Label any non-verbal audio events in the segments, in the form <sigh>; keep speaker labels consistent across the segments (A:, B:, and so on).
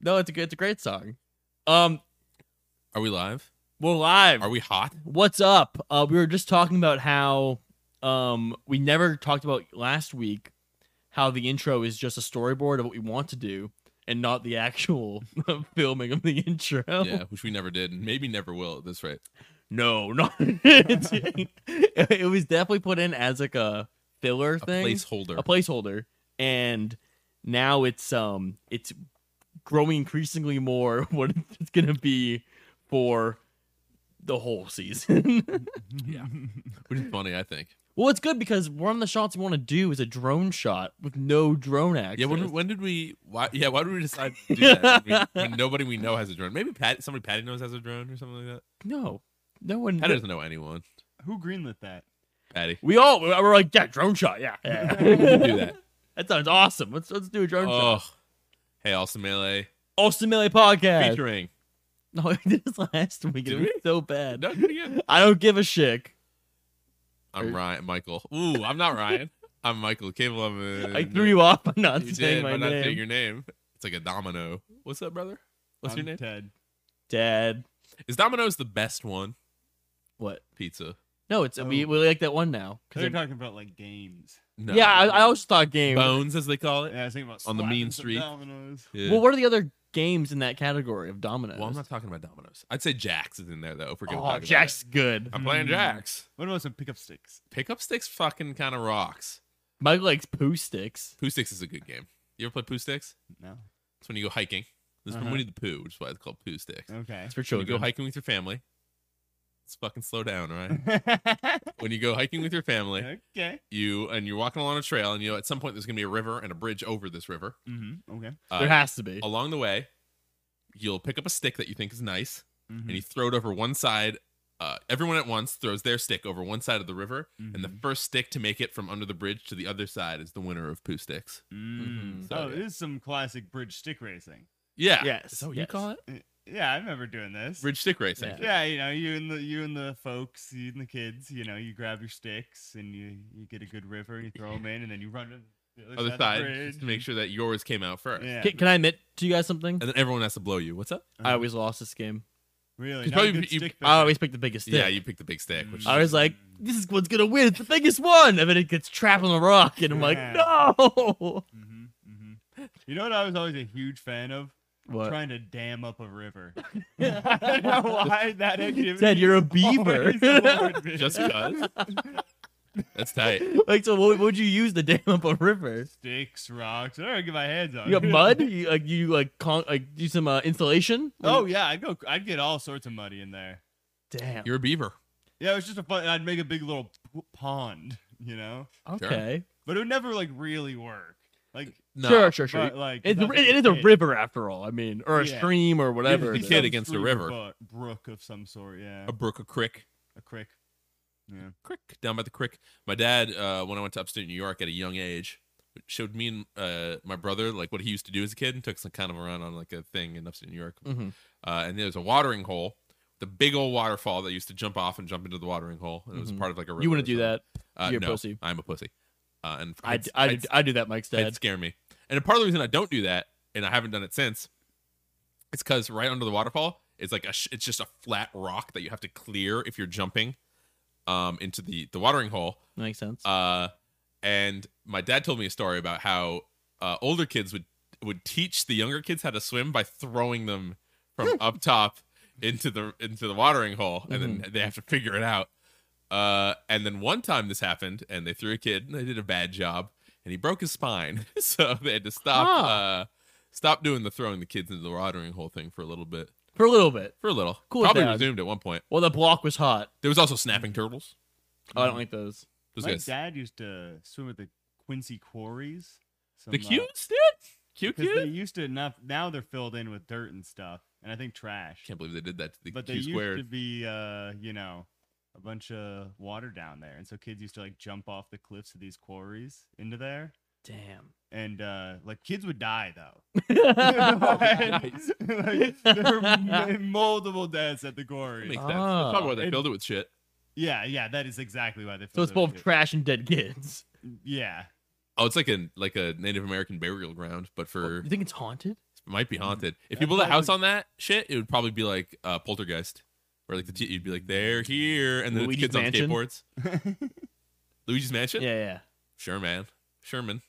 A: No, it's a, it's a great song. Um,
B: Are we live?
A: we're live.
B: Are we hot?
A: What's up? Uh, we were just talking about how um we never talked about last week how the intro is just a storyboard of what we want to do and not the actual <laughs> filming of the intro.
B: Yeah, which we never did, and maybe never will at this rate.
A: No, not <laughs> it, it was definitely put in as like a filler
B: A
A: thing.
B: placeholder.
A: a placeholder and now it's um it's growing increasingly more <laughs> what it's gonna be for the whole season <laughs>
B: yeah, which is funny, I think.
A: well it's good because one of the shots we want to do is a drone shot with no drone access
B: Yeah, when, when did we? Why? Yeah, why did we decide
A: <laughs>
B: to do that when, we- when nobody we know has a drone? Maybe Pat, somebody Patty knows has a drone or something like
A: no no one
B: that. Patty doesn't know anyone.
C: Who greenlit that?
A: <laughs>
B: Patty,
A: we all we we're like yeah drone shot yeah, yeah. <laughs>
B: you do that.
A: that sounds awesome let's let's do a drone shot
B: Oh, hey, Austin Melee
A: awesome melee podcast
B: featuring.
A: <laughs> no we did this last week
B: Did
A: it was
B: we?
A: so bad
B: No, do it again.
A: i don't give a shit
B: I'm Ryan Michael. Ooh, I'm not Ryan. I'm Michael Cableman.
A: i threw you off by not
B: Uh, You
A: saying
B: did,
A: my
B: but not saying
A: name
B: your name. It's like a domino. What's up, brother? What's
C: I'm
B: your name?
C: Ted.
A: dad
B: Is Domino's the best one
A: what
B: pizza?
A: No, it's we,
C: Oh.
A: we like that one now. 'cause
C: They're
A: it-
C: talking about like games.
B: No.
A: Yeah, I, I always thought game.
B: bones as they call it.
C: Yeah, I was thinking about
B: On the
C: slapping
B: mean
C: some
B: streak.
C: dominoes.
B: Yeah.
A: Well, what are the other games in that category of Dominoes?
B: Well, I'm not talking about Domino's. I'd say Jax is in there though. If we're gonna talk
A: oh,
B: about
A: Jack's
B: it.
A: good.
B: I'm playing
C: Mm.
B: Jax.
C: What about some pickup sticks?
B: Pickup sticks, fucking kind of rocks.
A: Mike likes poo sticks.
B: Poo sticks is a good game. You ever play poo sticks?
C: No.
B: It's when you go hiking. This is
C: Uh-huh.
B: when we need the poo, which is why it's called poo sticks.
C: Okay.
A: It's for
B: When you go
A: children.
B: hiking with your family, it's fucking slow down, all
C: <laughs>
A: <laughs>
B: right? when you go hiking with your family,
C: okay.
B: you and you're walking along a trail, and you know at some point there's gonna be a river and a bridge over this river.
C: Mm-hmm. Okay.
B: Uh,
A: there has to be.
B: along the way, you'll pick up a stick that you think is nice,
C: Mhm.
A: Hmm.
B: and you throw it over one side. Uh, everyone at once throws their stick over one side of the river, and the
A: Hmm.
C: Mhm.
B: first stick to make it from under the bridge to the other side is the winner of poo sticks.
C: Mm.
B: Mhm. So,
C: oh,
B: yeah.
C: this is some classic bridge stick racing.
B: Yeah,
A: Yes.
B: So you
A: yes.
B: call it
C: Uh, Yeah, I remember doing this.
B: bridge stick racing.
C: Yeah,
A: Yeah.
C: you know, you and the you and the folks, you and the kids, you know, you grab your sticks and you you get a good river and you throw them in and then you run to the other,
B: Other side,
C: of the bridge.
B: just to make sure that yours came out first,
C: Yeah.
A: Can, can I admit to you guys something?
B: and then everyone has to blow you. What's up?
A: I always lost this game.
C: uh, Really?
B: It's
C: not a
B: probably-
C: good
B: you-
C: stick
A: I
C: picker.
A: always pick the biggest stick.
B: Yeah, you pick the big stick. Which
A: I
C: Mm.
A: was
B: <laughs>
A: like, this is what's gonna win. It's the biggest one, and then it gets trapped on the rock, and I'm like,
C: Yeah.
A: no. <laughs>
C: hmm hmm You know what I was always a huge fan of?
A: What?
C: Trying to dam up a river. <laughs> I don't know why that activity.
A: Ted, you're a beaver.
C: <laughs> always bored
A: <laughs>
C: me. <laughs>
B: just cause. That's tight.
A: Like, so what would you use to dam up a river?
C: sticks, rocks. I don't get my hands on.
A: You got
C: it.
A: mud? You, like you like con- like do some uh, insulation?
C: <laughs> Oh yeah, I'd go. I'd get all sorts of muddy in there.
A: damn.
B: You're a beaver.
C: Yeah, it was just a fun. I'd make a big little p- pond, you know.
A: okay.
C: But it would never like really work. Like,
B: No,
A: Sure, sure, sure.
C: but, like
A: It's,
C: if I was
A: it is a
C: kid,
A: river after all. I mean, or a
C: Yeah.
A: stream or
C: it'd
A: whatever.
C: be
A: it is.
B: kid
C: some
B: against a
C: sweet
B: river.
C: bu- brook of some sort. Yeah,
B: a brook, a crick.
C: a creek. Yeah.
B: crick down by the crick. My dad, uh, when I went to upstate New York at a young age, showed me and uh, my brother like what he used to do as a kid, and took some kind of a run on like a thing in upstate New York.
A: Mhm.
B: Uh, and there's a watering hole, the big old waterfall that used to jump off and jump into the watering hole, and it was
A: Mhm.
B: part of like a. River
A: You
B: or
A: want to do
B: something.
A: that?
B: Uh,
A: You're a
B: no,
A: pussy.
B: I'm a pussy. Uh, and
A: I,
B: I'd-
A: I,
B: I'd-
A: I do that, Mike's
B: It'd
A: dad.
B: scare me. And part of the reason I don't do that, and I haven't done it since, it's because right under the waterfall, it's like a sh- it's just a flat rock that you have to clear if you're jumping um, into the the watering hole.
A: Makes sense.
B: Uh, and my dad told me a story about how uh, older kids would would teach the younger kids how to swim by throwing them
C: Hmm.
B: from up top into the into the watering hole, and
C: Mm-hmm.
B: then they have to figure it out. Uh, and then one time this happened, and they threw a kid, and they did a bad job, and he broke his spine, <laughs> so they had to stop
A: Ah.
B: uh, stop doing the throwing the kids into the watering hole thing for a little bit,
A: For a little bit.
B: for a little.
A: Cool
B: Probably
A: dad.
B: resumed at one point.
A: Well, the block was hot.
B: There was also snapping turtles.
A: Oh, I
B: Mm.
A: don't like those.
B: Those
C: my
B: guys.
C: dad used to swim with the Quincy quarries. Some,
B: the
C: uh,
B: cutes, dude. Cute,
C: Because they
B: cute.
C: used to enough. Now they're filled in with dirt and stuff, and I think trash.
B: Can't believe they did that to the
C: but they
B: Q
C: used
B: squared.
C: to be, uh, you know, a bunch of water down there, and so kids used to like jump off the cliffs of these quarries into there,
A: Damn.
C: and uh, like kids would die
B: <laughs>
C: though. <laughs>
A: oh,
C: Like, there were m- multiple deaths at the
B: That makes
C: quarry.
B: sense.
A: Ah,
B: That's probably why they
C: it-
B: filled it with shit.
C: Yeah, yeah, that is exactly why they.
A: <laughs> so it's
C: filled
A: both
C: it with
A: trash and dead kids.
C: kids. Yeah,
B: Oh, it's like a like a Native American burial ground, but for
A: You think it's haunted?
B: It might be
A: <laughs>
B: haunted. If
C: That
B: you build a
C: probably-
B: house on that shit, it would probably be like uh, poltergeist, where like the t- you'd be like they're here, and then the
A: Luigi's
B: kids
A: Mansion?
B: on skateboards.
A: <laughs>
B: Luigi's Mansion.
A: Yeah, yeah.
B: Sure, man. Sherman.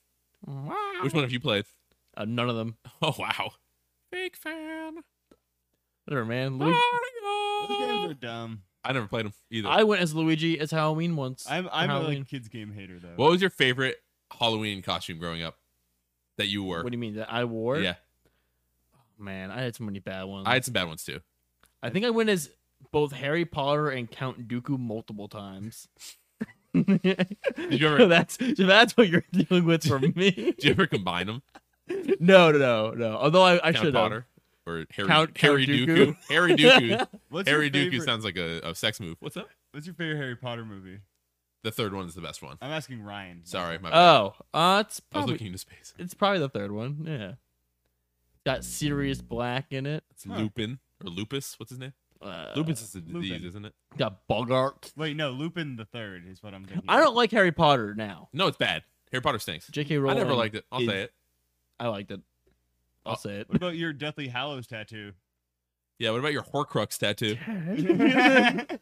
B: Which one have you played? <laughs>
A: Uh, none of them.
B: Oh wow. Big fan.
A: Whatever, man.
B: <laughs>
A: Lu-
C: Those games are
B: <gasps> Mario.
C: dumb.
B: I never played them either.
A: I went as Luigi as Halloween once.
C: I'm
A: for
C: I'm a
A: Halloween.
C: like, kids game hater though.
B: What was your favorite Halloween costume growing up that you wore?
A: What do you Um, mean that I wore?
B: Yeah,
A: Man, I had so many bad ones.
B: I had some bad ones too.
A: I think I went as both Harry Potter and Count Dooku multiple times. <laughs>
B: you ever-
A: So that's so that's what you're dealing with for me.
B: <laughs> Did you ever combine them?
A: no, no, no, no. Although I, I
B: Count
A: should have.
B: Potter or Harry
A: Count-
B: Harry
A: Count
B: Dooku?
A: <laughs>
B: Harry Dooku.
C: What's your
B: Harry Dooku
C: favorite-
B: sounds like a, a sex move. What's up?
C: What's your favorite Harry Potter movie?
B: The third one is the best one.
C: I'm asking Ryan.
B: Sorry, my bad.
A: Oh, uh, it's
B: I was
A: probably
B: looking into space.
A: it's probably the third one. Yeah, got Sirius Black in it.
B: It's
C: Huh.
B: Lupin or Lupus. What's his name?
A: Uh,
B: Lupus is a
C: Lupin.
B: disease, isn't it?
A: got Bogart.
C: Wait, no, Lupin the Third is what I'm thinking.
A: I don't like Harry Potter now.
B: No, it's bad. Harry Potter stinks.
A: J.K. Rowling.
B: I never liked it. I'll
A: is-
B: say it.
A: I liked it. I'll
B: Oh.
A: say
C: What about your Deathly Hallows
A: <laughs>
C: tattoo? <laughs>
B: Yeah. What about your Horcrux tattoo?
C: <laughs>
A: it.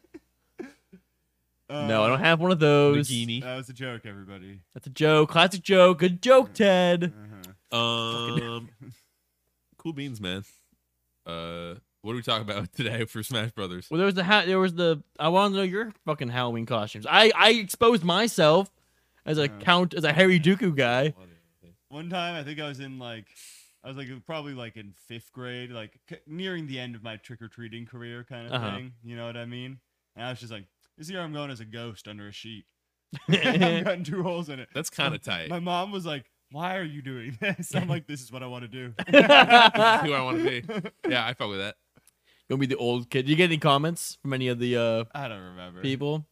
A: no, I don't have one of those.
B: Nagini.
C: That was a joke, everybody.
A: That's a joke. Classic joke. Good joke, Ted.
C: Uh-huh.
A: <laughs>
B: Um, cool beans, man. Uh, what are we talking about <laughs> today for Smash Brothers?
A: Well, there was the ha- there was the I want to know your fucking Halloween costumes. I I exposed myself as a
C: Yeah.
A: count as a Harry Dooku
B: <laughs>
A: guy. <laughs>
C: One time, I think I was in like, I was like probably like in fifth grade, like c- nearing the end of my trick or treating career kind of
A: Uh-huh.
C: thing. You know what I mean? And I was just like, this year I'm going as a ghost under a
B: <laughs>
C: sheet. <laughs> I'm
A: yeah,
C: cutting two holes in it.
B: That's kind of tight.
C: My mom was like, why are you doing this? I'm like, this is what I want to
A: <laughs>
C: do.
B: <laughs> Who I want to be? Yeah, I fuck with that.
A: gonna be the old kid. You get any comments from any of the uh,
C: I don't remember.
A: people?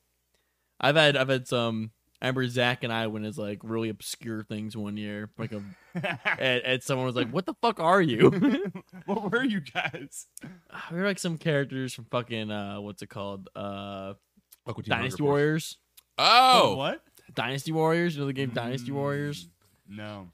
A: I've had I've had some. I remember Zach and I went as like really obscure things one year. Like a, and, and someone was like, "What the fuck are you?"
C: <laughs>
A: <laughs>
C: what were you guys?
A: we were like some characters from fucking uh, what's it called? Uh,
B: Fuck with Team
A: Dynasty
B: Hunger Force.
A: Warriors.
B: Oh,
C: what? Mm,
A: Dynasty Warriors. You know the game
B: Mm.
A: Dynasty Warriors.
C: No.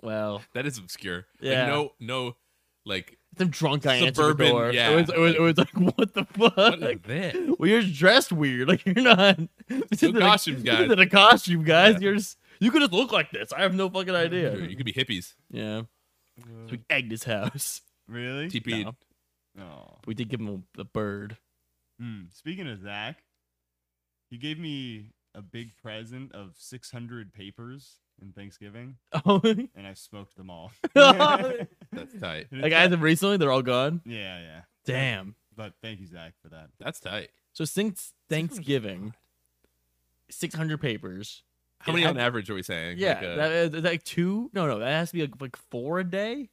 A: Well,
B: that is obscure.
A: Yeah.
B: Like, no, no,
A: <laughs>
B: like
A: Some drunk guy answered the
B: Suburban,
A: door.
B: yeah.
A: It was, it was, it was like, <laughs> what the fuck?
B: what is this?
A: <laughs> well, you're dressed weird. <laughs> Like you're not. This isn't a- <laughs>
B: costumes,
A: this
B: guys.
A: isn't a costume, guys.
B: Yeah.
A: You're just. You could just look like this. I have no fucking idea.
B: You could be hippies.
A: Yeah. So we egged his house.
B: <laughs>
C: Really?
B: TP.
A: <laughs> No.
C: Oh.
A: We did give him a, a bird. <laughs>
C: Hmm. Speaking of Zach, he gave me a big present of 600 papers in Thanksgiving,
A: Oh,
C: and I smoked them
A: <laughs>
C: all. <laughs>
A: like
B: That's tight.
A: as of recently, they're all gone.
C: yeah, yeah.
A: Damn.
C: But thank you, Zach, for that.
B: That's tight.
A: So since Thanksgiving, six hundred papers.
B: How
A: It
B: many
A: had-
B: on average are we saying?
A: Yeah,
B: Like, uh,
A: that- uh, like two. No, no, that has to be like, like four a day.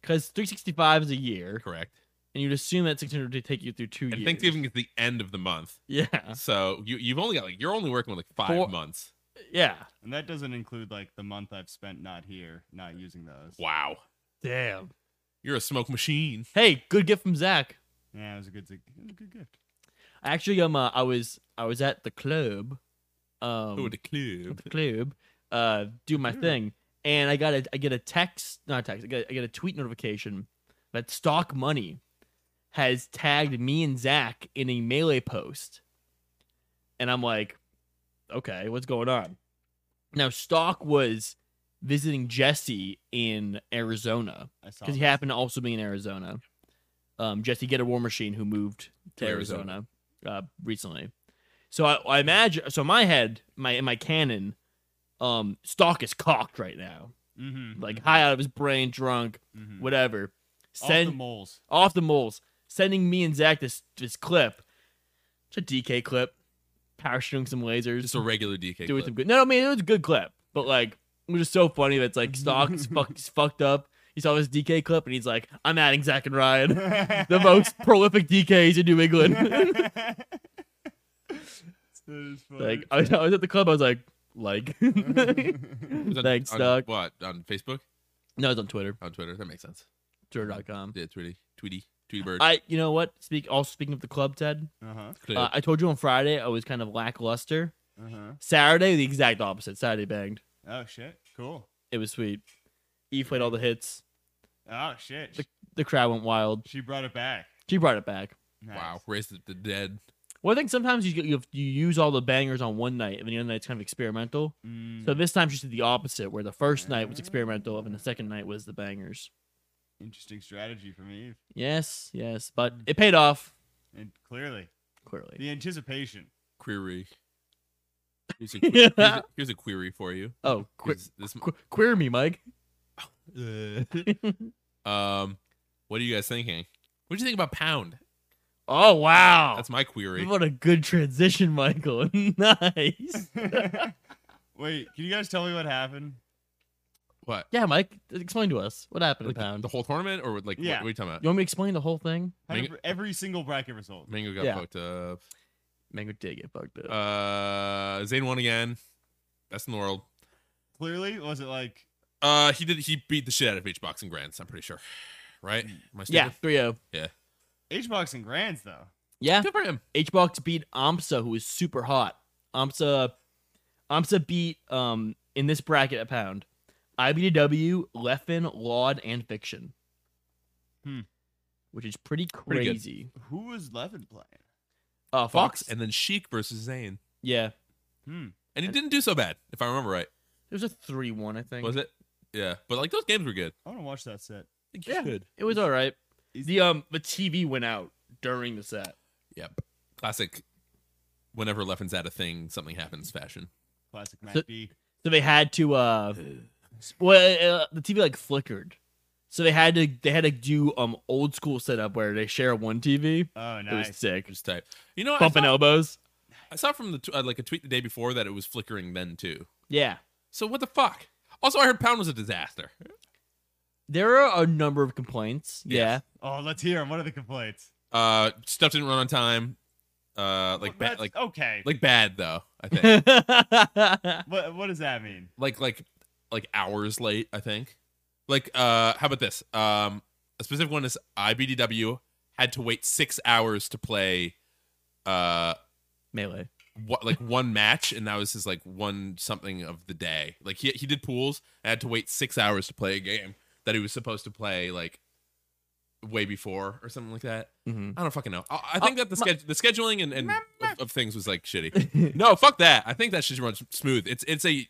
A: Because three sixty five is a year.
B: correct.
A: and you'd assume that 600 would take you through two
B: And
A: years.
B: Thanksgiving is the end of the month, <laughs>
A: Yeah,
B: so you you've only got like you're only working with like five
A: Four-
B: months.
A: yeah.
C: And that doesn't include like the month I've spent not here, not using those.
B: Wow,
A: Damn.
B: you're a smoke machine.
A: Hey, good gift from Zach.
C: Yeah, it was a good, it was a good gift.
A: I Actually, um, uh, I was I was at the club, um,
B: oh, the club.
A: at the club, uh, do my
C: Club.
A: thing, and I got a I get a text, not a text, I get, I get a tweet notification that Stock Money has tagged me and Zach in a melee post, and I'm like, okay, what's going on? Now Stock was visiting Jesse in Arizona.
C: I saw
A: because he
C: this.
A: happened to also be in Arizona. Um, Jesse Get a War Machine, who moved to
B: To
A: Arizona,
B: Arizona.
A: Uh, recently. So I, I imagine. So in my head, my in my canon, um, stock is cocked right now,
C: Mhm,
A: like
C: mhm,
A: high out of his brain, drunk,
C: mhm.
A: whatever.
C: Off
A: Send
C: the moles.
A: off the moles, sending me and Zach this this clip. It's a DK clip, power shooting some lasers
B: Just a regular DK.
A: doing
B: clip.
A: some good. No, I mean it was a good clip, but like it was just so funny that it's like
B: <laughs>
A: Stock's fuck, he's fucked up. He saw this DK clip and he's like, "I'm adding Zach and Ryan, <laughs> <laughs> the
C: <laughs>
B: <laughs>
A: most prolific DKs in New England."
C: that is funny.
A: like I was, I was at the club, I was like, "Like, <laughs>
B: It was on-
A: thanks,
B: on
A: Doug."
B: What on Facebook?
A: No, it's on Twitter,
B: On Twitter? That makes sense.
A: Twitter.com.
B: Yeah, Tweety, Tweety, Tweety Bird.
A: Um, I, you know what? Speak also speaking of the club, Ted.
C: <laughs> uh-huh.
B: Club.
A: Uh, I told you on Friday I was kind of lackluster.
C: Uh-huh.
A: Saturday, the exact opposite. Saturday banged.
C: Oh shit. Cool.
A: It was sweet. Eve played all the hits.
C: Oh shit!
A: The- The crowd went wild.
C: she brought it back.
A: She brought it back.
C: Nice.
B: Wow, raised the dead.
A: Well, I think sometimes you get- you, have- you use all the bangers on one night, and then the other night's kind of experimental.
C: Mm,
B: Mm-hmm.
A: So this time she did the opposite, where the first night was
C: Ah.
A: experimental, and the second night was the bangers.
C: interesting strategy from Eve,
A: Yes, yes, but
B: Mm.
A: it paid off
C: and clearly
A: clearly.
C: the
A: <laughs>
C: anticipation. <laughs>
B: Query. Here's a, here's
A: Yeah.
B: a, here's a query for you.
A: Oh, que-
B: Here's this-
A: que- queer me,
B: <laughs>
A: Mike.
B: um, what are you guys thinking? What do you think about Pound?
A: <laughs> Oh wow,
B: That's my query.
A: what a good transition, Michael. <laughs> nice.
C: Wait, can you guys tell me what happened?
B: What?
A: Yeah, Mike, explain to us what happened
B: Like
A: to Pound.
B: the whole tournament, or like
C: Yeah.
B: what, what are you talking about?
A: you want me to explain the whole thing?
C: How did
B: Make-
C: br- every single bracket result.
B: Mango got
A: Yeah.
B: fucked up.
A: Mango did get bugged up.
B: Uh, Zane won again. Best in the world.
C: Clearly, was it like
B: Uh, he did. He beat the shit out of H Boxing Grants. I'm pretty sure. Right? Am I
A: Mm, yeah,
B: stupid?
A: 3-0.
C: H box and grands though?
A: Yeah,
B: Good for him.
A: HBox beat Amsa, who is super hot. Amsa, Amsa beat um in this bracket at Pound, IBDW, Leffen, Laud, and Fiction.
C: Hmm.
A: Which is pretty
B: Pretty good.
A: crazy.
C: Who was Levin playing?
A: Uh, Fox.
B: and then Sheik versus Zane,
A: Yeah, it
C: Hmm.
B: and he didn't do so bad, if I remember right.
A: was a three-one. I think
B: Was it? Yeah, but like those games were good.
C: I want to watch that set.
B: I think you
A: Yeah.
B: should.
A: It was all right.
C: Is-
A: The um the TV went out during the set.
B: Yep. Classic. Whenever Leffen's at a thing, something happens. Fashion.
C: Classic Matt
A: So-
C: B.
A: So they had to uh well uh, the TV like flickered. So they had to they had to do um old school setup where they share one TV.
C: Oh,
A: It was
C: nice.
A: sick.
B: Just type. You <laughs> know, I
A: Bumping
B: saw,
A: elbows.
B: I saw from the tw- uh, like a tweet the day before that it was flickering then too.
A: Yeah.
B: So what the fuck? Also, I heard Pound was a disaster.
A: There are a number of complaints.
B: Yes.
C: Oh, let's hear him. What are the complaints?
B: Uh, stuff didn't run on time. Uh,
C: Well,
B: like bad,
C: that's
B: like
C: okay.
B: like bad though.
A: <laughs>
B: I think
A: Yeah.
C: what what does that mean?
B: like like like hours late. I think. Like uh, how about this? Um, a specific one is IBDW had to wait six hours to play. Uh.
A: <laughs> Melee.
B: what like one match and that was his like one something of the day like he, he did pools and had to wait six hours to play a game that he was supposed to play like way before or something like that
A: Mhm.
B: i don't fucking know i, I think
A: Oh,
B: that the,
A: my-
B: sched the scheduling and, and of, of things was like shitty no fuck that i think that should run s- smooth it's it's a,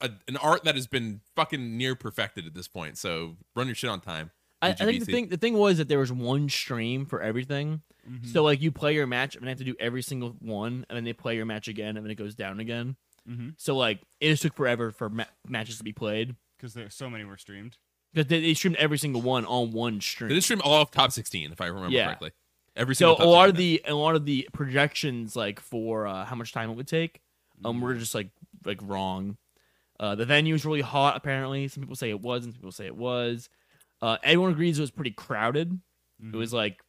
B: a an art that has been fucking near perfected at this point so run your shit on time
A: I, I think the
B: UGBC.
A: thing the thing was that there was one stream for everything.
C: Mhm.
A: So like you play your match and they have to do every single one, and then they play your match again, and then it goes down again.
C: Mhm.
A: So like it just took forever for ma- matches to be played
C: Because there so many were streamed.
A: because they, they streamed every single one on one
B: they
A: stream.
B: did stream all of top 16 if i remember
A: Yeah.
B: correctly every
A: So
B: single
A: a
B: top
A: lot of
B: 16.
A: the a lot of the projections like for uh, how much time it would take,
C: Mm-hmm.
A: um, were just like like wrong. Uh, the venue is really hot apparently. Some people say it was, and some people say it was. Uh, everyone agrees it was pretty crowded.
C: Mhm.
A: It was like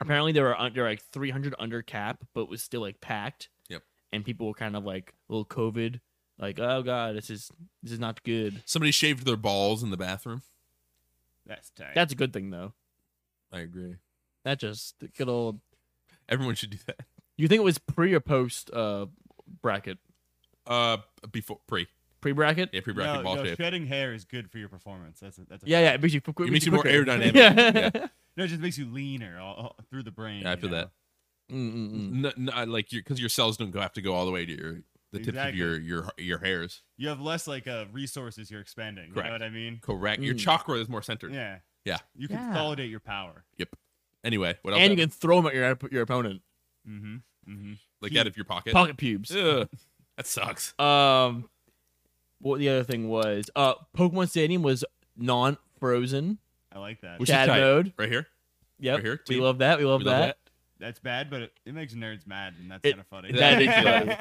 A: apparently there were un- there were like 300 under cap, but it was still like packed.
B: Yep.
A: And people were kind of like a little COVID, like oh god, this is this is not good.
B: somebody shaved their balls in the bathroom
C: that's tight.
A: That's a good thing though.
B: i agree
A: That just the good old.
B: Everyone should do that.
A: You think it was pre or post uh bracket?
B: Uh, before pre,
A: Pre bracket?
B: yeah, pre bracket
C: no,
B: ball
C: no,
B: shape.
C: shedding hair is good for your performance. That's a, that's a
A: Yeah, yeah. It makes you, qu-
B: It makes you more
A: quicker.
B: aerodynamic.
A: <laughs> Yeah.
C: No, it just makes you leaner all, all through the brain.
B: Yeah, I
C: you
B: feel
C: know?
B: that.
A: Mm, mm, mm.
B: No, no, I like your because your cells don't go have to go all the way to your the tips of
C: Exactly.
B: your your your hairs.
C: You have less like uh, resources you're expending. You
B: Correct.
C: know what I mean?
B: Correct. Your
A: Mm.
B: chakra is more centered.
C: Yeah.
B: Yeah.
C: You
A: Yeah.
C: consolidate your power.
B: Anyway, what else?
A: And you can throw them at your op- your opponent.
C: Mm-hmm. Mm-hmm.
B: like out of your pocket.
A: Pocket pubes.
B: Ugh, that sucks.
A: Um, what the other thing was? Uh, Pokemon Stadium was non frozen.
C: I like that.
B: Which is
A: Dad
B: tight.
A: mode.
B: Right here.
A: Yep.
B: Right here,
A: we
B: team.
A: love that. We love,
B: We love
A: that.
C: that's bad, but it, it makes nerds mad, and that's
A: It-
C: kind of funny.
A: that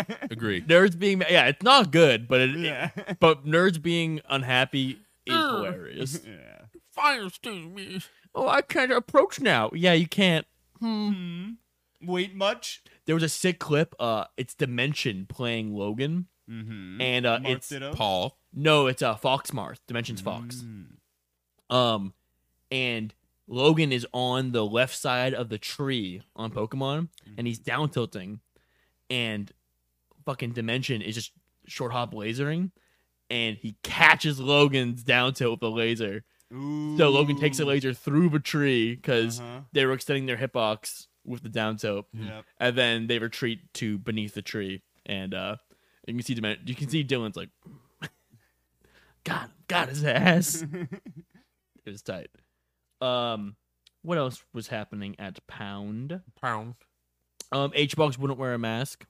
B: makes Agree.
A: Nerds being ma- yeah, it's not good, but it,
C: <laughs> yeah.
A: but nerds being unhappy is
B: Urgh.
A: hilarious.
C: <laughs> yeah.
B: Fire steam. eh.
A: oh, I can't approach now. Yeah, you can't.
C: Hmm. Wait much?
A: There was a sick clip. Uh, it's Dimension playing Logan,
B: Mm.
C: Mm-hmm.
A: and uh, it's
C: it up.
B: Paul.
A: no, it's uh, Foxmarth. Dimension's Fox.
C: Mm.
A: Um, and Logan is on the left side of the tree on Pokemon, and
C: Mhm.
A: he's down tilting, and fucking Dimension is just short hop lasering, and he catches Logan's down tilt with a laser, So Logan takes a
C: Ooh.
A: laser through the tree because
C: Uh-huh.
A: they were extending their hitbox with the down tilt, <laughs>
C: Yep.
A: and then they retreat to beneath the tree, and uh, you can see Dema- you can see Dylan's like, <laughs> God, got his ass. it was tight. Um, what else was happening at Pound?
B: Pound.
A: Um, H Box wouldn't wear a mask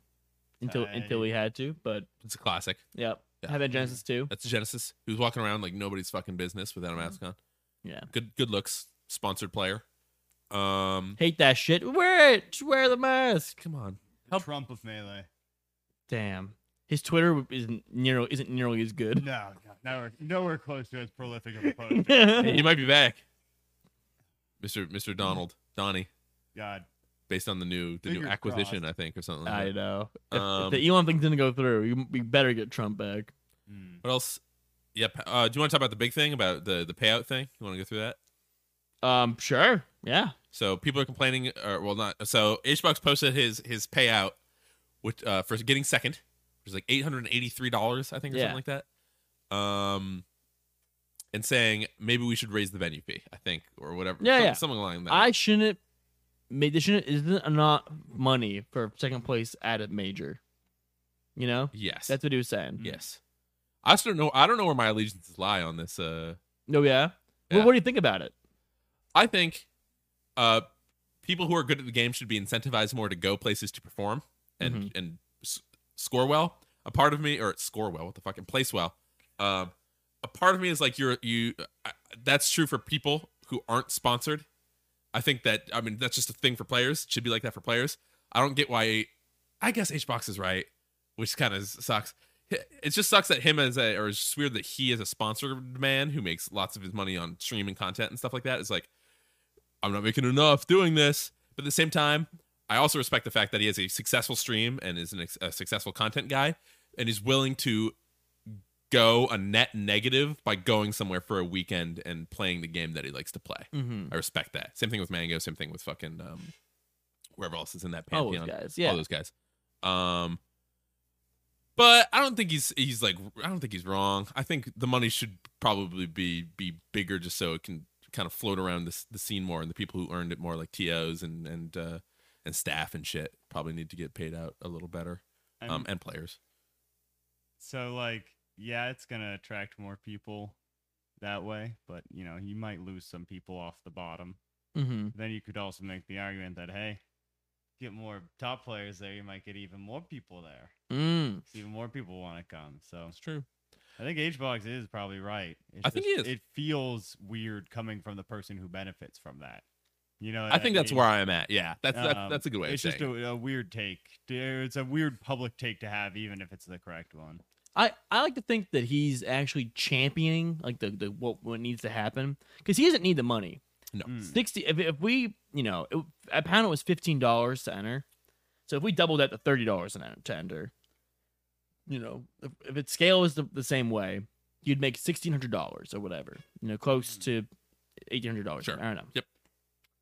A: until
C: Tight.
A: until he had to, but
B: It's a classic.
A: yeah,
B: Yeah. Mm-hmm.
A: have that Genesis too.
B: That's Genesis. He was walking around like nobody's fucking business without a
C: Mm-hmm.
B: mask on.
A: Yeah.
B: Good good looks. Sponsored player. Um
A: Hate that shit. Wear it. Just wear the mask.
B: come on.
C: <laughs> The Trump of melee.
A: Damn. His Twitter isn't nearly isn't nearly as
B: <laughs>
A: good. <laughs>
C: No, no, nowhere, nowhere close to as prolific of a post.
A: <laughs>
B: Hey, you might be back. Mr. Mr. Donald. Donnie.
C: God,
B: Based on the new the new
C: Fingers
B: acquisition, I think, or something like
A: I
B: that.
A: know. If,
B: Um,
A: if the Elon thing didn't go through, you- we better get Trump back.
C: Mm.
B: What else? Yep. Uh, do you want to talk about the big thing about the the payout thing? You want to go through that?
A: Um, sure. Yeah.
B: So people are complaining, or well, not. So HBox posted his his payout, which uh, for getting second, which is like eight hundred and eighty three dollars, I think, or
A: Yeah.
B: something like that. Um, and saying maybe we should raise the venue fee, I think, or whatever.
A: Yeah,
B: Some-
A: yeah.
B: something along that.
A: I shouldn't. Maybe this shouldn't isn't enough money for second place at a major. You know,
B: yes,
A: that's what he was saying.
B: yes. I just don't know. I don't know where my allegiances lie on this. Uh,
A: No, Oh, yeah.
B: Yeah.
A: Well, what do you think about it?
B: I think uh, people who are good at the game should be incentivized more to go places to perform and and s- score well. A part of me, or score well, what the fuck, and place well. Um, a part of me is like you're you. I, that's true for people who aren't sponsored. I think that I mean that's just a thing for players. It should be like that for players. I don't get why. I guess HBox is right, which kind of sucks. It just sucks that him as a, or it's just weird that he is a sponsored man who makes lots of his money on streaming content and stuff like that. Is like, I'm not making enough doing this. But at the same time, I also respect the fact that he has a successful stream and is an ex- a successful content guy and is willing to go a net negative by going somewhere for a weekend and playing the game that he likes to play.
A: Mm-hmm.
B: I respect that. Same thing with Mango, same thing with fucking um wherever else is in that
A: All
B: pantheon.
A: those guys. Oh, Yeah.
B: All those guys. Um but I don't think he's he's like I don't think he's wrong. I think the money should probably be be bigger just so it can kind of float around this the scene more and the people who earned it more like TOs and and uh and staff and shit probably need to get paid out a little better.
C: I'm-
B: Um and players.
C: so like, yeah, it's gonna attract more people that way, but you know, you might lose some people off the bottom.
A: Mm-hmm.
C: Then you could also make the argument that hey, get more top players there, you might get even more people there.
A: Mm.
C: 'cause even more people want to come. So
B: true.
C: I think HBox is probably right. It's
B: I think
C: just-
B: he is.
C: It feels weird coming from the person who benefits from that. You know,
B: I think that's
C: mean?
B: where I'm at. Yeah. That's that's,
C: Um,
B: that's a good way
C: It's
B: of
C: just
B: saying. it.
C: a, a weird take. There- It's a weird public take to have, even if it's the correct one.
A: I, I like to think that he's actually championing like the, the what what needs to happen because he doesn't need the money.
B: no.
C: Mm.
A: Sixty. If, if we you know it, a pound it was fifteen dollars to enter, so if we doubled that to thirty dollars an hour to enter, you know if, if its scale is the, the same way, you'd make sixteen hundred dollars or whatever. You know, close to eighteen hundred dollars.
B: Hmm. Sure.
A: I don't know.
B: Yep.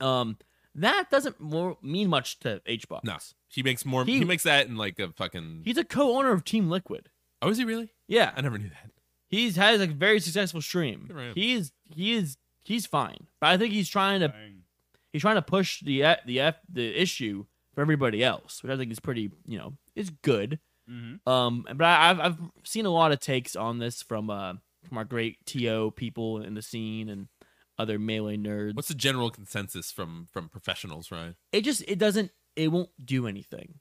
A: Um, that doesn't more, mean much to HBox.
B: No. He makes more he,
A: He-
B: makes that in like a fucking
A: He's a co-owner of Team Liquid.
B: Oh, is he really?
A: Yeah.
B: I never knew that.
A: He's has a very successful stream.
B: Good for him.
A: He is he is he's fine, but I think he's trying to
C: Dang.
A: he's trying to push the e- the f the issue for everybody else, which I think is pretty you know is good.
C: Mhm.
A: Um, but I, I've I've seen a lot of takes on this from uh from our great to people in the scene and other melee nerds.
B: What's the general consensus from from professionals, Ryan?
A: it just it doesn't it won't do anything.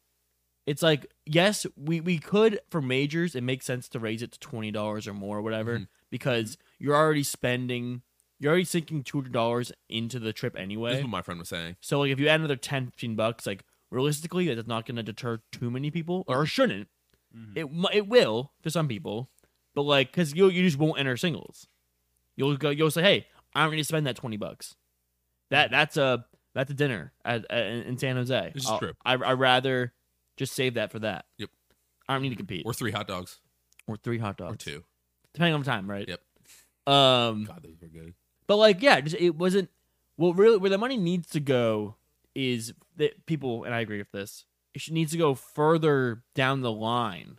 A: It's like yes, we we could for majors it makes sense to raise it to twenty dollars or more or whatever
B: Mhm.
A: because you're already spending you're already sinking two hundred dollars into the trip
B: That's
A: anyway.
B: what my friend was saying.
A: So like if you add another 10, 15 bucks, like realistically that's not going to deter too many people or shouldn't.
C: Mhm.
B: Mm-hmm.
A: It mu- it will for some people, but like because you you just won't enter singles. You'll go you'll say hey I'm going to spend that twenty bucks. That that's a that's a dinner at, at, in in San Jose.
B: Mm-hmm. This is
A: I'll-
B: true.
A: I I rather just save that for that.
B: Yep.
A: I don't need to compete
B: Or three hot dogs,
A: or three hot dogs
B: or two.
A: depending on the time right.
B: Yep.
A: Um.
B: God, those were good.
A: But like, yeah, just it wasn't. What really where the money needs to go is that people, and I agree with this. It should- needs to go further down the line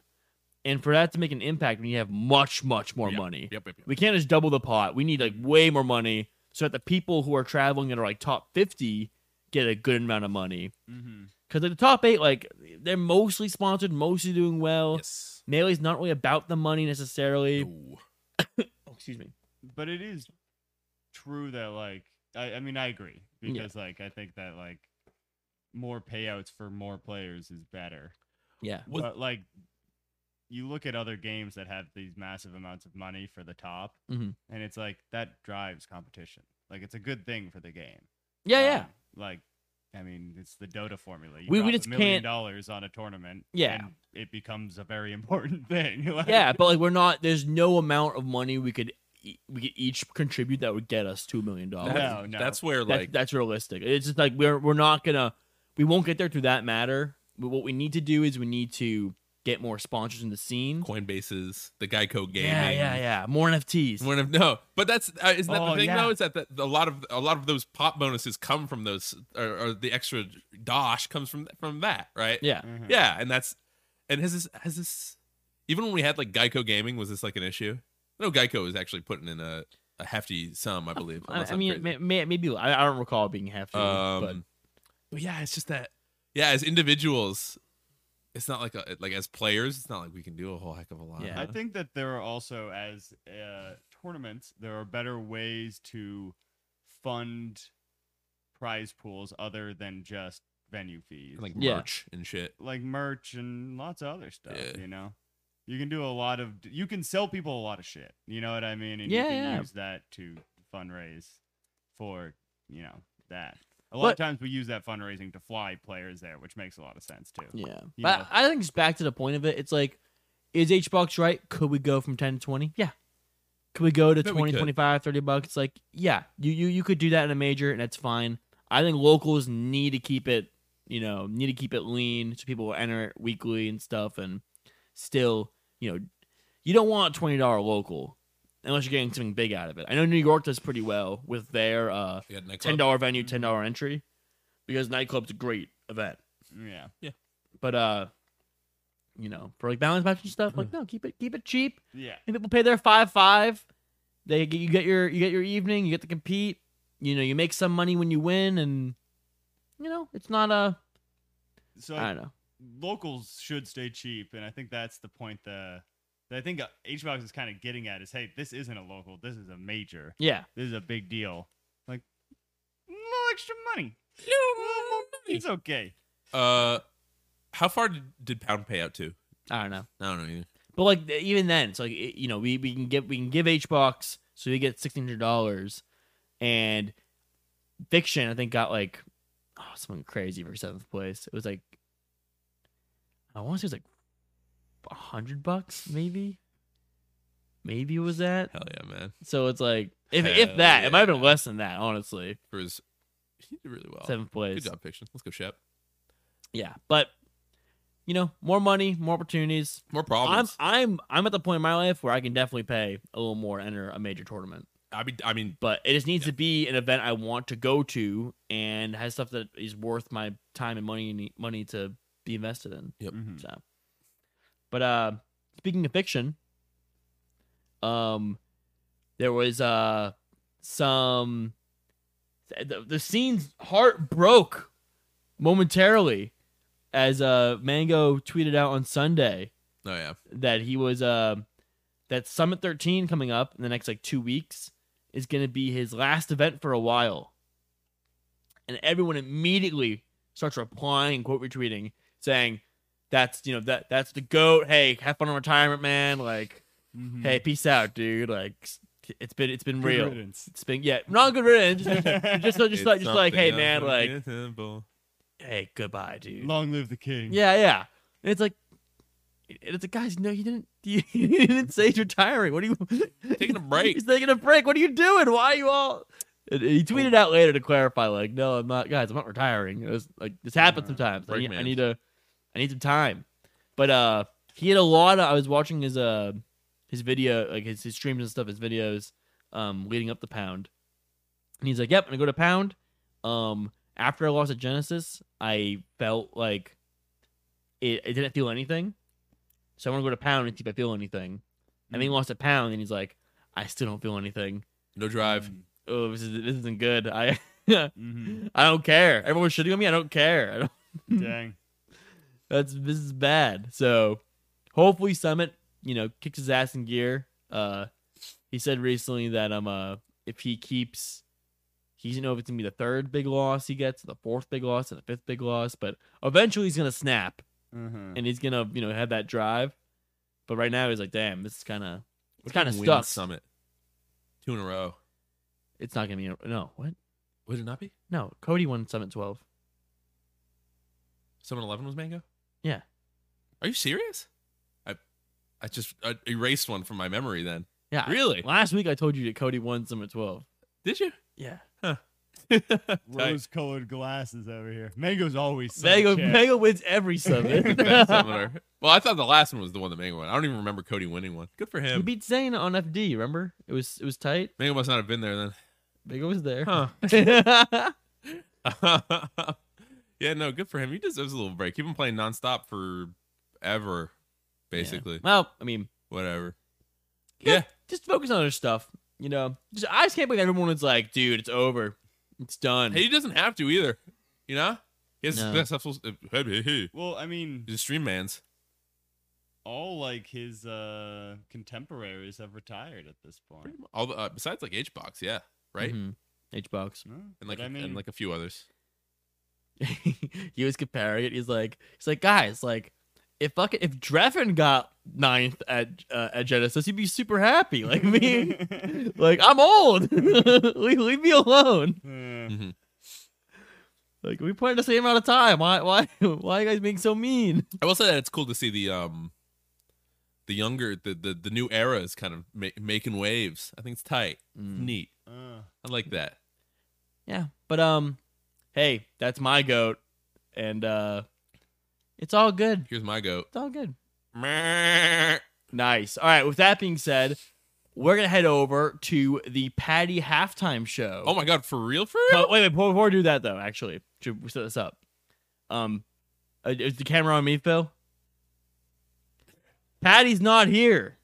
A: And for that to make an impact, we need to have much, much more money.
B: Yep, yep, yep.
A: We can't just double the pot. We need like way more money so that the people who are traveling that are like top 50 get a good amount of money.
C: Mm-hmm.
A: Because like the top eight, like they're mostly sponsored, mostly doing well.
B: Yes.
A: Melee's not really about the money necessarily.
B: Ooh.
A: Oh, excuse me.
C: But it is true that like I, I mean I agree
A: Yeah.
C: because like I think that like more payouts for more players is better.
A: Yeah.
B: Was-
C: but like you look at other games that have these massive amounts of money for the top
A: Mhm.
C: and it's like that drives competition like it's a good thing for the game
A: Yeah,
C: Um,
A: yeah.
C: like i mean it's the dota formula you
A: We- we
C: drop
A: just
C: a million
A: can't-
C: dollars on a tournament
A: Yeah.
C: and it becomes a very <laughs> important thing like,
A: Yeah, but like we're not there's no amount of money we could e- we could each contribute that would get us 2 million dollars.
B: That's-
C: No, no.
B: That's where
A: That's,
B: like
A: that's realistic. It's just like we're we're not gonna we won't get there through that matter. But what we need to do is we need to get more sponsors in the scene.
B: <laughs> Coinbase's, the Geico gaming.
A: Yeah, yeah, yeah. More NFTs.
B: One of no, but that's uh, isn't that
C: Oh,
B: the thing
C: yeah.
B: though? Is that the, a lot of a lot of those pop bonuses come from those, or, or the extra dosh comes from from that, right?
A: yeah.
C: Mhm.
B: yeah, and that's and has this has this even when we had like Geico gaming was this like an issue? No, Geico is actually putting in a, a hefty sum, I believe.
A: Uh, I,
B: unless
A: I
B: I'm
A: mean,
B: crazy.
A: may, may, maybe I, I don't recall it being hefty.
B: um,
A: but
B: but. yeah, it's just that yeah, as individuals, it's not like a, like as players, it's not like we can do a whole heck of a lot.
A: Yeah.
C: I think that there are also, as uh, tournaments, there are better ways to fund prize pools other than just venue fees,
B: like
A: Yeah.
B: merch and shit.
C: like merch and lots of other stuff.
B: Yeah.
C: You know, you can do a lot of, you can sell people a lot of shit. You know what I mean? And
A: Yeah,
C: you can
A: yeah.
C: use that to fundraise for, you know, that. A lot of
A: But-
C: times we use that fundraising to fly players there, which makes a lot of sense too.
A: yeah.
C: You
A: But
C: know.
A: I think it's back to the point of it. It's like, is HBox right? Could we go from 10 to 20? Yeah. Could we go to
B: Bet we
A: 20,
B: could.
A: 25, 30 bucks? Like, yeah, you, you, you could do that in a major and that's fine. I think locals need to keep it, you know, need to keep it lean so people will enter it weekly and stuff and still, you know, you don't want $20 local unless you're getting something big out of it. I know New York does pretty well with their uh,
B: You got a nightclub?
A: ten dollar venue, ten dollar entry, because nightclub's a great event.
C: Yeah.
A: But uh, you know, for like balance match and stuff, like no, keep it keep it cheap.
C: Yeah.
A: And people pay their five five. They get- you get your you get your evening. You get to compete. You know, you make some money when you win, and you know it's not a
C: So
A: I don't know.
C: locals should stay cheap, and I think that's the point the that I think uh, HBox is kind of getting at is hey, this isn't a local, this is a major,
A: Yeah,
C: this is a big deal. Like, no extra money, it's okay.
B: Uh, how far did, did Pound pay out to?
A: I don't know.
B: I don't know either.
A: But like th- even then, it's like it- you know we, we can give we can give H box so he gets sixteen hundred dollars, and fiction I think got like oh something crazy for seventh place. It was like I want to say it was like hundred bucks maybe, maybe it was that.
B: Hell yeah, man!
A: So it's like if
B: Hell
A: if that it might have been
B: yeah.
A: less than that honestly
B: For his, he did really well.
A: seventh
B: Good
A: place
B: job, fiction. Let's go, Shep.
A: yeah but you know more money more opportunities.
B: More problems.
A: I'm I'm I'm at the point in my life where I can definitely pay a little more to enter a major tournament.
B: I mean, I mean,
A: but it just needs to be an event I want to go to and has stuff that is worth my time and money money to be invested in.
B: Yep.
C: Mhm.
A: So, but uh, speaking of fiction, um, there was uh some the, the scene's heart broke momentarily as uh Mango tweeted out on Sunday
B: oh yeah,
A: that he was uh, that Summit 13 coming up in the next like two weeks is going to be his last event for a while, and everyone immediately starts replying, quote retweeting, saying, "That's you know that that's the goat. Hey, have fun in retirement, man. Like,
C: Mhm.
A: hey, peace out, dude. Like, it's been it's been
C: Good
A: real. <laughs>
C: riddance.
A: It's been yeah, not good riddance. <laughs> Just just like just like
B: It's
A: just like hey,
B: something
A: man. Like,
B: unforgettable.
A: hey, goodbye, dude.
C: Long live the king.
A: Yeah, yeah. And it's like, and it's like, guys, no, you didn't. <laughs> You, didn't say you're retiring. What are you <laughs>
B: Taking a break.
A: He's taking a break. What are you doing? Why are you all? And he tweeted out later to clarify, like, no, I'm not, guys. I'm not retiring. It was like this happens
C: Uh,
A: sometimes. I
B: break
A: need, I
B: man.
A: need a, I need some time. But uh, he had a lot. Of, I was watching his uh, his video, like his, his streams and stuff, his videos, um, leading up the pound. And he's like, "Yep, I'm gonna go to pound." Um, after I lost at Genesis, I felt like it, it didn't feel anything. So I want to go to Pound and see if I feel anything. And then he lost a pound, and he's like, I still don't feel anything.
B: No drive.
A: Oh, this, is, this isn't good. I <laughs>
C: Mm-hmm.
A: I don't care. Everyone's shitting on me. I don't care. I
C: <laughs>
A: don't,
C: Dang.
A: that's this is bad. So hopefully Summit, you know, kicks his ass in gear. Uh, he said recently that um uh if he keeps, he doesn't know if it's gonna be the third big loss he gets, the fourth big loss, and the fifth big loss, but eventually he's gonna snap
B: Mm-hmm.
C: Uh-huh.
A: and he's gonna you know have that drive. But right now he's like, damn, this is kind of it's kind of
B: Win
A: stuck.
B: Summit. Two in a row.
A: It's not gonna be a- no what.
B: Would it not be?
A: No, Cody won Summit 12.
B: Summit Eleven was Mango.
A: Yeah.
B: Are you serious? I I just I erased one from my memory. Then
A: Yeah. I-
B: really?
A: Last week I told you that Cody won Summit 12.
B: Did you?
A: Yeah.
B: Tight.
C: Rose-colored glasses over here. Mango's always so
A: Mango,
C: chill.
A: Mango wins every summit. <laughs>
B: That's <laughs> similar. Well, I thought the last one was the one that Mango won. I don't even remember Cody winning one. Good for
A: he
B: him.
A: beat Zane on FD, remember? It was it was tight.
B: Mango must not have been there then.
A: Mango was there. <laughs>
B: Huh. <laughs> yeah, no, good for him. He deserves a little break. He's been playing nonstop forever, basically.
A: Yeah. Well, I mean,
B: Whatever.
A: Yeah.
B: Yeah.
A: just focus on other stuff. You know, just, I just can't believe everyone was like, dude, it's over. It's done.
B: Hey, he doesn't have to either. You know? He has
A: No.
B: successful. uh, hey, hey, hey.
C: Well, I mean,
B: He's a stream man's.
C: all like his uh contemporaries have retired at this point.
B: All the, uh, besides like Hbox, yeah. Right?
A: Mhm. Hbox.
C: No?
B: And like
C: But I mean,
B: and
C: <laughs>
B: like a few others.
A: <laughs> he was comparing it. He's like, he's like, guys, like, if fucking if Dreffen got ninth at uh, at Genesis, he'd be super happy. <laughs> Like me, <laughs> like I'm old. <laughs> leave, leave me
C: Uh,
A: alone. Like we played the same amount of time. Why why <laughs> why are you guys being so mean?
B: I will say that it's cool to see the um the younger the the, the new era is kind of ma- making waves. I think it's tight.
A: Mm.
B: It's neat.
C: uh,
B: I like that.
A: Yeah, but um, hey, that's my goat, and uh, it's all good.
B: Here's my goat.
A: It's all good.
B: Meh.
A: Nice. All right. With that being said, we're gonna head over to the Patty halftime show.
B: Oh my god, for real? For real?
A: Co- wait, wait. Before, before we do that, though, actually, should we set this up? Um, uh, is the camera on me, Phil? Patty's not here.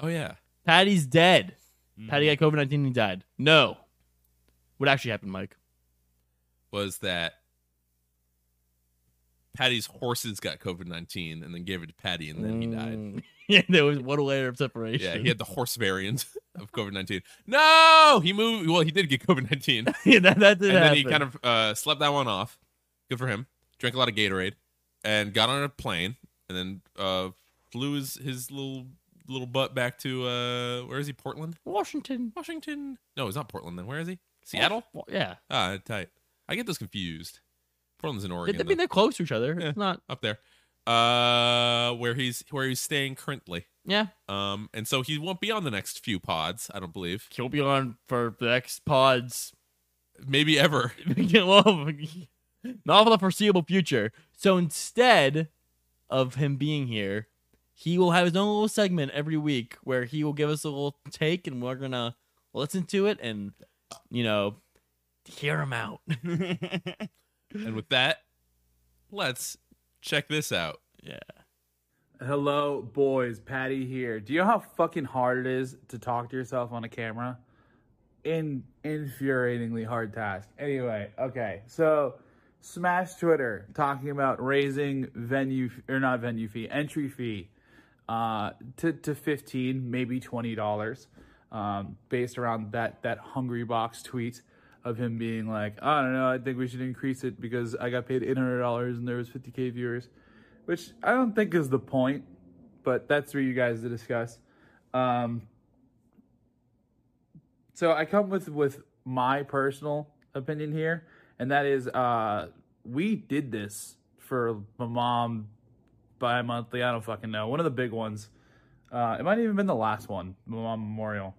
B: Oh yeah.
A: Patty's dead.
C: mm.
A: Patty got COVID nineteen and died. No. What actually happened, Mike?
B: was that Patty's horses got COVID nineteen and then gave it to Patty and then he died.
A: Mm. <laughs> yeah, there was one layer of separation.
B: Yeah, he had the horse variant <laughs> of COVID nineteen. No, he moved. Well, he did get COVID nineteen, and
A: <laughs> Yeah, that, that did
B: then
A: happen.
B: he kind of uh, slept that one off. Good for him. Drank a lot of Gatorade, and got on a plane, and then uh, flew his his little little butt back to uh, where is he? Portland,
A: Washington.
B: Washington. No, it's not Portland. Then where is he? Seattle.
A: Well, yeah,
B: Ah, tight. I get those confused. Portland's in
A: They-
B: Oregon.
A: I
B: though.
A: mean they're close to each other.
B: Yeah.
A: It's not.
B: up there uh where he's where he's staying currently
A: Yeah,
B: um and so he won't be on the next few pods i don't believe
A: he'll be on for the next <laughs> pods.
B: maybe ever
A: well, <laughs> not for the foreseeable future. So instead of him being here, he will have his own little segment every week where he will give us a little take, and we're gonna listen to it and you know hear him out. <laughs>
B: and with that let's check this out
A: Yeah.
D: Hello, boys. Patty here. Do you know how fucking hard it is to talk to yourself on a camera? In infuriatingly hard task. Anyway, okay. So, smash Twitter talking about raising venue or not venue fee, entry fee, uh, to to fifteen, maybe twenty dollars, um, based around that that hungry box tweet of him being like, I don't know, I think we should increase it because I got paid eight hundred dollars and there was fifty k viewers which I don't think is the point, but that's for you guys to discuss. Um, so I come with with my personal opinion here, and that is uh, we did this for my mom bi monthly. I don't fucking know. One of the big ones. Uh, it might have even been the last one, my mom memorial,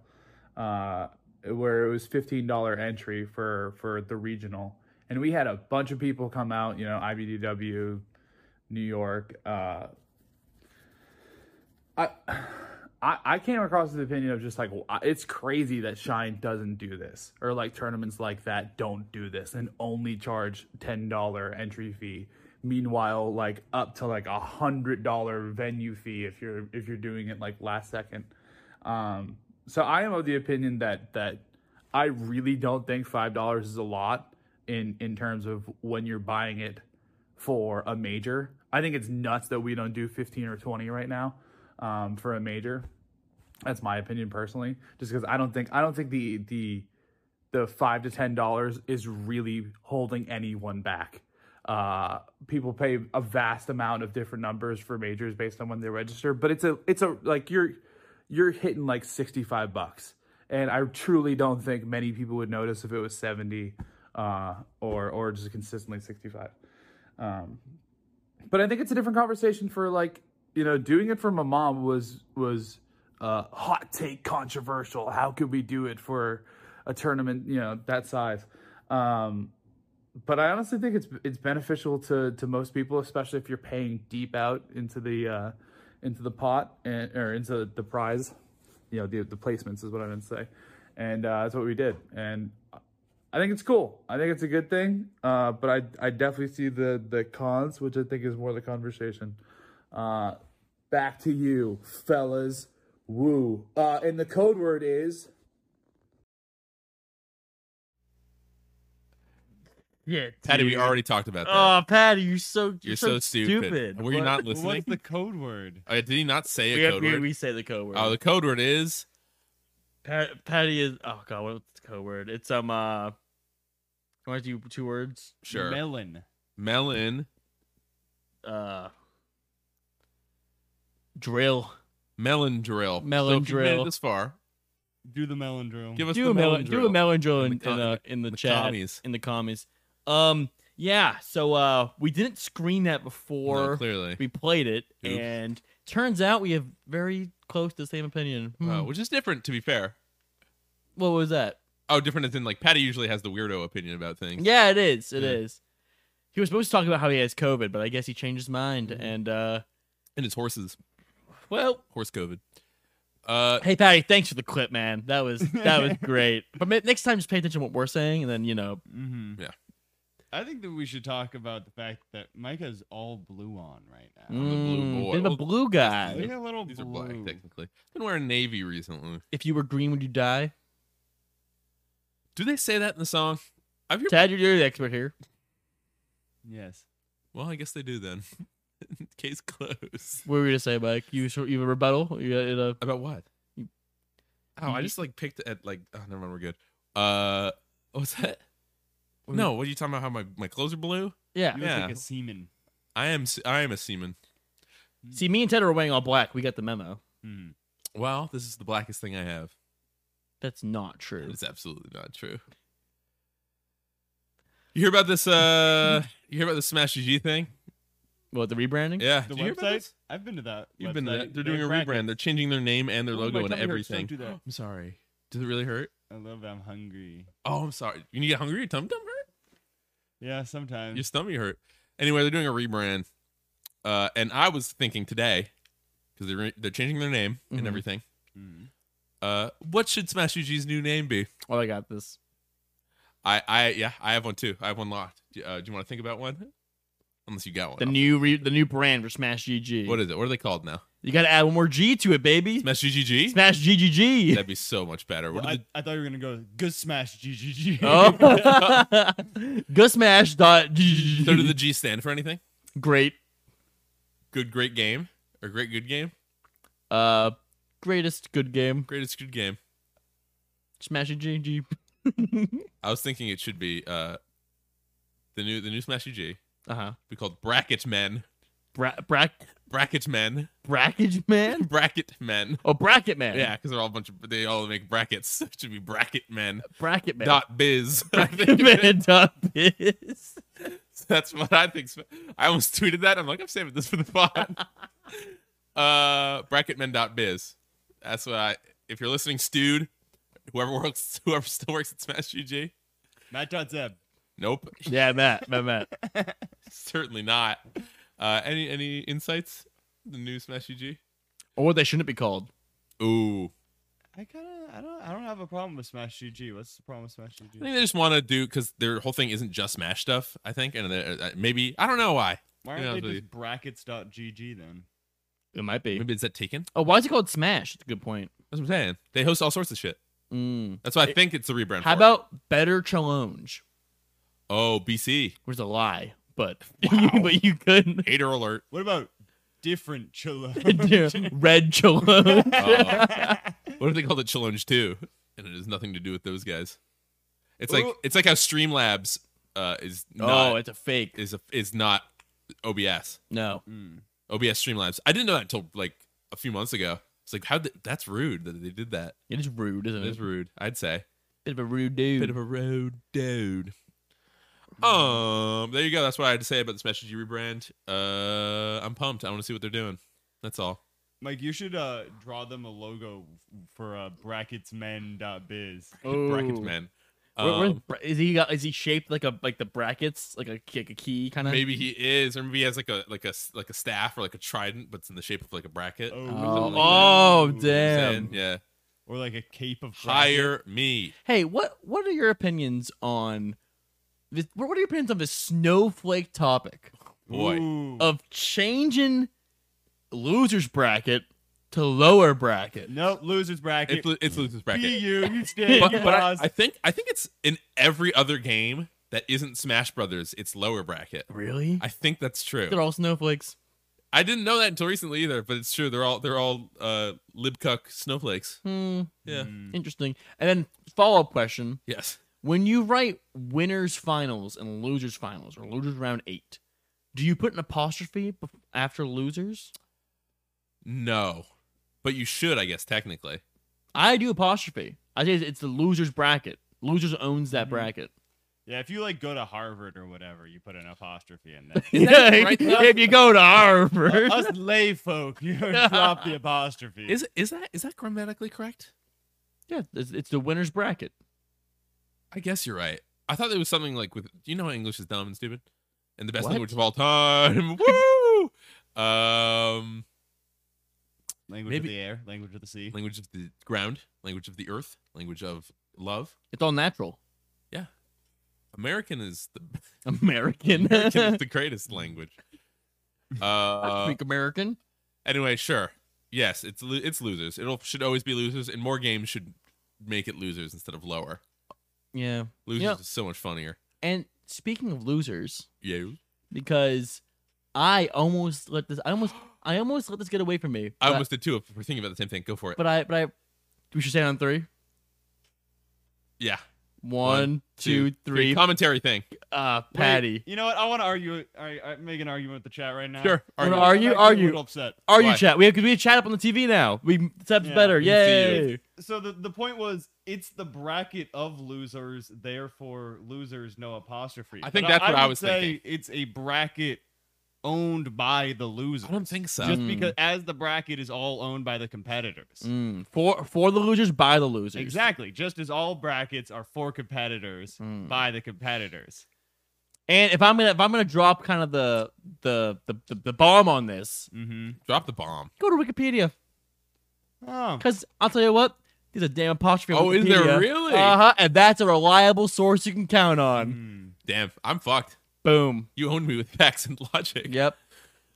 D: uh, where it was fifteen dollar entry for for the regional, and we had a bunch of people come out. You know, IBDW, New York. Uh, I, I I came across the opinion of just like w- I- it's crazy that Shine doesn't do this or like tournaments like that don't do this and only charge ten dollar entry fee Meanwhile, like up to like a hundred dollar venue fee if you're if you're doing it like last second. Um, so I am of the opinion that that I really don't think five dollars is a lot in in terms of when you're buying it for a major. I think it's nuts that we don't do fifteen or twenty right now um, for a major. That's my opinion personally, just because I don't think I don't think the the the five to ten dollars is really holding anyone back. Uh, people pay a vast amount of different numbers for majors based on when they register, but it's a it's a like you're you're hitting like sixty five bucks, and I truly don't think many people would notice if it was seventy uh, or or just consistently sixty five. Um, but I think it's a different conversation for like you know doing it for my mom was was uh, hot take controversial. How could we do it for a tournament you know that size? Um, but I honestly think it's it's beneficial to to most people, especially if you're paying deep out into the uh, into the pot and or into the prize. You know the the placements is what I meant to say, and uh, that's what we did. And I think it's cool. I think it's a good thing. Uh, but I I definitely see the the cons, which I think is more the conversation. Uh, back to you, fellas. Woo. Uh, and the code word is
A: Yeah,
B: Patty, we
A: dude.
B: already talked about that.
A: Oh, Patty, you're so you're,
B: You're so stupid. Were you
A: What-
B: not
C: What's
B: listening?
C: the code word?
B: <laughs> Uh, did he not say
A: We,
B: a
A: have-
B: code
A: we-
B: word?
A: we say the code word.
B: Oh, the code word is
A: Pa- Patty is. Oh god, what's the code word? It's um. uh Can I do two words?
B: sure
C: Melon.
B: melon
A: Uh. Drill.
B: melon drill.
A: Melon
B: so if you've made it
A: drill.
B: This far,
C: Do the melon drill.
B: give us
A: do
B: the
A: a melon,
B: drill.
A: do a melon drill in,
B: In the
A: in,
B: co-
A: uh, in the,
B: The
A: chat
B: commies.
A: in the comments. Um, yeah. So uh, we didn't screen that
B: No,
A: before
B: clearly.
A: we played it,
B: Oops.
A: and turns out we have very close to the same opinion. Hmm.
B: Wow, Uh, which is different, to be fair.
A: what was that?
B: Oh, different as in like Patty usually has the weirdo opinion about things.
A: Yeah, it is. It is.
B: Yeah.
A: He was supposed to talk about how he has COVID, but I guess he changed his mind.
B: Mm-hmm.
A: And uh,
B: and it's horses,
A: well,
B: horse COVID. Uh,
A: hey Patty, thanks for the clip, man. That was that was great. But ma- next time, just pay attention to what we're saying, and then you know,
C: hmm
B: Yeah.
C: I think that we should talk about the fact that Micah's all blue on right now.
B: the blue
A: mm,
B: boy. Oh,
A: bit of a
B: Well,
A: blue
C: Look
A: guy.
C: at little
B: these are
C: blue.
B: black technically. I've been wearing navy recently.
A: If you were green, would you die?
B: Do they say that in the song? I've heard.
A: Tad, you're- you're the expert here.
C: Yes.
B: well, I guess they do then. <laughs> Case closed.
A: What were you gonna say, Mike? You sort- you have a rebuttal? You, had a-
B: About what?
A: You-
B: Oh, I
A: you-
B: just like picked at like. Oh, never mind. We're good. Uh, what's that? No, what are you talking about? How my my clothes are blue?
A: yeah.
C: You look
B: Ah, Yeah.
C: like a semen.
B: I am. se- I am a seaman.
A: See, me and Ted are wearing all black. We got the memo.
C: Mhm.
B: Well, this is the blackest thing I have.
A: That's not true.
B: It's absolutely not true. You hear about this? Uh, you hear about the Smash GG thing?
A: What the rebranding?
B: Yeah.
C: The
B: Did you hear about
C: website?
B: this?
C: I've been to that.
B: You've been to
C: website.
B: that. They're
C: They
B: doing a
C: have
B: rebrand. They're
C: brackets.
B: changing their name and their
C: Oh,
B: logo
C: my
B: and
C: tummy hurts. Don't
B: everything.
C: do that.
B: <gasps> I'm sorry. Does it really hurt?
C: I love that I'm hungry.
B: Oh, I'm sorry. You need to get hungry. Your tum tum hurt.
C: Yeah, sometimes.
B: Your stomach hurt. Anyway, they're doing a rebrand. Uh, and I was thinking today because they're they're changing their name
A: Mhm.
B: and everything.
C: Mhm.
B: Uh, what should Smash GG's new name be?
A: Oh, I got this.
B: I I yeah, I have one too. I have one locked. Do- Uh, do you want to think about one? Unless you got one.
A: The new re- the new brand for Smash GG.
B: what is it? What are they called now?
A: you got to add one more G to it, baby.
B: Smash GGG.
A: Smash GGG. <laughs>
B: That'd be so much better. What
C: Well,
B: are
C: I, I thought you were gonna go good smash GGG.
A: Oh,
C: <laughs>
A: <laughs> Gus Oh. Smash dot
B: the, so do the
A: GGG.
B: G stand for anything?
A: Great.
B: Good great game or great good game?
A: Uh, greatest good game.
B: Greatest good game.
A: Smash GG.
B: I was thinking it should be uh the new the new Smash GG
A: Uh huh.
B: be called Bracket Men.
A: Bra- brack
B: Bracket Men.
A: brackage <laughs> man.
B: <laughs> Bracket Men.
A: Oh, bracket man.
B: Yeah, because they're all a bunch of they all make brackets. <laughs> So it should be Bracket Men.
A: Bracket man. <laughs>
B: Dot biz. <laughs> I think.
A: man dot biz.
B: That's what I think. Sma- I almost tweeted that. I'm like, I'm saving this for the <laughs> pod. uh, bracketmen.biz. That's what I. If you're listening, Stude, whoever works, <laughs> whoever still works at Smash GG.
C: Matt dot Zeb.
B: Nope, <laughs>
A: Yeah, Matt, Matt,
C: <laughs>
A: Matt.
B: certainly not. Uh, any any insights? The new Smash GG.
A: Or what they shouldn't be called.
B: Ooh,
C: I kind of I don't I don't have a problem with smash GG. What's the problem with smash GG?
B: I think they just want to do because their whole thing isn't just Smash stuff. I think, and they're- uh, maybe I don't know why.
C: Why
B: Yeah,
C: aren't
B: that's
C: they
B: really-
C: just brackets.gg then?
A: It might be.
B: Maybe is that taken?
A: Oh, why is it called Smash? That's a good point.
B: That's what I'm saying. They host all sorts of shit.
A: Mm.
B: That's why I
A: It-
B: think it's a rebrand.
A: How
B: for it.
A: about Better Challenge?
B: oh BC
A: Which is a lie, but <laughs> but you could <laughs>
B: hater alert?
C: What about different <laughs>
B: <laughs>
C: chilla?
A: Red Challenge.
B: Uh, what if they called it Challenge Two, and it has nothing to do with those guys? It's like
C: Ooh.
B: it's like how Streamlabs uh, is
A: <laughs> No,
B: not
A: Oh, it's a fake.
B: is a, is not OBS.
A: No.
C: Mm.
B: OBS Streamlabs. I didn't know that until like a few months ago. It's like how th- that's rude that they did that.
A: It is rude, isn't
B: It
A: it?
B: is rude. I'd say
A: Bit of a rude dude.
B: bit of a rude dude. Um, there you go. That's what I had to say about this Message You rebrand. Uh, I'm pumped. I want to see what they're doing. That's all.
C: Mike, you should uh, draw them a logo for uh, bracketsmen.biz.
A: Oh.
B: Brackets man.
A: Where- where's
B: Um,
A: Bra- is he got, is he shaped like a like the brackets like a like a key kind of
B: maybe he is, or maybe he has like a like a s- like a staff or like a trident, but it's in the shape of like a bracket.
C: Oh,
B: You know
A: oh,
C: Something
A: oh,
C: like that.
A: damn
B: what I'm saying? Yeah.
C: Or like a cape of bracket.
B: Hire me.
A: hey what what are your opinions on this what are your opinions on this snowflake topic
B: Boy.
C: Ooh.
A: of changing losers bracket to lower bracket
C: nope, losers bracket.
B: It's, lo- it's loser's bracket.
C: Be you, you stay,
B: but,
C: you
B: but I,
C: lost.
B: I think I think it's in every other game that isn't Smash Brothers. It's lower bracket.
A: really
B: I think that's true.
A: they're all snowflakes
B: I didn't know that until recently either, but it's true. They're all they're all uh, libcuck snowflakes.
A: hmm
B: Yeah.
C: Mm.
A: interesting and then follow-up question
B: Yes.
A: when you write winners finals and losers finals or losers round eight do you put an apostrophe bef- after losers
B: No. But you should, I guess, technically.
A: I do apostrophe. I say it's the losers bracket. Losers owns that
C: Mhm.
A: bracket.
C: Yeah, if you like go to Harvard or whatever, you put an apostrophe in there.
A: <laughs> Yeah, if-
B: right, though?
A: if you go to Harvard,
C: Us lay folk, you drop the apostrophe.
B: Is is that is that grammatically correct?
A: <laughs> yeah, it's, it's the winners bracket.
B: I guess you're right. I thought it was something like with you know how English is dumb and stupid and the best
A: What?
B: language of all time. <laughs> Woo! Um,
C: language
B: maybe-
C: of the air, language of the sea.
B: language of the ground, language of the earth, language of love.
A: It's all natural.
B: American is the
A: American. <laughs>
B: American <laughs> is the greatest language.
A: I
B: Uh,
A: speak American.
B: Anyway, sure. Yes, it's lo- it's losers. It'll should always be losers, and more games should make it losers instead of lower.
A: Yeah.
B: Losers
A: Yeah.
B: is so much funnier.
A: And speaking of losers,
B: Yeah.
A: because I almost let this, I almost, I almost let this get away from me.
B: I
A: but-
B: almost did too. If we're thinking about the same thing, go for it.
A: but I, but I, we should say it on three.
B: yeah.
A: One, two, three.
B: Commentary thing.
A: Uh,
C: Wait,
A: Patty,
C: you know what? I want to argue. All right, all right, make an argument with the chat right now.
B: Sure.
A: Wanna
B: Argue.
A: Are you-
C: I'm actually
A: are
C: a
A: you-
C: little upset?
A: are you
B: Why?
A: chat? We have, we have chat up on the TV now. We that's
C: Yeah,
A: better.
B: we can see
A: Yay!
C: So the, the point was, it's the bracket of losers, therefore losers no apostrophe.
B: I think
C: But
B: that's what I
C: would
B: was
C: say
B: thinking.
C: It's a bracket owned by the loser.
B: I don't think so. Hmm.
C: Just
A: Mm.
C: because, as the bracket is all owned by the competitors.
A: Mm, for for the losers by the losers.
C: Exactly. Just as all brackets are for competitors
B: Hmm.
A: Mm.
C: by the competitors.
A: And if I'm gonna if I'm gonna drop kind of the the the, the, the bomb on this,
C: Mm-hmm.
B: Drop the bomb.
A: go to Wikipedia
C: Oh.
A: because I'll tell you what. There's a damn apostrophe. on
B: Oh, is there
A: Wikipedia.
B: really? Hmm.
A: Uh-huh. And that's a reliable source you can count on.
C: Mm.
B: Damn, I'm fucked.
A: Boom.
B: You owned me with <laughs> facts and logic.
A: Yep.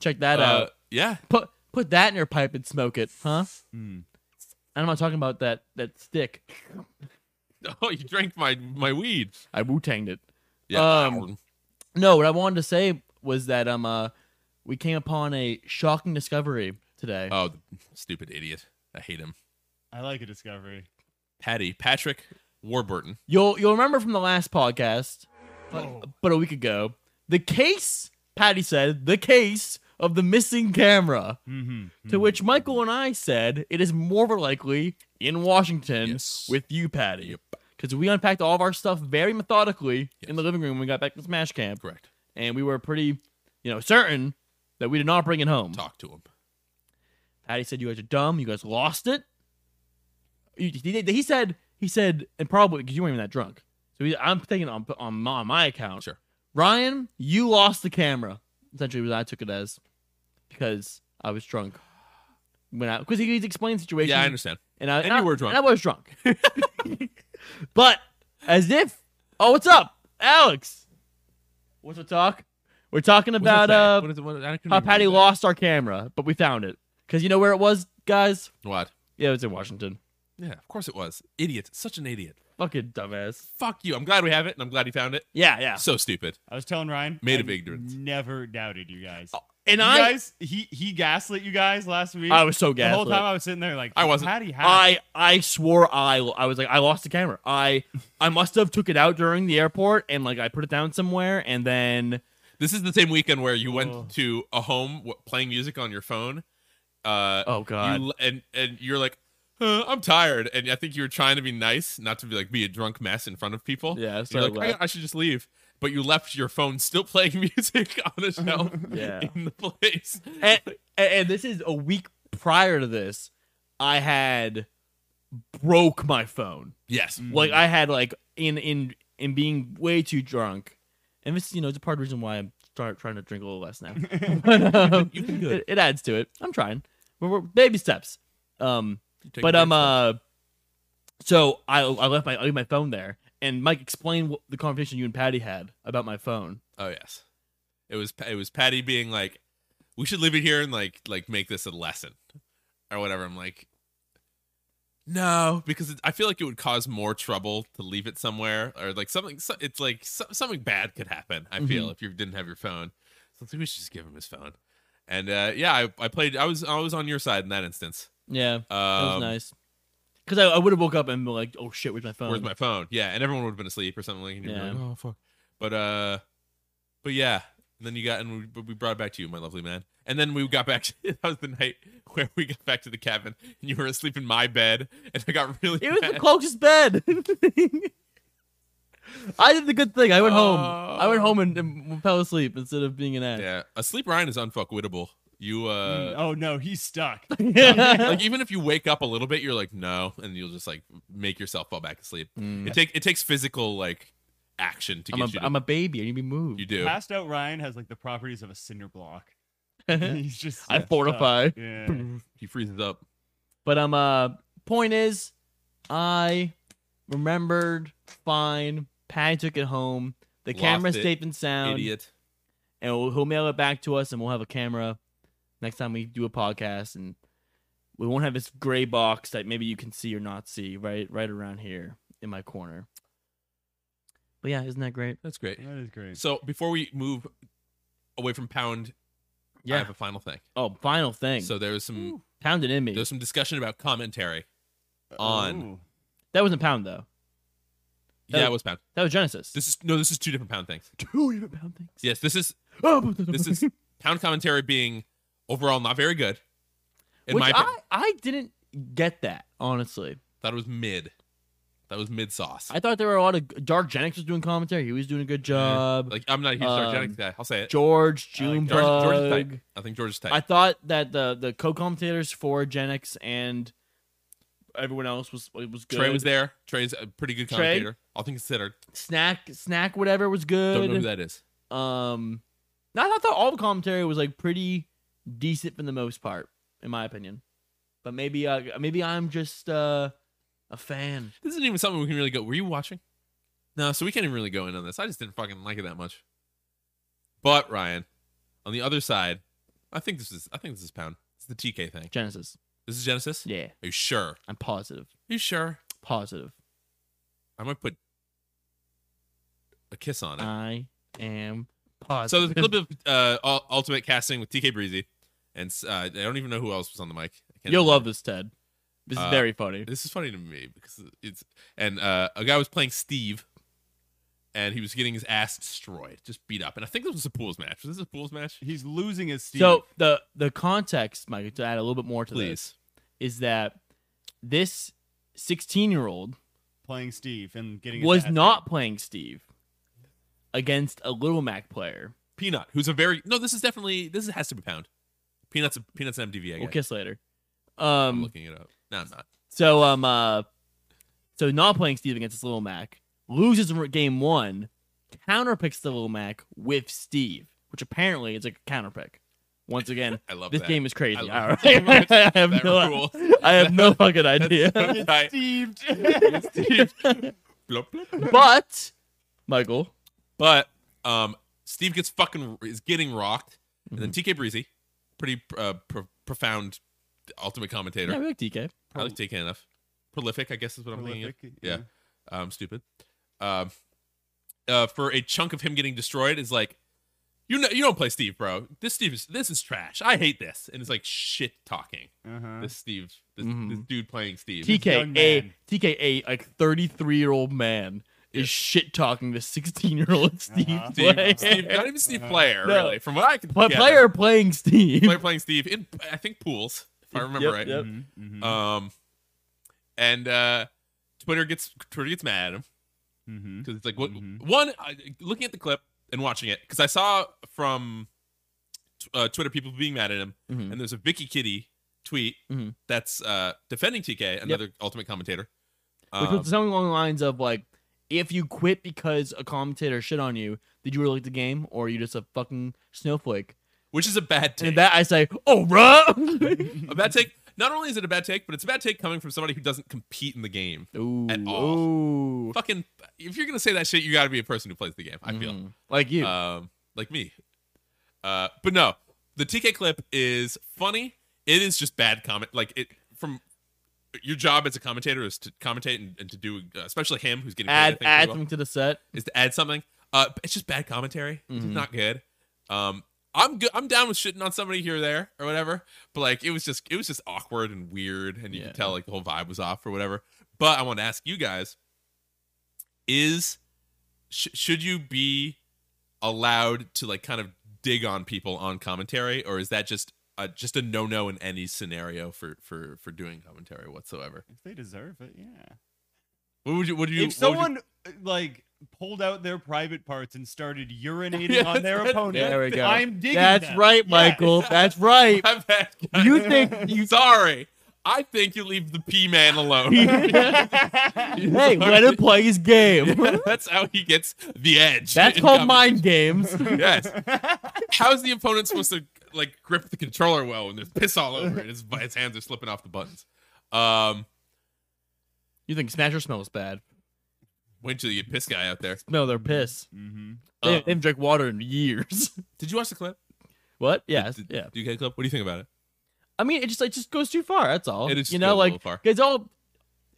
A: Check that
B: Uh,
A: out.
B: yeah. <laughs>
A: Put put that in your pipe and smoke it, huh?
B: Hmm.
C: Mm.
A: And I'm not talking about that that stick.
B: Oh, you drank my my weed.
A: I wu tanged it.
B: Yeah.
A: Um, No, what I wanted to say was that um uh we came upon a shocking discovery today.
B: oh, stupid idiot. I hate him.
C: I like a discovery.
B: Patty Patrick Warburton.
A: You'll you'll remember from the last podcast, but,
B: Oh.
A: but a week ago, the case Patty said the case of the missing camera.
C: Mm-hmm.
A: To which Michael and I said it is more than likely in Washington
B: Yes.
A: with you, Patty,
B: Yep.
A: because we unpacked all of our stuff very methodically in
B: Yes.
A: the living room when we got back from Smash Camp,
B: Correct.
A: and we were pretty, you know, certain that we did not bring it home.
B: Talk to him.
A: Patty said you guys are dumb. You guys lost it. You- He, he said he said and probably because you weren't even that drunk. So he, I'm thinking on on my, on my account.
B: Sure.
A: Ryan, you lost the camera. Essentially, was what I took it as because I was drunk when I because he, he's explained the situation.
B: Yeah, I understand.
A: And I
B: And
A: I,
B: you were drunk.
A: And I was drunk. <laughs> but as if oh, what's up, Alex? What's the talk? We're talking
B: What's that
A: about
B: saying?
A: uh
B: what is it? What, I couldn't
A: how
B: even
A: Patty
B: read that.
A: lost our camera, but we found it. Cause you know where it was, guys?
B: What?
A: Yeah, it was in Washington.
B: Yeah, of course it was. Idiot. Such an idiot.
A: Fucking dumbass.
B: Fuck you. I'm glad we have it, and I'm glad he found it.
A: Yeah, yeah.
B: So stupid.
C: I was telling Ryan,
B: Made
C: I
B: of ignorance. Oh,
C: Never doubted you guys.
A: And
C: you
A: I,
C: guys, he he gaslit you guys last week.
A: I was so
C: the
A: gaslit.
C: whole time I was sitting there like
B: I wasn't.
C: Patty, how?
A: I I swore I I was like I lost the camera. I I must have took it out during the airport and like I put it down somewhere and then
B: This is the same weekend where you
C: Ugh.
A: Oh.
B: went to a home w- playing music on your phone. Uh,
A: oh god
B: you, l- and and you're like, "Huh, I'm tired, and I think you were trying to be nice, not to be like be a drunk mess in front of people.
A: <laughs> yeah
B: And
A: so
B: you're
A: I
B: like, I,
A: left.
B: I should just leave, but you left your phone still <laughs> playing music on
A: <laughs>
B: a shelf
A: Yeah.
B: in the place.
A: and, and and this is a week prior to this I had broke my phone
B: Yes,
C: Mm.
A: like I had like in in in being way too drunk and this you know it's a part of the reason why I'm start trying to drink a little less
B: <laughs>
A: now <laughs> but um,
B: You've been good.
A: It, it adds to it I'm trying we're, we're baby steps um
B: You take
A: but
B: a
A: um
B: break.
A: uh so I I left my I leave my phone there and Mike explained what the conversation you and Patty had about my phone.
B: Oh yes, it was it was Patty being like, "We should leave it here and like like make this a lesson or whatever." I'm like, no, because it, I feel like it would cause more trouble to leave it somewhere or like something. So, it's like so, something bad could happen. I
A: Mm-hmm.
B: feel if you didn't have your phone, so I think we should just give him his phone. And uh, yeah, I, I played. I was I was on your side in that instance.
A: Yeah,
B: Um,
A: that was nice. Because I, I would have woke up and been like, oh shit, where's my phone?
B: Where's my phone? Yeah, and everyone would have been asleep or something. Like, and you'd
A: Yeah.
B: be like, oh fuck. But uh, but yeah. And then you got and we, we brought it back to you, my lovely man. And then we got back. <laughs> To, that was the night where we got back to the cabin, and you were asleep in my bed, and I got really.
A: It was the
B: mad.
A: closest bed. <laughs> I did the good thing. I went home. I went
B: Oh.
A: home and, and fell asleep instead of being an ass.
B: Yeah, asleep Ryan is unfuckwittable. You
C: Mm,
B: uh,
C: oh no, he's
A: <laughs>
C: stuck.
A: Mm.
B: like even if you wake up a little bit, you're like no, and you'll just like make yourself fall back asleep.
A: Mm.
B: It take it takes physical like action to
A: I'm,
B: get
A: a,
B: you. To,
A: I'm a baby. I need to be moved.
B: you do.
C: Passed out Ryan has like the properties of a cinder
A: <laughs>
C: block. <laughs> He's just
A: I
C: stuck.
A: fortify. <laughs>
C: Yeah.
B: He freezes up.
A: But um, uh, point is, I remembered fine. Patty took it home. The
B: Lost
A: camera
B: it,
A: safe and sound,
B: Idiot.
A: and we'll, he'll mail it back to us, and we'll have a camera next time we do a podcast, and we won't have this gray box that maybe you can see or not see right right around here in my corner. But yeah, isn't that great?
B: That's great.
C: That is great.
B: So before we move away from pound, I have a final thing.
A: Oh, final thing. So
B: So there was some
A: pounded in me.
B: there was some discussion about commentary. on.
C: Ooh.
A: That wasn't pound though. That-
B: yeah, it was pound.
A: That was Genesis.
B: This is no, this is two different pound things.
A: two different pound things.
B: Yes, this is
A: Oh,
B: this is pound commentary being overall not very good.
A: <laughs>
B: In
A: Which
B: my opinion,
A: I, I didn't get that, honestly.
B: that was mid. That was mid sauce.
A: I thought there were a lot of Dark Jennings was doing commentary. He was doing a good job.
B: Like I'm not a huge
A: um,
B: sarcastic guy. I'll say it.
A: George,
C: I like
A: Junebug.
B: George, George is tight. I think George is tight.
A: I thought that the the co-commentators for Gen X and everyone else was was good.
B: Trey was there. Trey's a pretty good
A: Trey?
B: commentator. I'll think consider.
A: Snack snack whatever was
B: Don't know who
A: good.
B: that is.
A: Um, no, I thought all the commentary was like pretty decent for the most part, in my opinion. But maybe uh, maybe I'm just uh, a fan.
B: This isn't even something we can really go. Were you watching? No, so we can't even really go in on this. I just didn't fucking like it that much. But Ryan, on the other side, I think this is I think this is Pound. It's the TK thing.
A: Genesis,
B: This is Genesis.
A: yeah,
B: Are you sure? Are
A: I'm positive,
B: you sure?
A: positive.
B: I might put a kiss on it.
A: I am
B: so
A: positive.
B: there's a clip of uh, Ul- Ultimate Casting with TK Breezy, and uh, I don't even know who else was on the mic. I can't
A: You'll
B: remember.
A: love this, Ted. This is
B: Uh,
A: very funny.
B: This is funny to me because it's and uh, a guy was playing Steve, and he was getting his ass destroyed, just beat up. And I think this was a pools match. Was this a pools match?
C: He's losing his Steve.
A: So the the context, Mike, to add a little bit more to
B: Please,
A: this, is that this 16 year old
C: playing Steve and getting his
A: was
C: ass
A: not playing Steve against a Little Mac player.
B: Peanut, who's a very no. This is definitely this is, has to be Pound. Peanuts, Peanuts, and MTV. I
A: We'll
B: guess.
A: kiss later.
B: I'm
A: Um,
B: looking it up. No, I'm not.
A: so um, uh, so not playing Steve against this Little Mac loses in game one, counterpicks the Little Mac with Steve, which apparently is a counterpick. Once again,
B: <laughs> I love
A: this
B: that.
A: game is crazy.
B: I
A: All
B: love
A: right. <laughs>
B: it so much.
A: I have
B: That
A: no,
B: rules.
A: I have
B: <laughs>
A: no fucking idea.
B: All right.
A: <laughs>
C: Steve.
B: Blop, blop.
A: but Michael,
B: But um, Steve gets fucking is getting rocked, and then TK Breezy, pretty uh, pro- profound, ultimate commentator.
A: Yeah, we like DK.
B: I like TK enough. Prolific, I guess is what I'm thinking. of.
C: Prolific,
B: Yeah. Um, stupid. Um, uh, for a chunk of him getting destroyed is like, you know, you don't play Steve, bro. This Steve is this is trash. I hate this, and it's like shit talking.
C: Uh-huh.
B: This Steve, this,
A: Mhm.
B: this dude playing Steve.
A: TK
C: young
A: a
C: man.
A: TK a like thirty three year old man
B: Yeah.
A: is shit talking the sixteen year old Steve
C: Uh-huh.
B: Steve,
A: Player.
B: Steve- not even Steve
C: Uh-huh.
A: <laughs>
B: Player,
A: No.
B: really. From what I can
A: Pla-
B: gather.
A: player playing Steve.
B: player playing Steve in I think pools, if I remember
A: Yep,
B: right.
A: yep.
C: Mhm, mhm,
A: Uh,
B: Um, and uh, Twitter gets Twitter gets mad at him
C: mhm.
B: because it's like what
A: Mm-hmm.
C: Mhm.
B: one I, looking at the clip and watching it because I saw from t- uh, Twitter people being mad at him
A: Mhm.
B: and there's a Vicky Kitty tweet
A: Mhm.
B: that's uh, defending TK, another Ultimate commentator.
A: Which
B: Um,
A: was something along the lines of like, if you quit because a commentator shit on you, did you really like the game or are you just a fucking snowflake?
B: which is a bad take.
A: And that I say, oh <laughs> bruh.
B: a bad take. Not only is it a bad take, but it's a bad take coming from somebody who doesn't compete in the game.
A: Ooh,
B: At all.
A: ooh.
B: Fucking, if you're gonna say that shit, you got to be a person who plays the game. I feel.
A: Mhm. like you.
B: um, like me. Uh, but no, the TK clip is funny. It is just bad comment. Like it from your job as a commentator is to commentate and, and to do, uh, especially him who's getting paid, I
A: add
B: think,
A: add
B: pretty well,
A: something to the set.
B: is to add something. Uh, it's just bad commentary. It's
A: Mhm.
B: just not good. Um, I'm good. I'm down with shitting on somebody here or there or whatever. But like, it was just it was just awkward and weird, and you
A: Yeah.
B: could tell like the whole vibe was off or whatever. But I want to ask you guys: Is sh- should you be allowed to like kind of dig on people on commentary, or is that just a, just a no no in any scenario for for for doing commentary whatsoever?
C: If they deserve it, yeah.
B: What would you? What do you?
C: if
B: what would you-
C: someone uh, like pulled out their private parts and
A: <laughs>
C: started urinating
B: Yes,
C: on their
B: Oh, that's-
C: opponent,
A: There we go.
C: I'm digging.
A: That's
C: them.
A: right,
C: Yeah. <laughs>
A: Michael. <laughs>
B: <laughs>
A: That's right.
B: My bad, guys.
A: You
B: <laughs>
A: think you
B: Sorry. I think you leave the P
A: <laughs>
B: man alone. <laughs>
A: Hey, let him play his game.
B: That's how he gets the
A: <laughs>
B: edge.
A: That's
B: in
A: called
B: competition.
A: mind games. <laughs>
B: Yes. How's the opponent supposed to like grip the controller well when there's piss all over it? His, <laughs> his hands are slipping off the buttons. Um,
A: You think Smasher smells bad?
B: wait till you get piss guy out there.
A: No, they're piss.
C: Mhm.
A: They,
B: Uh,
A: they haven't drank water in years. <laughs>
B: Did you watch the clip?
A: what? Yes.
B: Did-
A: Yeah.
B: Do you get a clip? What do you think about it?
A: I mean, it just it just goes too far. That's all.
B: It is
A: you
B: just
A: know,
B: goes a
A: like
B: little far.
A: it's all.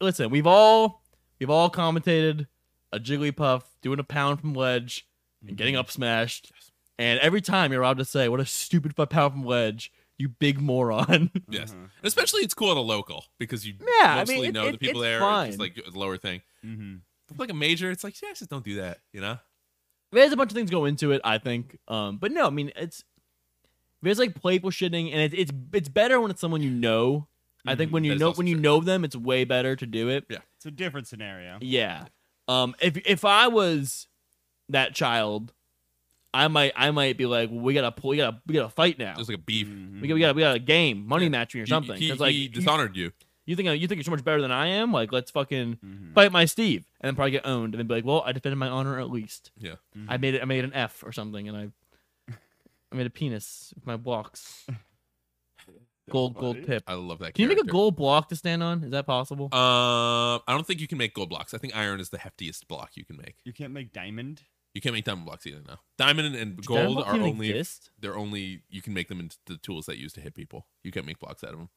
A: Listen, we've all we've all commentated a Jigglypuff doing a pound from ledge and
B: Mm-hmm.
A: getting up smashed, and every time you're allowed to say, "What a stupid fu- pound from ledge, you big moron." <laughs>
B: Yes.
C: Uh-huh.
B: And especially it's cool at a local because you
A: Yeah, I
B: mostly
A: mean, it-
B: know the
A: it-
B: people
A: it's
B: there. It's
A: fine.
B: just like a lower thing.
C: Mhm.
B: But like a major, it's like, yeah, just don't do that, you know?
A: there's a bunch of things go into it, I think. Um, but no, I mean it's there's like playful shitting, and it, it's it's better when it's someone you know. I think
B: Mhm,
A: when
B: that
A: you
B: is
A: know
B: also
A: when you
B: true.
A: know them, it's way better to do it.
B: Yeah.
C: It's a different scenario.
A: Yeah. Um, if if I was that child, I might I might be like, well, we gotta pull, we gotta we gotta fight now.
B: There's like a beef.
C: Mhm.
A: we got we got we got a game, money matching or
B: He-
A: Mm, something.
B: He,
A: 'Cause, like
B: he
A: you,
B: dishonored you.
A: you think you think you're so much better than I am. Like let's fucking
C: Mhm.
A: fight my Steve, and then probably get owned, and then be like, well, I defended my honor at least.
B: Yeah.
A: I made it. I made an F or something, and I, I made a penis with my blocks. Gold, gold
C: funny.
A: pip.
B: I love that.
A: Can you make a
B: character.
A: gold block to stand on? Is that possible?
B: Um, I don't think you can make gold blocks. I think iron is the heftiest block you can make.
C: You can't make diamond.
B: You can't make diamond blocks either now. Diamond and, and
A: Does that
B: gold
A: block
B: are
A: even
B: only
A: exist?
B: they're only you can make them into the tools that you use to hit people. You can't make blocks out of them.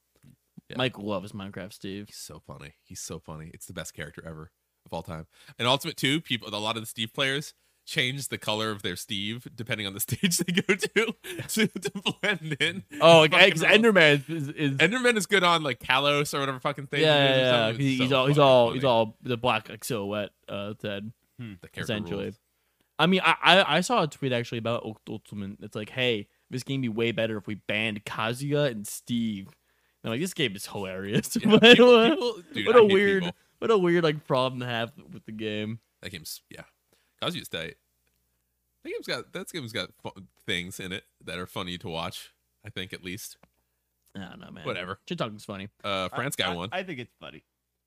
B: yeah.
A: Mike loves Minecraft, Steve.
B: He's so funny. He's so funny. It's the best character ever of all time. And Ultimate Two, people a lot of the Steve players change the color of their Steve depending on the <laughs> stage they go to <laughs> to, to blend in.
A: Oh,
B: It's
A: like,
B: <laughs> fucking
A: X-
B: awesome.
A: Enderman is, is,
B: Enderman is good on like Kalos or whatever fucking
A: yeah,
B: thing. he is or
A: yeah, yeah.
B: something. It's
A: He- He's
B: so
A: all he's
B: fucking
A: all
B: funny.
A: he's all the black like silhouette. Uh, Ted.
B: the character
A: essentially.
B: rules.
A: I mean, I, I I saw a tweet actually about Ult- Ultimate. It's like, hey, this game be way better if we banned Kazuya and Steve. And I'm like, this game is hilarious. <laughs>
B: Yeah,
A: But-
B: people-
A: <laughs>
B: people- dude,
A: what
B: I
A: a
B: hate
A: weird,
B: people.
A: what a weird like problem to have with the game.
B: That game's yeah. Kazuya's tight. That game's got that game's got fun things in it that are funny to watch. I think at least.
A: I don't know, man.
B: Whatever.
A: Shit talking's funny.
B: Uh, France
C: I,
B: got
C: I-
B: one.
C: I think it's funny.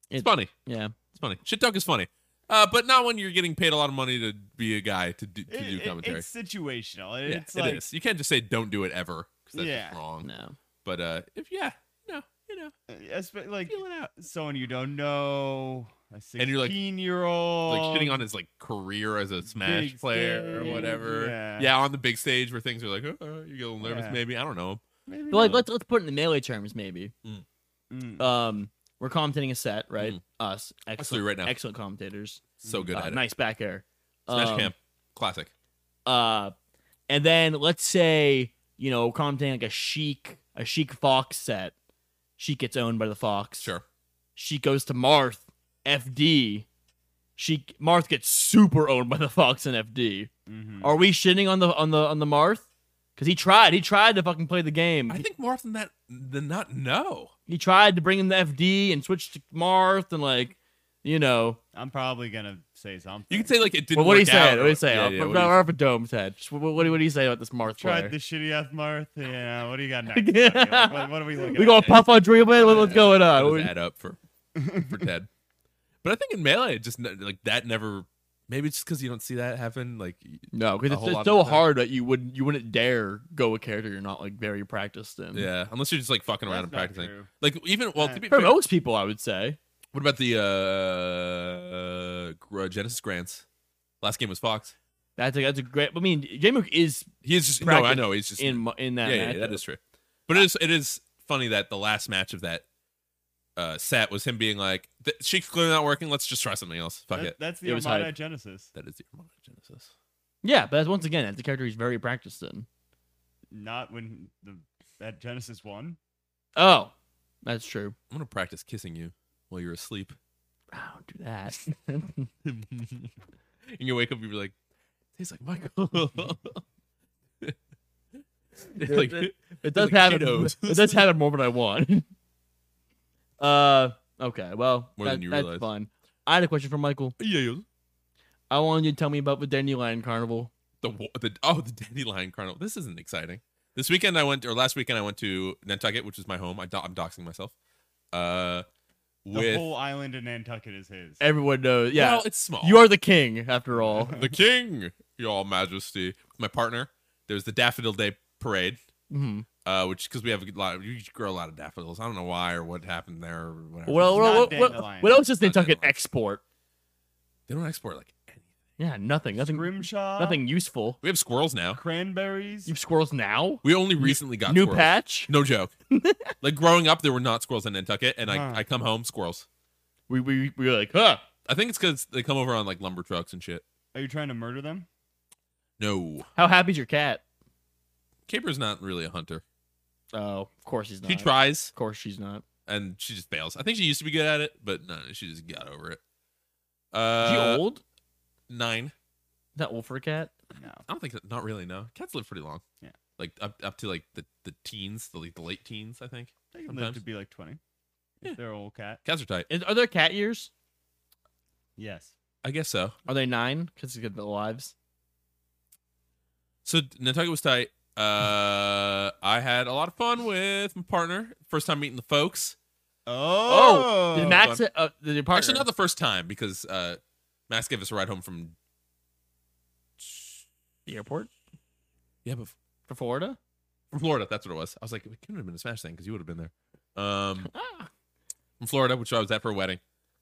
B: it's funny.
A: Yeah.
B: It's funny. Shit talk is funny. Uh, but not when you're getting paid a lot of money to be a guy to do, to
C: It-
B: do
C: it-
B: commentary.
C: it's situational.
B: yeah,
C: It's like
B: it is. You can't just say don't do it ever because that's
C: Yeah.
B: just wrong.
A: No.
B: But uh, if yeah, no, you know,
C: espe- like
B: feel it out.
C: someone you don't know. a
B: And you're, like-
C: 16 year
B: like
C: old
B: shitting on his like career as a Smash
C: Um, Big
B: player
C: stage,
B: or whatever.
C: yeah.
B: on the big stage where things are like, oh, you get a little nervous,
C: Yeah.
B: maybe. I don't know.
A: But like, let's let's put it in the melee terms, maybe. Um, we're commentating a set, right?
B: Mhm.
A: Us, excellent,
B: do it right now.
A: excellent commentators.
C: Mm.
B: So good
A: Uh,
B: at it.
A: nice back air.
B: Smash
A: Um,
B: Camp, classic.
A: Uh, and then let's say you know commentating like a chic a chic fox set. She gets owned by the fox.
B: Sure.
A: She goes to Marth, FD. She Marth gets super owned by the fox and FD.
C: hmm
A: Are we shitting on the on the on the Marth? Because he tried, he tried to fucking play the game.
B: I think more often that than not, no.
A: he tried to bring in the FD and switch to Marth and like, you know.
C: I'm probably gonna say something.
B: You could say like it didn't.
A: Well, what do you
B: work
A: say?
B: out
A: What do
B: or-
A: you say?
B: Yeah,
A: I'll
B: yeah,
A: put
B: what
A: it
B: do you-
A: off a dome's head. Just What, what, do- what do you say about this Marth
C: tried
A: player?
C: the shitty F Marth. Yeah, what do you
B: <laughs>
C: got next?
A: Yeah.
C: Okay, like, what, what are we looking
A: we
C: at?
A: gonna puff on Dream Man? What- What's
B: Yeah,
A: going
B: how
A: on?
B: does that add
A: <laughs>
B: up for for Ted. But I think in melee, it just ne- like that never. Maybe it's just because you don't see that happen. Like
A: No,
B: A
A: because
B: whole
A: it's,
B: lot
A: it's so
B: of that.
A: hard that you wouldn't you wouldn't dare go a character you're not like very practiced in.
B: yeah, unless you're just like fucking around
C: That's not
B: and practicing.
C: true.
B: Like even well, to be
A: For
B: fair,
A: most people, I would say.
B: What about the uh, Gr- uh Genesis grants? Last game was Fox.
A: That's a, that's a great. I mean, J Mook is
B: He is just no, I
A: Practice
B: know he's just
A: in in
B: yeah, Uh,
A: that.
B: yeah, yeah, that
A: matchup.
B: is true. But it is it is funny that the last match of that uh set was him being like, "Th- "Sheik's clearly not working. Let's just try something else. Fuck
C: That-
B: it."
C: That's the
A: It was
C: Armada
A: hype.
C: Genesis.
B: That is the Armada Genesis.
A: Yeah, but that's, once again, that's a character he's very practiced in.
C: Not when the that Genesis won.
A: Oh, that's true.
B: I'm gonna practice kissing you while you're asleep. <laughs>
A: I don't do that.
B: and you wake up, you be like, "Tastes like Michael." <laughs> It's like,
A: it- it
B: it's
A: does
B: like
A: happen.
B: Cheetos.
A: <laughs> It does happen more than I
B: <laughs>
A: want. Uh, okay. Well,
B: More
A: that-
B: than you
A: that's
B: realize.
A: fun. I had a question for Michael.
B: <laughs> yeah, yeah.
A: I wanted you to tell me about the Dandelion Carnival.
B: the wa- the oh the dandelion carnival. This isn't exciting. This weekend I went or last weekend I went to Nantucket, which is my home. I do- I'm doxing myself. Uh,
C: The
B: with
C: whole island in Nantucket is his.
A: Everyone knows. Yeah,
B: well, it's small.
A: you are the king after all.
B: <laughs> the king, your Majesty. My partner. There's the Daffodil Day parade,
A: hmm
B: uh, which because we have a lot, we grow a lot of daffodils. I don't know why or what happened there. Or whatever.
A: Well,
C: not
A: well, well,
C: dandelion.
A: what else does
B: Not
A: Nantucket
B: dandelion.
A: export?
B: they don't export like anything.
A: Yeah, nothing. Nothing.
C: Grimshaw.
A: Nothing useful.
B: We have squirrels now.
C: Cranberries.
A: You have squirrels now.
B: We only recently got
A: New
B: squirrels.
A: patch. <laughs>
B: No joke. like growing up, there were not squirrels in Nantucket, and
C: Huh.
B: I, I come home squirrels.
A: We we we were like, huh?
B: I think it's because they come over on like lumber trucks and shit.
C: Are you trying to murder them?
B: No,
A: How happy's your cat?
B: Caper's not really a hunter.
A: Oh, of course he's not.
B: She tries
A: Of course she's not.
B: and she just fails. I think she used to be good at it, but no, she just got over it.
A: Is she
B: Uh,
A: old? Is
B: Nine.
A: that old for a cat?
C: No.
B: I don't think that- not really. No, cats live pretty long.
C: Yeah.
B: like up up to like the the teens, the, like, the late teens. I think
C: They can live
B: Sometimes.
C: to be like 20.
B: Yeah.
C: If they're an old cat.
B: cats are tight.
A: Is, are there cat years?
C: Yes.
B: I guess so.
A: Are they nine? Because he's got the lives.
B: So Nantucket was tight. Uh, I had a lot of fun with my partner. First time meeting the folks.
A: Oh,
C: Oh.
A: did Max? Uh, did your partner?
B: Actually, not the first time because uh, Max gave us a ride home from
A: the airport
B: yeah, but
A: for Florida.
B: from Florida. That's what it was. I was like, it couldn't have been a Smash thing because you would have been there. Um,
A: Ah.
B: from Florida, which I was at for a wedding.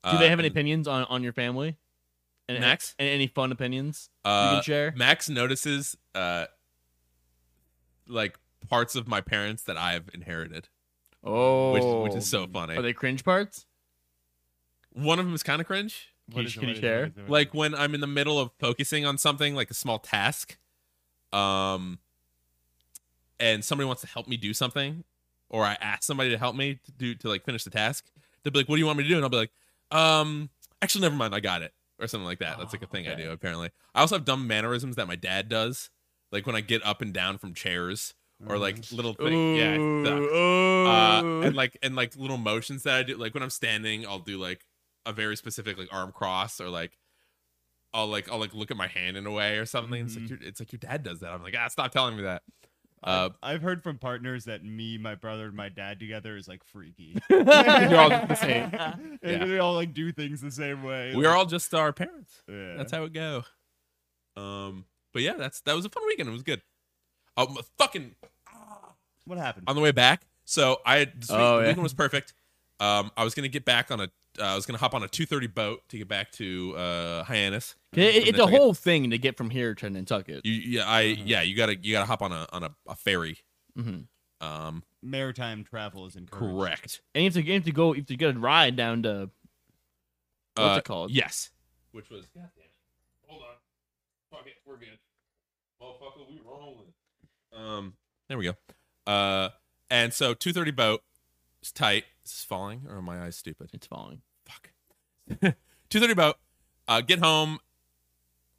A: Do they have any opinions on on your family? And
B: Uh, Max?
A: And any fun opinions you
B: Uh,
A: can share?
B: Max notices uh, like parts of my parents that I've inherited,
A: Oh,
B: which is, which is so
A: Are
B: funny.
A: they cringe parts?
B: One of them is kind of cringe.
A: Can you-
C: is it,
A: can you
C: what is it,
A: share?
C: what is it, what is
B: Like
C: it?
B: when I'm in the middle of focusing on something, like a small task, um, and somebody wants to help me do something, or I ask somebody to help me to do to like finish the task. They'll be like, "What do you want me to do?" And I'll be like, "Um, actually, never mind. I got it," or something like that. That's like a
A: Oh,
B: thing I
A: okay.
B: do apparently. I also have dumb mannerisms that my dad does, like when I get up and down from chairs
C: Mm-hmm.
B: or
A: Mm.
B: like little things. Yeah, it sucks uh, <laughs> and like and like little motions that I do. Like when I'm standing, I'll do like a very specific like arm cross or like I'll like I'll like look at my hand in a way or something. It's like
A: Mm-hmm.
C: Mhm.
B: your, it's like your dad does that. I'm like ah, stop telling me that. Uh,
C: I've heard from partners that me, my brother, and my dad together is like
B: <laughs>
C: freaky.
A: You're all the
C: <laughs>
A: <laughs> same.
C: And
B: Yeah.
C: We all like do things the same way.
B: we are all just our parents.
C: Yeah.
B: That's how it go. Um, but yeah, that's that was a fun weekend. It was good. Um, fucking
C: what happened.
B: on the way back. So I had, this week-
A: Oh,
B: the
A: yeah.
B: weekend was perfect. Um, I was gonna get back on a. Uh, I was gonna hop on a two thirty boat to get back to uh, Hyannis.
A: It- it-
B: From
A: it's a
B: Nantucket.
A: whole thing to get from here to Nantucket.
B: You, yeah, I yeah. You gotta you gotta hop on a on a, a ferry.
A: hmm
B: Um,
C: Maritime travel is encouraged.
B: correct.
A: And you have to you have to go you have to get a ride down to what's
B: Uh,
A: it called?
B: Yes. Which was. Hold on. Fuck it. We're good. Motherfucker, we rolling. Um. There we go. Uh. And so 2:30 boat. It's tight. Is this falling or are my eyes stupid?
A: It's falling.
B: Fuck. <laughs> 2:30 boat. Uh. Get home.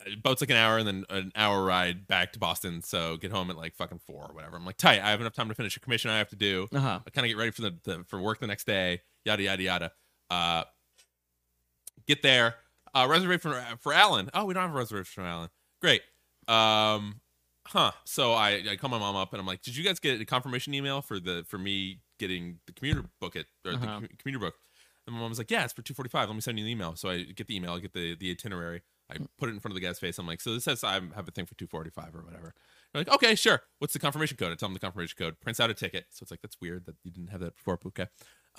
B: Uh, Boat's like an hour and then an hour ride back to Boston. So get home at like fucking four or whatever. I'm like tight. I have enough time to finish a commission I have to do.
A: Uh huh.
B: I kind of get ready for the, the for work the next day. Yada yada yada. Uh, get there. Uh, reservation for for Alan. Oh, we don't have a reservation for Alan. Great. Um, huh. So I, I call my mom up and I'm like, did you guys get a confirmation email for the for me getting the commuter book at or the
A: Uh-huh.
B: commu- commuter book? And my mom's like, yeah, it's for 245. Let me send you the email. So I get the email, I get the the itinerary. I put it in front of the guy's face. I'm like, so this says I have a thing for 245 or whatever. They're like, okay, sure. What's the confirmation code? I tell them the confirmation code. Prints out a ticket. So it's like that's weird that you didn't have that before. but Okay,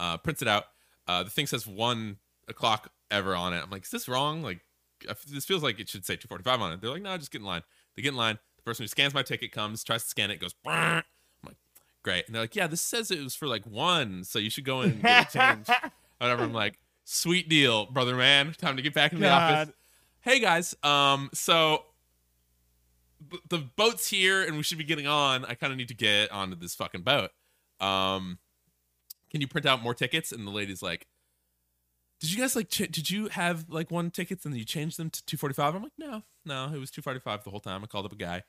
B: uh, prints it out. Uh, the thing says one o'clock ever on it. I'm like, is this wrong? Like, I f- this feels like it should say 2:45 on it. They're like, no, just get in line. They get in line. The person who scans my ticket comes, tries to scan it, goes. "Brrr." I'm like, great. And they're like, yeah, this says it was for like one, so you should go in and get it changed. Whatever. I'm like, sweet deal, brother man. Time to get back in the office
C: God.
B: hey guys um so b- the boat's here and we should be getting on i kind of need to get onto this fucking boat um can you print out more tickets and the lady's like did you guys like ch- did you have like one tickets and you changed them to 245 i'm like no no it was 245 the whole time i called up a guy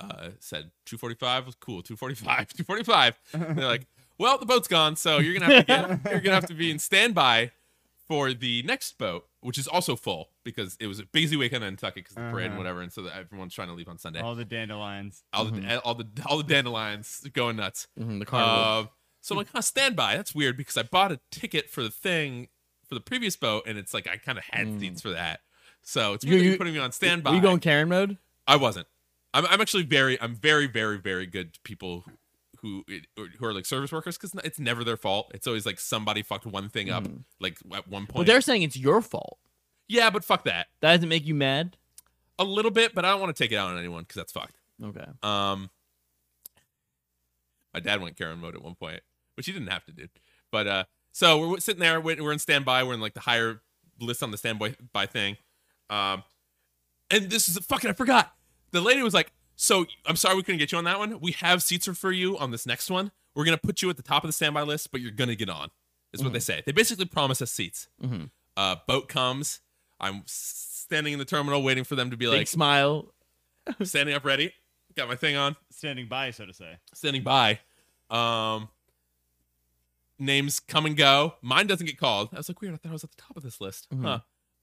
B: uh said 245 was cool <laughs> 245 245 And they're like well the boat's gone so you're gonna have to get, you're gonna have to be in standby for the next boat which is also full because it was a busy weekend in Nantucket because the parade and
C: Uh-huh.
B: whatever and so that everyone's trying to leave on sunday all,
C: All the dandelions.
B: the all the all the dandelions going nuts
A: hmm the car.
B: uh, so I'm like, huh, standby. That's weird because I bought a ticket for the thing for the previous boat, and it's like I kind of had
A: Mm.
B: seats for that. So it's
A: You-
B: weird that you're
A: you-
B: putting me on standby.
A: Are you going Karen mode?
B: I wasn't. I'm, I'm actually very, I'm very, very, very good to people who who are like service workers because it's never their fault. It's always like somebody fucked one thing up,
A: Mhm.
B: like at one
A: Well,
B: point.
A: they're saying it's your fault.
B: yeah, but fuck that
A: That doesn't make you mad.
B: a little bit, but I don't want to take it out on anyone because that's fucked.
A: Okay.
B: Um, my dad went Karen mode at one point, which he didn't have to do. But uh, so we're sitting there, we're we're in standby, we're in like the higher list on the standby by thing. Um, and this is fucking I forgot. The lady was like, "So I'm sorry we couldn't get you on that one. We have seats for you on this next one. We're gonna put you at the top of the standby list, but you're gonna get on." Is what they say. They basically promise us seats.
A: Mhm.
B: Uh, boat comes. I'm standing in the terminal waiting for them to be
A: Big
B: like
A: smile.
B: standing up ready. Got my thing on
C: Standing by, so to say.
B: standing by. Um, names come and go. Mine doesn't get called. I was like, weird. I thought I was at the top of this list.
A: Mhm.
B: Huh.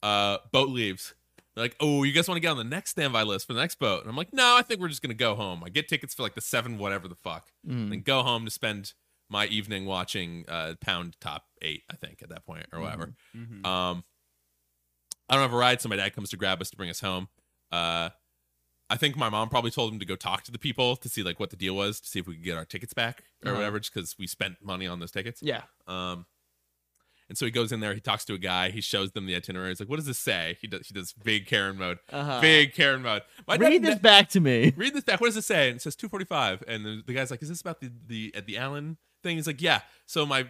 B: Uh, boat leaves. They're like, oh, you guys want to get on the next standby list for the next boat? And I'm like, no, I think we're just gonna go home. I get tickets for like the seven, whatever the fuck,
A: Mm.
B: and then go home to spend my evening watching uh, Pound Top Eight. I think at that point or whatever.
C: Mhm.
B: Um, I don't have a ride, so my dad comes to grab us to bring us home. Uh, I think my mom probably told him to go talk to the people to see like what the deal was to see if we could get our tickets back or
A: Uh-huh.
B: whatever, just because we spent money on those tickets.
A: Yeah.
B: Um, and so he goes in there, he talks to a guy, he shows them the itinerary. He's like, "What does this say?" He does he does big Karen mode,
A: Uh-huh.
B: big Karen mode. My dad
A: Read
B: ne-
A: this back to
B: <laughs>
A: me.
B: read this back. What does it say? And it says 245. And the, the guy's like, is this about the, the at the Allen thing? He's like, yeah. So my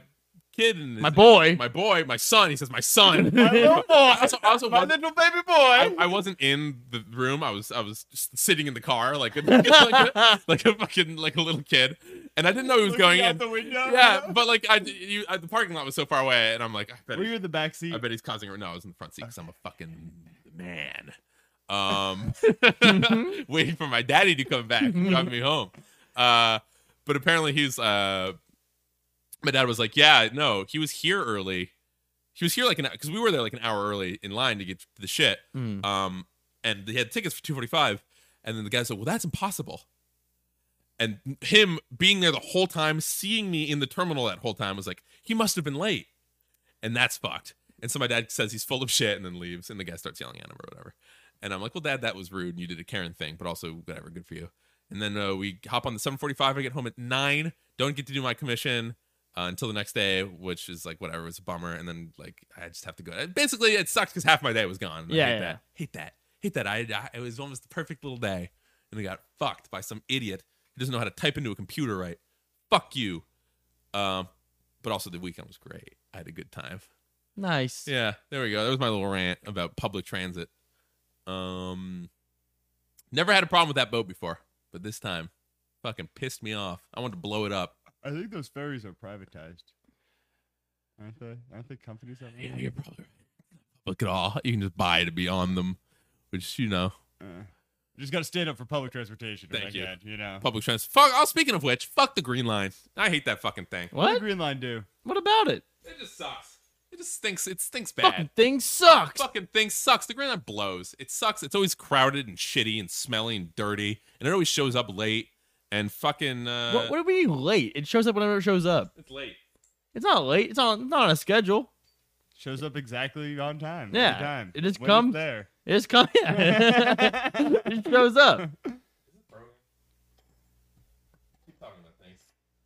B: kid and his-
A: My boy.
B: my boy, my son. He says,
C: <laughs>
B: my son.
A: My little
B: <laughs> I also, I also
C: My
B: wasn't-
C: little baby boy.
B: I, I wasn't in the room. I was I was just sitting in the car like a, <laughs> like, a, like a fucking like a little kid, and I didn't know he was
C: Looking
B: going
C: out
B: in.
C: the window.
B: Yeah,
C: <laughs>
B: but like I, you, I, the parking lot was so far away, and I'm like, I bet
C: Were you in the back seat?
B: I bet he's causing. No, I was in the front seat because I'm a fucking man. Um, <laughs> waiting for my daddy to come back, and drive me home. Uh, but apparently he's. Uh, my dad was like, "Yeah, no, he was here early. He was here like an because we were there like an hour early in line to get the shit.
A: <laughs> Mm.
B: Um, and they had tickets for two forty five, and then the guy said, "Well, that's impossible." And him being there the whole time, seeing me in the terminal that whole time, was like, he must have been late, and that's fucked. And so my dad says he's full of shit and then leaves, and the guy starts yelling at him or whatever. And I'm like, well, dad, that was rude, and you did a Karen thing, but also whatever, good for you. And then uh, we hop on the 7:45. I get home at nine. Don't get to do my commission. uh, until the next day, which is like whatever. It's a bummer, and then like I just have to go. Basically, it sucks because half my day was gone. I
A: Yeah,
B: hate
A: yeah,
B: that. Hate that. Hate that. I, I it was almost the perfect little day, and I got fucked by some idiot who doesn't know how to type into a computer right. Fuck you. Um, but also the weekend was great. I had a good time.
A: Nice.
B: Yeah, there we go. That was my little rant about public transit. Um, never had a problem with that boat before, but this time, fucking pissed me off. I wanted to blow it up.
C: I think those ferries are privatized. Aren't they? Aren't they companies that
B: Yeah, you're probably right. public at all. You can just buy to be on them, which you know,
C: Uh, you just got to stand up for public transportation.
B: Thank
C: Thank
B: you.
C: you. you know.
B: public transit. Fuck. Oh, speaking of which, fuck the green line. I hate that fucking thing.
C: What did
A: What?
C: Green Line do?
A: What about it?
B: It just sucks. It just stinks. It stinks bad.
A: Fucking thing sucks.
B: fucking thing sucks. The Grand Line blows. It sucks. It's always crowded and shitty and smelly and dirty, and it always shows up late. And fucking uh,
A: what, what do we mean late? It shows up whenever it shows up.
B: It's late.
A: It's not late. It's on it's not on a schedule.
C: Shows up exactly on time.
A: Yeah,
C: Every time.
A: it just
C: When
A: come-
C: there.
A: It's coming. <laughs> it shows up.
B: Keep talking about things.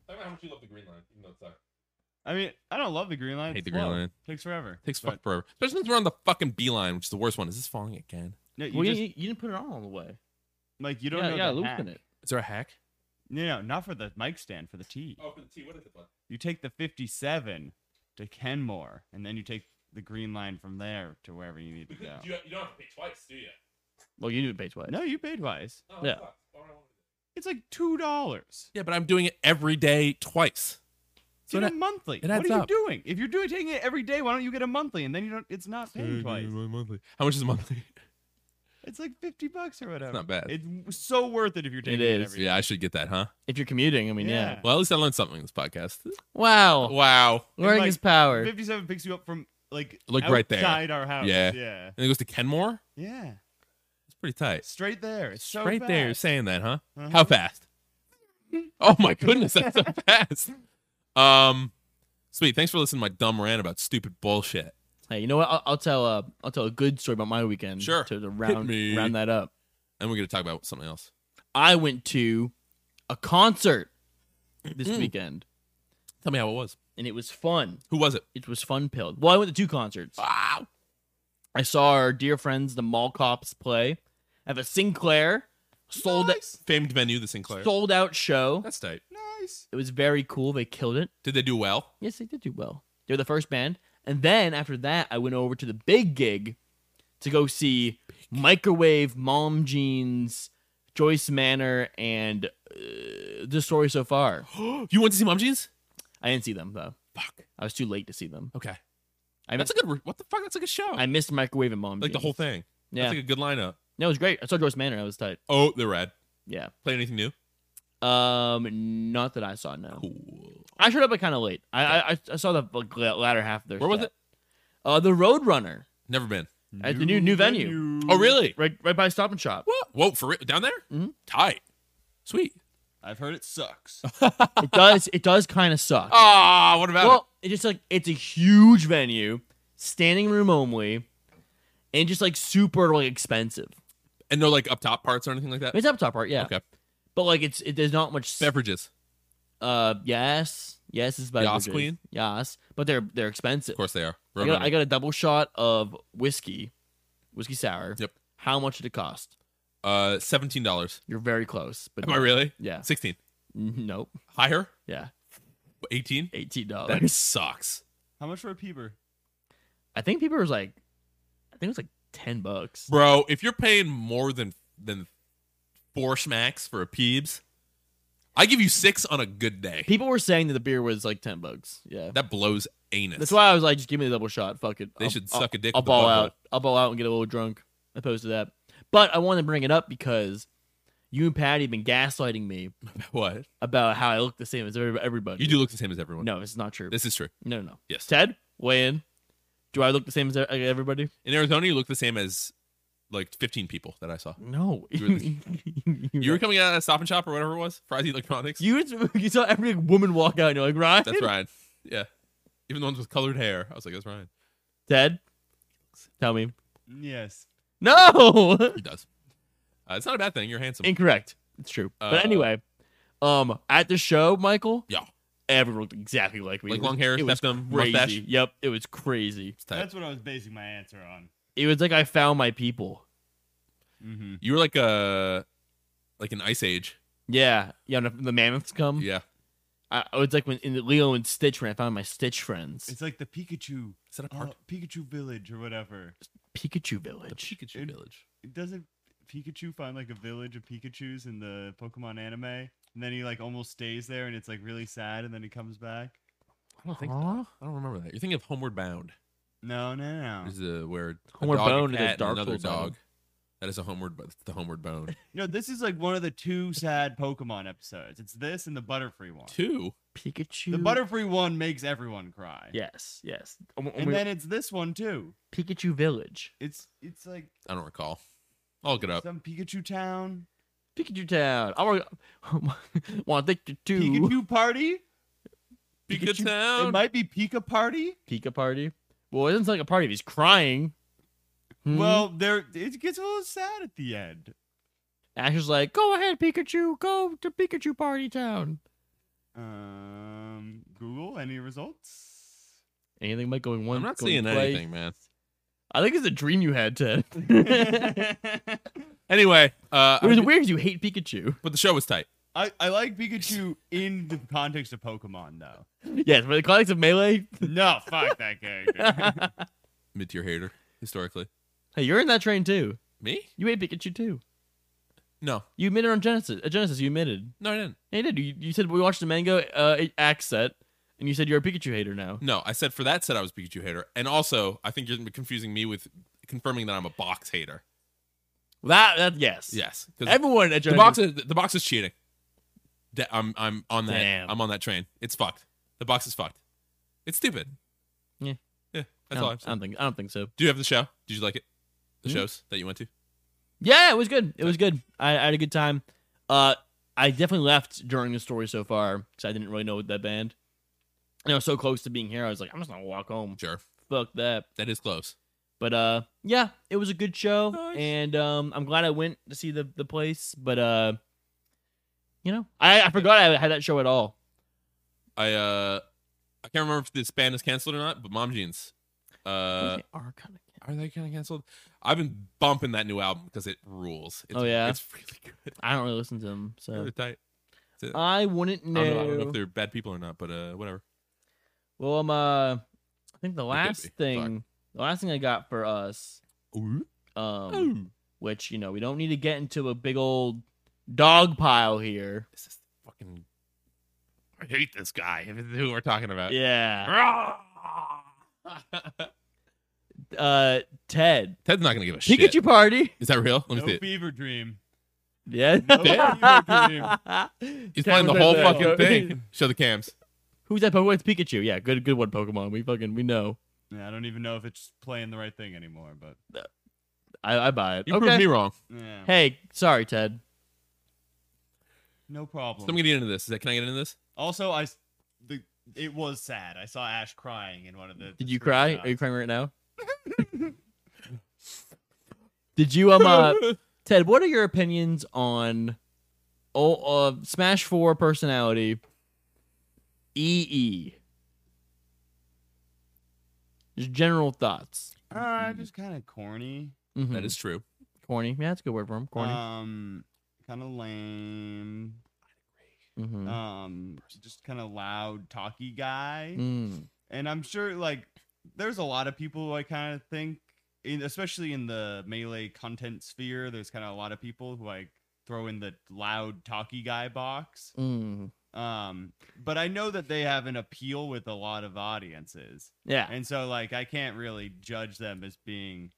B: Talk about how much you love the Green Line, even though it sucks.
C: I mean, I don't love the Green Line.
B: Hate
C: It's
B: the Green
C: slow.
B: Line.
C: Takes forever.
B: Takes
C: but-
B: fuck forever, especially since we're on the fucking B line, which is the worst one. Is this falling again?
C: No, you
A: well,
C: just,
A: you, you didn't put it on all the way.
C: like you don't
A: yeah,
C: know
A: yeah,
C: the
A: loosen
C: hack.
A: it.
B: Is there a hack?
C: No, no, not for the mic stand for the T.
B: Oh, for the T. What is it? Bud?
C: You take the 57 to Kenmore, and then you take the Green Line from there to wherever you need to
A: <laughs>
C: go.
B: you, you don't have to pay twice, do you?
A: Well, you didn't pay twice.
C: No, you paid twice.
B: Oh,
A: that Yeah.
C: It's like two dollars.
B: Yeah, but I'm doing it every day twice.
C: So
B: So
C: get
B: that,
C: a monthly.
B: it
C: what
B: adds
C: are you
B: up.
C: doing? If you're doing taking it every day, why don't you get a monthly? And then you don't. It's not paying
B: Mm-hmm.
C: twice.
B: How much is a monthly?
C: It's like fifty bucks or whatever.
B: not bad.
C: It's so worth it if you're taking it,
A: is,
C: every day.
B: Yeah, I should get that, huh?
A: If you're commuting, I mean, yeah.
C: Yeah.
B: Well, at least I learned something in this podcast.
A: Wow.
B: Wow.
A: Learning
C: like,
A: is power.
C: Fifty-seven picks you up from like
B: Look right there.
C: outside our house.
B: Yeah.
C: yeah,
B: And it goes to Kenmore?
C: yeah.
B: It's pretty tight.
C: Straight there. It's so
B: Straight there, you're
C: fast.
B: saying that, huh?
C: Uh-huh.
B: How fast? Oh my goodness, that's so fast. Um, sweet. Thanks for listening to my dumb rant about stupid bullshit.
A: Hey, you know what? I'll, I'll tell a I'll tell a good story about my weekend.
B: Sure.
A: To, to
B: Hit
A: round
B: me.
A: round that up,
B: And we're gonna talk about something else.
A: I went to a concert this
B: Mm.
A: weekend,
B: Tell me how it was.
A: and it was fun.
B: Who was it?
A: It was fun pilled. Well, I went to two concerts.
B: Wow.
A: I saw our dear friends, the Mall Cops, play. I have a Sinclair sold
B: Famed venue, the Sinclair.
A: sold out show.
B: That's tight.
C: Nice.
A: It was very cool. They killed it.
B: Did they do well? <gasps>
A: Yes, they did do well. They were the first band. And then after that, I went over to the big gig to go see Microwave, Mom Jeans, Joyce Manor, and uh, This Story So Far.
B: you went to see Mom Jeans?
A: I didn't see them, though.
B: Fuck.
A: I was too late to see them.
B: Okay.
A: I
B: That's
A: missed,
B: a good. Re- what the fuck? That's like a show.
A: I missed Microwave and Mom
B: like the
A: Jeans.
B: whole thing.
A: Yeah.
B: That's like a good lineup.
A: no, it was great. I saw Joyce Manor. I was tight.
B: Oh, they're rad.
A: Yeah.
B: Play anything new?
A: Um, Not that I saw, no.
B: Cool.
A: I showed up like, kind of late. I, I I- I saw the like, la- latter half of their
B: Where was
A: set. Uh, the Roadrunner.
B: Never been.
A: At the new- new venue.
C: Mm.
B: Oh, really?
A: Right, right by Stop and
B: <laughs>
A: Shop.
B: What? Whoa, for real? Down there?
A: Mhm.
B: Tight. Sweet.
C: I've heard it
B: <laughs>
C: sucks.
A: It does. It does kind of suck.
B: Ah, what about
A: well, it just like it's a huge venue, standing room only, and just like super like expensive.
B: it? And no like up top parts or anything like that?
A: It's up top part, yeah.
B: Okay.
A: But like it's it, there's not much. s-
B: Beverages.
A: uh, yes, yes, it's by
B: Yas Queen?
A: Yes, but they're they're expensive.
B: Of course they are.
A: I got, I got a double shot of whiskey, whiskey sour.
B: Yep.
A: How much did it cost?
B: Uh, seventeen dollars.
A: You're very close, but
B: Am I really?
A: Yeah. <laughs>
B: Sixteen.
A: Nope.
B: Higher?
A: Yeah.
B: Eighteen?
A: Eighteen
B: That
A: dollars.
B: sucks.
C: How much for a Peeber?
A: I think people was like, I think it was like ten bucks.
B: Bro, if you're paying more than than four smacks for a peebs, I give you six on a good day.
A: People were saying that the beer was like ten bucks. Yeah.
B: That blows anus.
A: That's why I was like, just give me the double shot. Fuck it.
B: They
A: I'll-
B: should
A: I'll-
B: suck a dick
A: I'll
B: with a
A: ball
B: butthole.
A: out. I'll ball out and get a little drunk. Opposed to that, but I want to bring it up because you and Patty have been gaslighting me
B: <laughs> what?
A: about how I look the same as every- everybody.
B: You do look the same as everyone.
A: No, it's not true.
B: This is true.
A: no, no, no.
B: Yes.
A: Ted, weigh in. Do I look the same as e- everybody?
B: In Arizona, you look the same as like 15 people that I saw.
A: <laughs> No.
B: You were the- You were coming out of that Stop and Shop or whatever it was, Fry's Electronics.
A: You, you saw every woman walk out and you're like, Ryan?
B: That's Ryan. Yeah. Even the ones with colored hair. I was like, that's Ryan.
A: Ted, tell me.
C: Yes.
A: No!
B: <laughs> He does. Uh, it's not a bad thing. You're handsome.
A: Incorrect. It's true.
B: Uh,
A: but anyway, um, at the show, Michael,
B: Yeah.
A: everyone looked exactly like me.
B: Like
A: It was-
B: long hair,
A: it was
B: stepped them,
A: crazy.
B: mustache.
A: Yep, it was crazy.
B: It's tight.
C: That's what I was basing my answer on.
A: It was like I found my people.
C: Mm-hmm.
B: You were like a like an ice age.
A: Yeah, yeah. and The mammoths come.
B: Yeah.
A: I, I was like when in the Leo and Stitch when I found my Stitch friends.
C: It's like the Pikachu,
B: Is that a
C: uh,
B: part?
C: Pikachu village or whatever.
A: Pikachu
B: the
A: Village.
B: Pikachu
C: It-
B: village.
C: Doesn't Pikachu find like a village of Pikachu's in the Pokemon anime? And then he like almost stays there, and it's like really sad, and then he comes back.
B: I don't think so.
A: Huh?
B: I don't remember that. You're thinking of Homeward Bound.
C: No, no, no.
B: Is uh, where a
A: Homeward
B: dog, a
A: Bound is a
B: cat, and
A: Dark
B: another
A: Souls
B: dog.
A: item.
B: That is a homeward, but the
A: <laughs>
B: homeward bone.
C: You know, this is like one of the two sad Pokemon episodes. It's this and the Butterfree one.
B: Two.
A: Pikachu.
C: The Butterfree one makes everyone cry.
A: Yes, yes. Um, um,
C: And then it's this one too.
A: Pikachu Village,
C: It's it's like
B: I don't recall. I'll get up.
C: some Pikachu town,
A: Pikachu Town. I <laughs> want want to take you to
C: Pikachu party.
B: Pika
A: Pikachu-
B: Town.
C: It might be Pika party.
A: Pika party. Well, it isn't like a party. if He's crying. Hmm?
C: Well, there it gets a little sad at the end.
A: Ash is like, go ahead, Pikachu, go to Pikachu Party Town.
C: Um, Google any results?
A: Anything might going one.
B: I'm not
A: going
B: seeing
A: twice.
B: anything, man.
A: I think it's a dream you had, <laughs> Ted. it
C: I,
B: Anyway, uh,
A: was
B: I'm-
A: weird because you hate Pikachu.
B: but the show was tight.
C: I like Pikachu in the context of Pokemon though.
A: Yes, but the context of Melee.
C: No, fuck that
A: <laughs>
C: character.
A: hey,
B: Mid tier hater historically.
A: you're in that train too.
B: Me?
A: You hate Pikachu too.
B: No,
A: You admitted on Genesis. uh, Genesis, you admitted.
B: no, I didn't.
A: Yeah, you did. You, you said we watched the Mango uh, Axe set, and you said you're a Pikachu hater now.
B: No, I said for that said I was Pikachu hater, and also I think you're confusing me with confirming that I'm a box hater.
A: That that yes.
B: Yes, 'cause
A: Everyone at
B: the
A: Genesis-
B: box is, the box is cheating. Da- I'm I'm on that
A: Damn.
B: I'm on that train. It's fucked. The box is fucked. It's stupid.
A: Yeah. Oh,
B: yeah.
A: I
B: That's
A: don't,
B: all I'm
A: I
B: saying.
A: don't think. I don't think so.
B: Do you have the show? Did you like it? The
A: Hmm?
B: shows that you went to?
A: Yeah, it was good. It was good. I, I had a good time. Uh, I definitely left during the story so far because I didn't really know that band. And I was so close to being here. I was like, I'm just gonna walk home.
B: Sure.
A: Fuck that.
B: That is close.
A: But uh, yeah, it was a good show,
B: Nice.
A: and um, I'm glad I went to see the the place. But uh, you know, I, I forgot I had that show at all.
B: I uh I can't remember if this band is canceled or not, but Mom Jeans. Uh
A: They are kinda-
B: are they kind of canceled? I've been bumping that new album because it rules. It's,
A: Oh, yeah?
B: It's <laughs> really good.
A: I don't really listen to them,
B: It's
A: so
B: Really tight.
A: I wouldn't know.
B: I, don't know, I don't know if they're bad people or not, but uh whatever.
A: Well, I'm uh, I think the last
B: be. Fuck.
A: thing, the last thing I got for us, um,
B: Oh.
A: which you know we don't need to get into a big old dog pile here.
B: This is fucking I hate this guy. <laughs> If it's who we're talking about.
A: Yeah,
B: <laughs> Ted's
A: uh, Ted,
B: not gonna give a
A: Pikachu
B: shit.
A: party.
B: Is that real? Let me
C: no
B: see it.
C: fever dream.
A: Yeah,
C: No fever
A: <laughs>
B: He's
A: Ted
B: playing the
A: was at
B: whole
C: that-
B: <laughs>
A: <laughs>
B: fucking thing. Show the cams.
A: Who's that Pokemon? It's Pikachu. Yeah, good, good one, Pokemon. We fucking we know.
C: dream. Yeah, I don't even know if it's playing the right thing anymore, but
A: I, I buy it.
B: You
A: okay.
B: proved me wrong.
C: yeah,
A: Hey, sorry, Ted.
C: no problem.
B: So I'm gonna get into this. Is that can I get into this?
C: Also, I s- the it was sad. I saw Ash crying in one of the. the
A: Did you cry?
C: screenshots.
A: Are you crying right
B: <laughs>
A: now? Did you um
B: <laughs>
A: uh, Ted? What are your opinions on oh uh, Smash Four personality? E EE. Just general thoughts.
C: Uh,
A: Mm-hmm.
C: just kind of corny.
A: Mhm.
B: That is Uh, true.
A: corny. Yeah, that's a good word for him. Corny.
C: Um, kind of lame.
A: Mhm.
B: uh,
C: Um, just kind of loud, talky guy.
A: Mm.
C: And I'm sure like there's a lot of people who I kind of think, in, especially in the melee content sphere, there's kind of a lot of people who I throw in the loud, talky guy box.
A: Mm.
C: Um, but I know that they have an appeal with a lot of audiences.
A: Yeah.
C: And so like I can't really judge them as being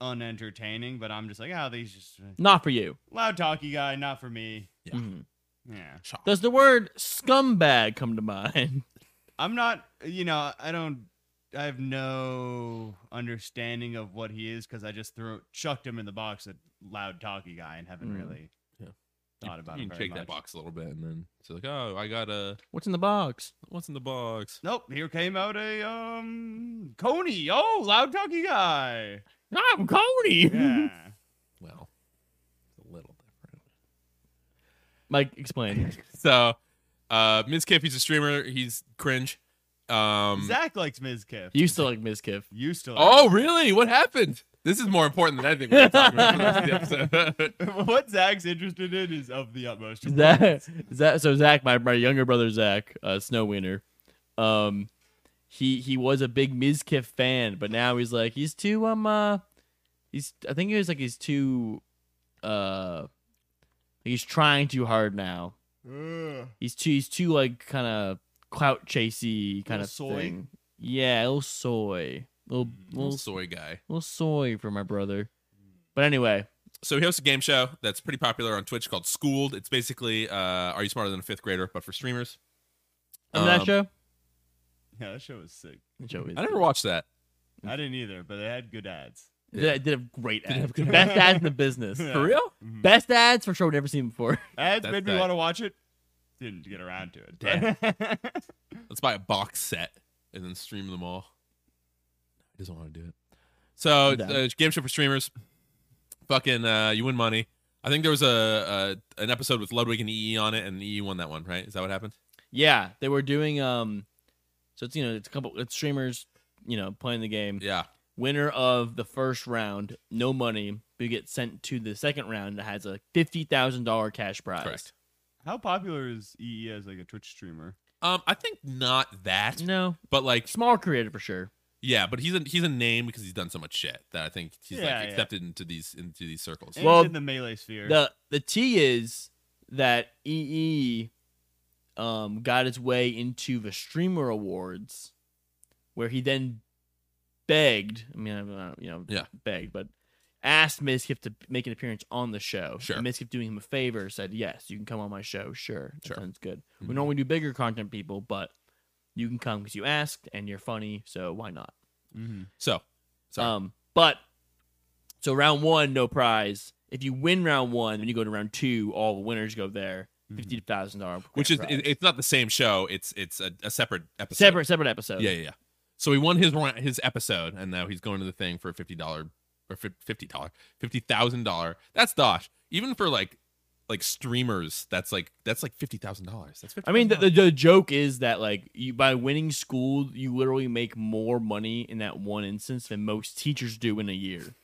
C: unentertaining, but I'm just like, oh, these just
A: Not for you.
C: loud talky guy, not for me.
B: Yeah.
A: Mhm.
C: Yeah.
A: Does the word scumbag come to mind? <laughs>
C: I'm not you know, I don't I have no understanding of what he is because I just threw chucked him in the box at loud talky guy and haven't
A: Mm.
C: really
B: Yeah.
C: thought about
B: you
C: him
B: can
C: very
B: shake that
C: much.
B: box a little bit and then it's like, oh, I got a
A: What's in the box?
B: what's in the box?
C: Nope, here came out a um Coney. Oh, loud talky guy.
A: I'm Cody. <laughs>
C: Yeah.
B: Well, it's a little different. <laughs>
A: Mike, explain.
B: So Uh, Mizkif, he's a streamer. He's cringe. <laughs> Um,
C: Zach likes Ms. Kiff.
A: You used to like Ms. Kiff.
C: You still.
B: oh, really? What happened? This is more important than anything we're talking about. for the rest
A: <laughs>
B: of the
C: <laughs>
B: episode. <laughs>
C: what Zach's interested in is of the utmost.
A: Zach,
C: importance.
A: <laughs> Zach, so Zach, my, my younger brother Zach, uh, Snow Winter, um, he he was a big Mizkif fan, but now he's like he's too um uh, he's I think he was like he's too uh, he's trying too hard now.
C: Ugh.
A: He's too he's too like kind of clout chasey kind
C: Little
A: of
C: soy?
A: thing. Yeah, a little soy, little
B: Little
A: little
B: soy guy.
A: little soy for my brother. But anyway,
B: So he hosts a game show that's pretty popular on Twitch called Schooled. It's basically uh, Are You Smarter Than a Fifth Grader, but for streamers.
A: on that
B: Um,
A: show,
C: Yeah, that show was sick.
A: That show is
B: I never watched that.
C: I didn't either, but they had good ads.
A: Did, I did a great
B: Did
A: ad. Mm-hmm.
B: a good-
A: Best ads <laughs> in the business.
C: Yeah.
B: For real?
C: Mhm.
A: Best ads for sure we've never seen before. <laughs>
C: Ads
B: That's
C: made me
B: right.
C: want to watch it. Didn't get around to it.
B: Damn.
C: but-
B: Let's buy a box set and then stream them all. He doesn't want to do it. So
A: Damn.
B: uh, game show for streamers. Fucking, uh, you win money. I think there was a, a an episode with Ludwig and EE on it, and EE won that one, right? Is that what happened?
A: Yeah, they were doing um, so it's you know it's a couple it's streamers you know playing the game.
B: Yeah.
A: Winner of the first round, no money, but you get sent to the second round that has a fifty thousand dollar cash prize.
B: Correct.
C: <laughs> How popular is EE as like a Twitch streamer?
B: Um, I think not that,
A: No,
B: but like
A: small creator for sure.
B: Yeah, but he's a he's a name because he's done so much shit that I think he's
C: Yeah,
B: like
C: yeah.
B: accepted into these into these circles.
C: And
A: Well,
C: he's in the melee sphere.
A: The the T is that EE um got its way into the streamer awards where he then begged, I mean I don't know, you know,
B: Yeah.
A: begged, but asked Mizkif to make an appearance on the show.
B: Sure.
A: And Mizkif doing him a favor said, "Yes, you can come on my show. Sure. That
B: Sure.
A: sounds good.
B: Mhm.
A: We normally do bigger content people, but you can come cuz you asked and you're funny, so why not?"
C: Mhm.
B: So, sorry.
A: Um, but so round one, no prize. If you win round one, then you go to round two. All the winners go there.
C: Mhm.
A: Fifty thousand dollar,
B: Mm-hmm. which is it, it's not the same show. It's it's a, a separate episode.
A: separate separate episode.
B: Yeah, yeah, yeah. So he won his ra- his episode, and now he's going to the thing for fifty dollar or fif- fifty dollar fifty thousand dollar. That's dosh. Even for like like streamers, that's like that's like fifty thousand dollars. That's fifty.
A: I mean, the, the, the joke is that like you by winning school, you literally make more money in that one instance than most teachers do in a year.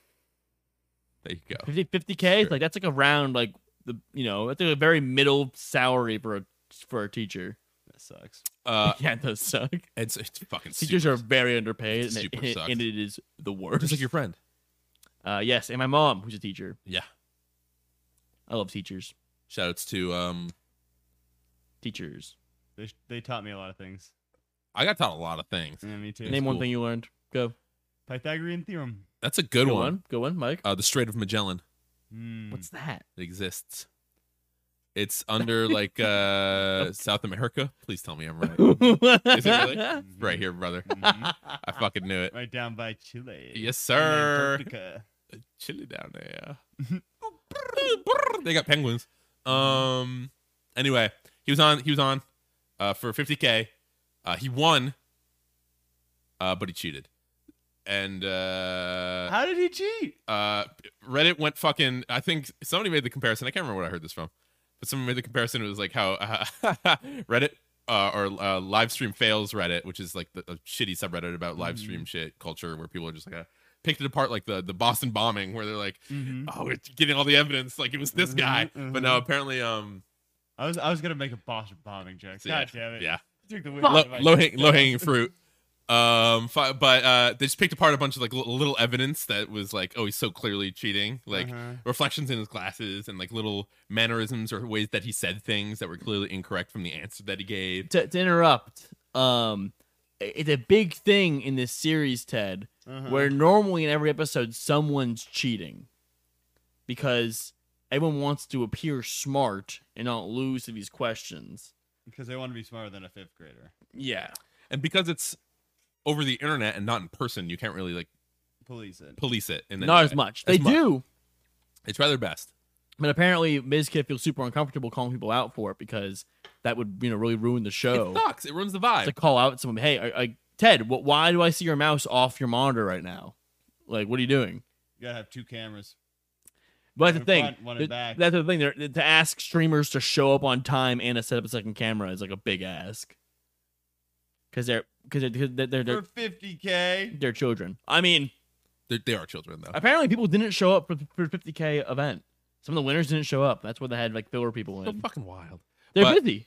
B: there you go.
A: 50 k,
B: Sure.
A: like that's like around like the you know that's like a very middle salary for a for a teacher.
C: That sucks.
B: Uh,
A: <laughs> yeah, it does suck.
B: it's it's fucking.
A: Teachers
B: super-
A: are very underpaid, and it, <laughs>
B: super sucks.
A: and it is the worst.
B: just like your friend.
A: Uh, yes, and my mom, who's a teacher.
B: Yeah.
A: I love teachers.
B: Shoutouts to um.
A: Teachers.
C: They, sh- they taught me a lot of things.
B: I got taught a lot of things.
C: Yeah, me too.
A: Name one
B: cool.
A: thing you learned. Go.
C: Pythagorean theorem.
B: That's a good
A: Go
B: one.
A: on. Go on, Mike.
B: Uh, the Strait of Magellan.
C: Mm.
A: What's
B: <laughs>
A: that?
B: It exists.
A: <laughs>
B: It's under like uh South America. Please tell me
A: <laughs>
B: I'm right.
A: Is <laughs>
B: it really?
C: Mhm.
B: Right here, brother. <laughs>
C: Mhm.
B: I fucking knew it.
C: right down by Chile. And
B: Yes, sir.
C: Antarctica.
B: Chile down there. they got penguins. Um. Anyway, he was on. He was on. Uh, for 50k. Uh, he won. Uh, but he cheated. And uh,
C: How did he cheat?
B: uh reddit went fucking i think somebody made the comparison i can't remember where i heard this from but someone made the comparison it was like how <laughs> uh, reddit uh, or uh, live stream fails reddit which is like the a shitty subreddit about live stream shit culture where people are just like uh, picked it apart like the the boston bombing where they're like oh we're getting all the evidence like it was this
C: Mhm,
B: guy but
C: mhm.
B: no apparently um
C: I was I was gonna make a Boston bombing joke.
B: so
C: God
B: yeah,
C: damn it.
B: yeah
C: You took the wind
B: low,
C: out of my
B: low,
C: sails.
B: hang, low hanging fruit. Um, fi- but uh, they just picked apart a bunch of like little, little evidence that was like, oh, he's so clearly cheating, like
C: Uh-huh.
B: reflections in his glasses and like little mannerisms or ways that he said things that were clearly incorrect from the answer that he gave.
A: To, to interrupt, um, i- it's a big thing in this series, Ted,
C: Uh-huh.
A: where normally in every episode someone's cheating because everyone wants to appear smart and not lose to these questions.
C: because they want to be smarter than a fifth grader.
A: Yeah.
B: And because it's over the internet and not in person, you can't really like
C: Police it.
B: police it. And
A: Not as much. They
B: as much.
A: do,
B: It's try their best.
A: But apparently, Ms. Kid feels super uncomfortable calling people out for it because that would, you know, really ruin the show.
B: It sucks. It ruins the vibe.
A: To call out someone, hey, I, I, Ted, wh- why do I see your mouse off your monitor right now? Like, what are you doing?
C: You gotta have two cameras.
A: But that's the
C: We
A: thing.
C: want- want it
A: th-
C: back.
A: That's the thing. They're, to ask streamers to show up on time and to set up a second camera is like a big ask. Because they're because they're, 'cause they're, they're,
C: for
A: they're,
C: 50k.
A: they're children. I mean,
B: They- they are children though.
A: apparently people didn't show up for for 50k event. Some of the winners didn't show up. That's where they had like filler people
B: So
A: in.
B: fucking wild.
A: They're
B: But-
A: busy.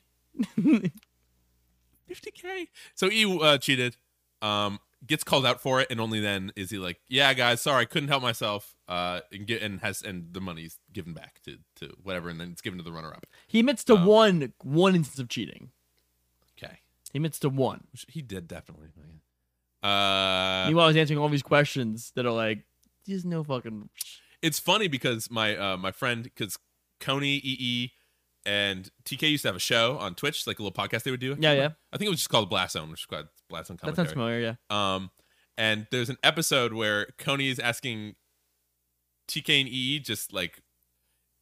B: 50k. So he uh, cheated. Um, gets called out for it, and only then is he like, "Yeah, guys, sorry, I couldn't help myself." Uh, and get and has and the money's given back to to whatever, and then it's given to the runner up.
A: He admits to
B: Um,
A: one one instance of cheating.
B: Okay,
A: He admits to one.
B: Which he did definitely. Oh, Uh,
A: Meanwhile, he's answering all these questions that are like, there's no fucking.
B: it's funny because my uh my friend because Coney EE and TK used to have a show on Twitch, like a little podcast they would do.
A: Yeah, yeah.
B: I think it was just called Blast Zone, which is called Blast Zone
A: That
B: commentary.
A: sounds familiar. Yeah.
B: Um, and there's an episode where Coney is asking TK and EE just like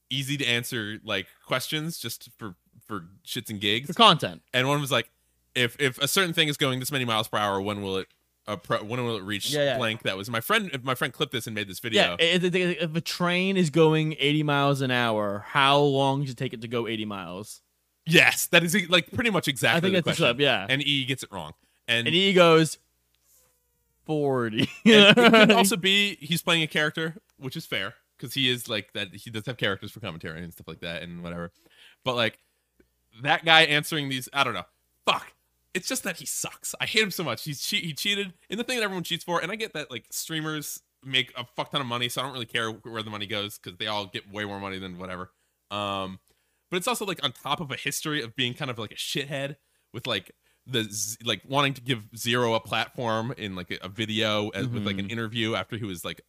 B: easy to answer like questions just for for shits and
A: For
B: gigs.
A: content.
B: And one was like, if if a certain thing is going this many miles per hour, when will it uh, pro- when will it reach
A: Yeah, yeah.
B: blank? That was my friend. If my friend clipped this and made this video,
A: Yeah. If, if- if a train is going 80 miles an hour, how long does it take it to go 80 miles?
B: yes, that is like pretty much exactly.
A: I think
B: the
A: that's the
B: question.
A: clip. Yeah. E And,
B: And EE gets it wrong. And,
A: he goes 40. <laughs>
B: And it could also be he's playing a character, which is fair because he is like that. He does have characters for commentary and stuff like that and whatever. But like that guy answering these, I don't know. Fuck. It's just that he sucks. I hate him so much. He's che- he cheated in the thing that everyone cheats for, and I get that like streamers make a fuck ton of money, so I don't really care where the money goes because they all get way more money than whatever. Um, but it's also like on top of a history of being kind of like a shithead with like the z- like wanting to give Zero a platform in like a, a video as, with like
A: Mm-hmm.
B: an interview after he was like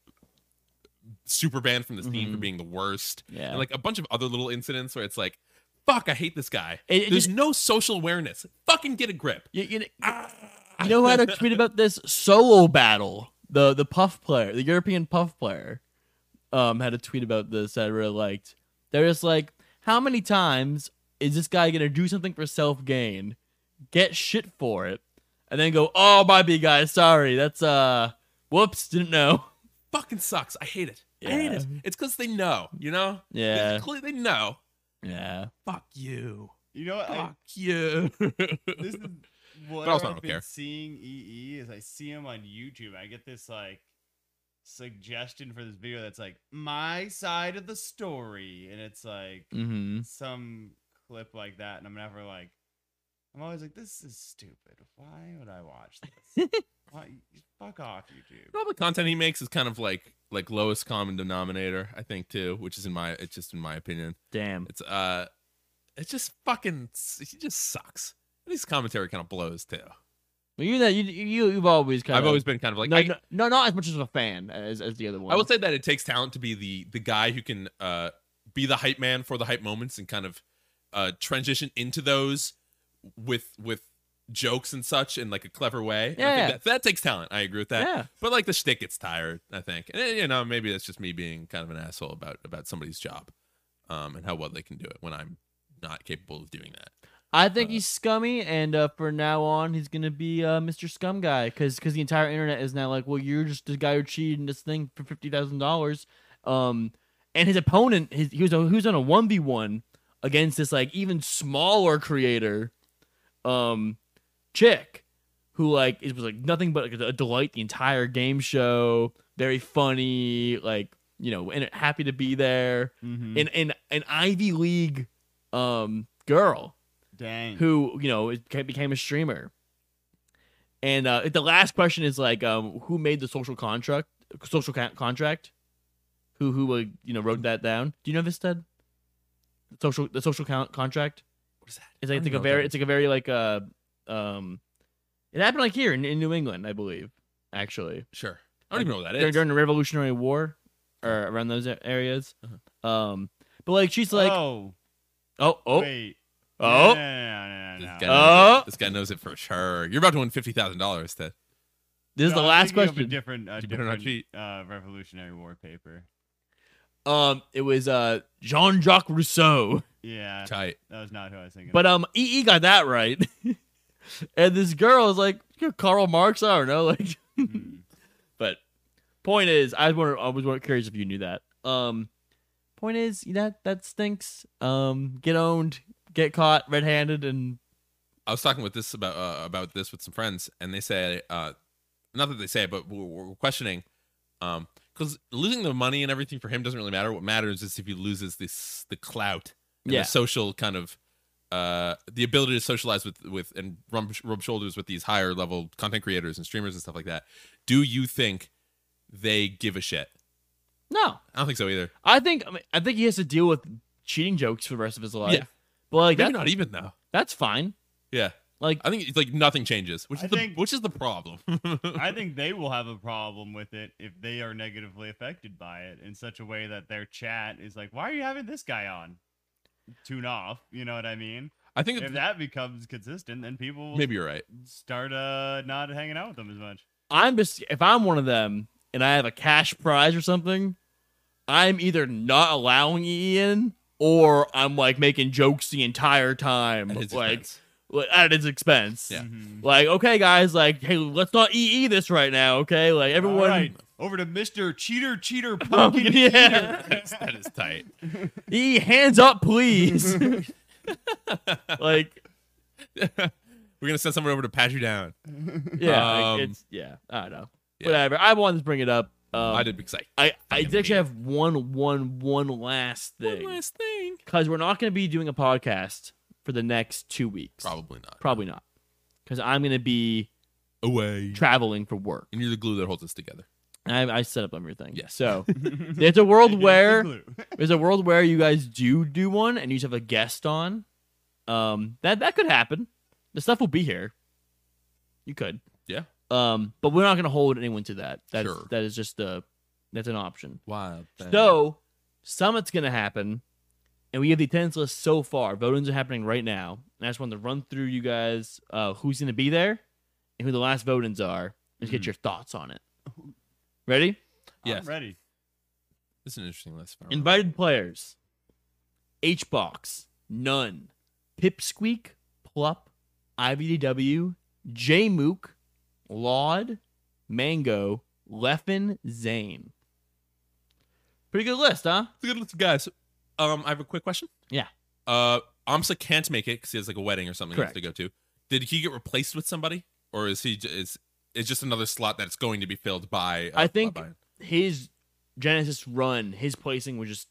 B: super banned from this team for
A: Mhm.
B: being the worst,
A: yeah.
B: and like a bunch of other little incidents where it's like, fuck, I hate this guy.
A: It- it
B: There's
A: just-
B: no social awareness. Fucking get a grip.
A: You, you, you know
B: <laughs>
A: how to tweet about this solo battle. The the puff player, the European puff player, um, had a tweet about this that I really liked. They're just like, how many times is this guy gonna do something for self gain, get shit for it, and then go, oh my b guy, sorry, that's uh, whoops, didn't know.
B: Fucking sucks. I hate it. I hate it.
A: Yeah.
B: It's because they know, you know.
A: Yeah.
B: It's cle- they know.
A: Yeah,
B: Fuck you.
C: You know what? I-
B: Fuck you. <laughs>
C: this
A: <laughs>
C: is what
B: also I
C: I've
B: don't
C: been
B: care.
C: seeing EE is I see him on YouTube. I get this like suggestion for this video that's like my side of the story, and it's like
A: mm-hmm.
C: some clip like that, and I'm never like, I'm always like, this is stupid. Why would I watch
A: <laughs>
C: this? Why? Fuck off, YouTube.
B: all the content he makes is kind of like like lowest common denominator, I think too, which is in my it's just in my opinion.
A: Damn.
B: It's uh, it's just fucking he just sucks. And his commentary kind of blows too.
A: Well, you know, you you you've always kind
B: I've
A: of
B: always been kind of like
A: no,
B: I,
A: no no not as much as a fan as as the other one.
B: I will say that it takes talent to be the the guy who can uh be the hype man for the hype moments and kind of uh transition into those with with jokes and such in like a clever way. And I
A: Yeah.
B: think that, that takes talent. I agree with that.
A: yeah.
B: But like the shtick gets tired, I think, and eh, you know maybe that's just me being kind of an asshole about about somebody's job, um, and how well they can do it when I'm not capable of doing that.
A: I think
B: Uh,
A: he's scummy, and uh, for now on, he's gonna be uh, Mr. Scum Guy, because the entire internet is now like, well, you're just the guy who cheated in this thing for fifty thousand dollars, um, and his opponent, his, he was a, he was on a one v one against this like even smaller creator, um, chick, who like it was like nothing but like, a delight the entire game show, very funny, like you know, and happy to be there,
B: Mm-hmm.
C: Mm.
A: and and an Ivy League, um, girl
C: Dang.
A: who you know is- ca- became a streamer. And uh, the last question is like, um, who made the social contract? Social con- contract? Who who uh, you know wrote that down? Do you know this, Ted? The social the social con- contract.
B: What is that?
A: It's
B: I
A: like,
B: don't
A: like
B: know
A: a
B: what
A: very
B: that
A: it's like a very like uh um, it happened like here in, in New England, I believe, actually
B: is. Sure, I don't even know what that
A: during,
B: is.
A: during the Revolutionary War or
B: Uh-huh.
A: around those a- areas. Um, but like she's like, oh
C: oh,
A: oh oh,
C: wait. No,
A: oh.
C: no, no,
B: This
C: no, no, no.
B: guy, knows
A: Oh.
B: it. this guy knows it for sure. You're about to win fifty thousand dollars, Ted.
A: this is
C: No, I'm
A: the last
C: thinking of a
A: question.
C: different, a
B: You better not
C: different,
B: cheat.
C: Uh, Revolutionary War paper.
A: Um, it was uh Jean Jacques Rousseau,
C: Yeah,
B: Tight.
C: that was not who I was thinking. of.
A: but um, EE got that right, <laughs> and this girl is like "You're Karl Marx. I don't know, <laughs> like,
C: Hmm.
A: <laughs> but point is, I was wondering, I was wondering, curious if you knew that. Um, point is that that stinks. Um, get owned, get caught red-handed, and
B: I was talking with this about uh, about this with some friends, and they say, uh, not that they say, it, but we're, we're questioning, um, because losing the money and everything for him doesn't really matter. What matters is if he loses this the clout, and
A: Yeah.
B: the social kind of, uh, the ability to socialize with with and rub, rub shoulders with these higher level content creators and streamers and stuff like that. Do you think they give a shit?
A: no,
B: I don't think so either.
A: I think I, mean, I think he has to deal with cheating jokes for the rest of his life.
B: Yeah.
A: but like
B: Maybe
A: that,
B: not even though.
A: that's fine.
B: Yeah,
A: Like
B: I think it's like nothing changes, which
C: I
B: is the
C: think-
B: which is the problem. <laughs>
C: I think they will have a problem with it if they are negatively affected by it in such a way that their chat is like, "Why are you having this guy on?" Tune off. You know what I mean?
B: I think
C: If that becomes consistent, then people will
B: maybe you're right.
C: start uh not hanging out with them as much.
A: I'm just if I'm one of them and I have a cash prize or something, I'm either not allowing E in or I'm like making jokes the entire time,
B: At his
A: like
B: expense.
A: like, at his expense.
B: Yeah.
C: Mhm.
A: Like okay, guys, like hey, let's not EE this right now, okay? Like everyone,
C: All right, over to Mister Cheater
A: <laughs>
C: Cheater
A: Pumpkin,
C: Pumpkin.
A: yeah.
B: That's- that is tight.
A: EE hands up, please. like
B: We're gonna send someone over to pat you down.
A: yeah, like,
B: Um,
A: it's yeah. I don't know.
B: yeah.
A: Whatever. I wanted to bring it up. Um,
B: I did because I
A: I, I
B: Fucking
A: did actually
B: idiot.
A: have one, one, one last thing.
B: thing.
A: because we're not going to be doing a podcast for the next two weeks.
B: Probably not.
A: Probably not. Because I'm going to be
B: Away.
A: traveling for work.
B: and you're the glue that holds us together.
A: And I, I set up everything.
B: Yes.
A: So there's a Um,
C: <laughs>
A: world where
C: Glue.
A: there's a world where you guys do do one and you just have a guest on. Um, that that could happen. The stuff will be here. You could.
B: Yeah.
A: Um, but we're not going to hold anyone to that. That's
B: Sure.
A: that is just a that's an option.
B: Wild.
A: So, summit's going to happen, and we have the attendance list so far. Voting's are happening right now, and I just wanted to run through you guys uh, who's going to be there and who the last votings are, and just get
B: Mhm.
A: your thoughts on it. Ready?
B: yes,
C: I'm ready.
B: this is an interesting list. Farmer.
A: Invited players: H Box, None, Pipsqueak, Plup, IVDW, J Mook, Laud, Mango, Leffen, Zane. Pretty good list, huh?
B: It's a good list of guys. Um, I have a quick question.
A: Yeah.
B: Uh, Amsa can't make it because he has like a wedding or something he has
A: Correct.
B: to go to. Did he get replaced with somebody, or is he j- is it's just another slot that's going to be filled by? Uh,
A: I think-
B: by-
A: his Genesis run, his placing was just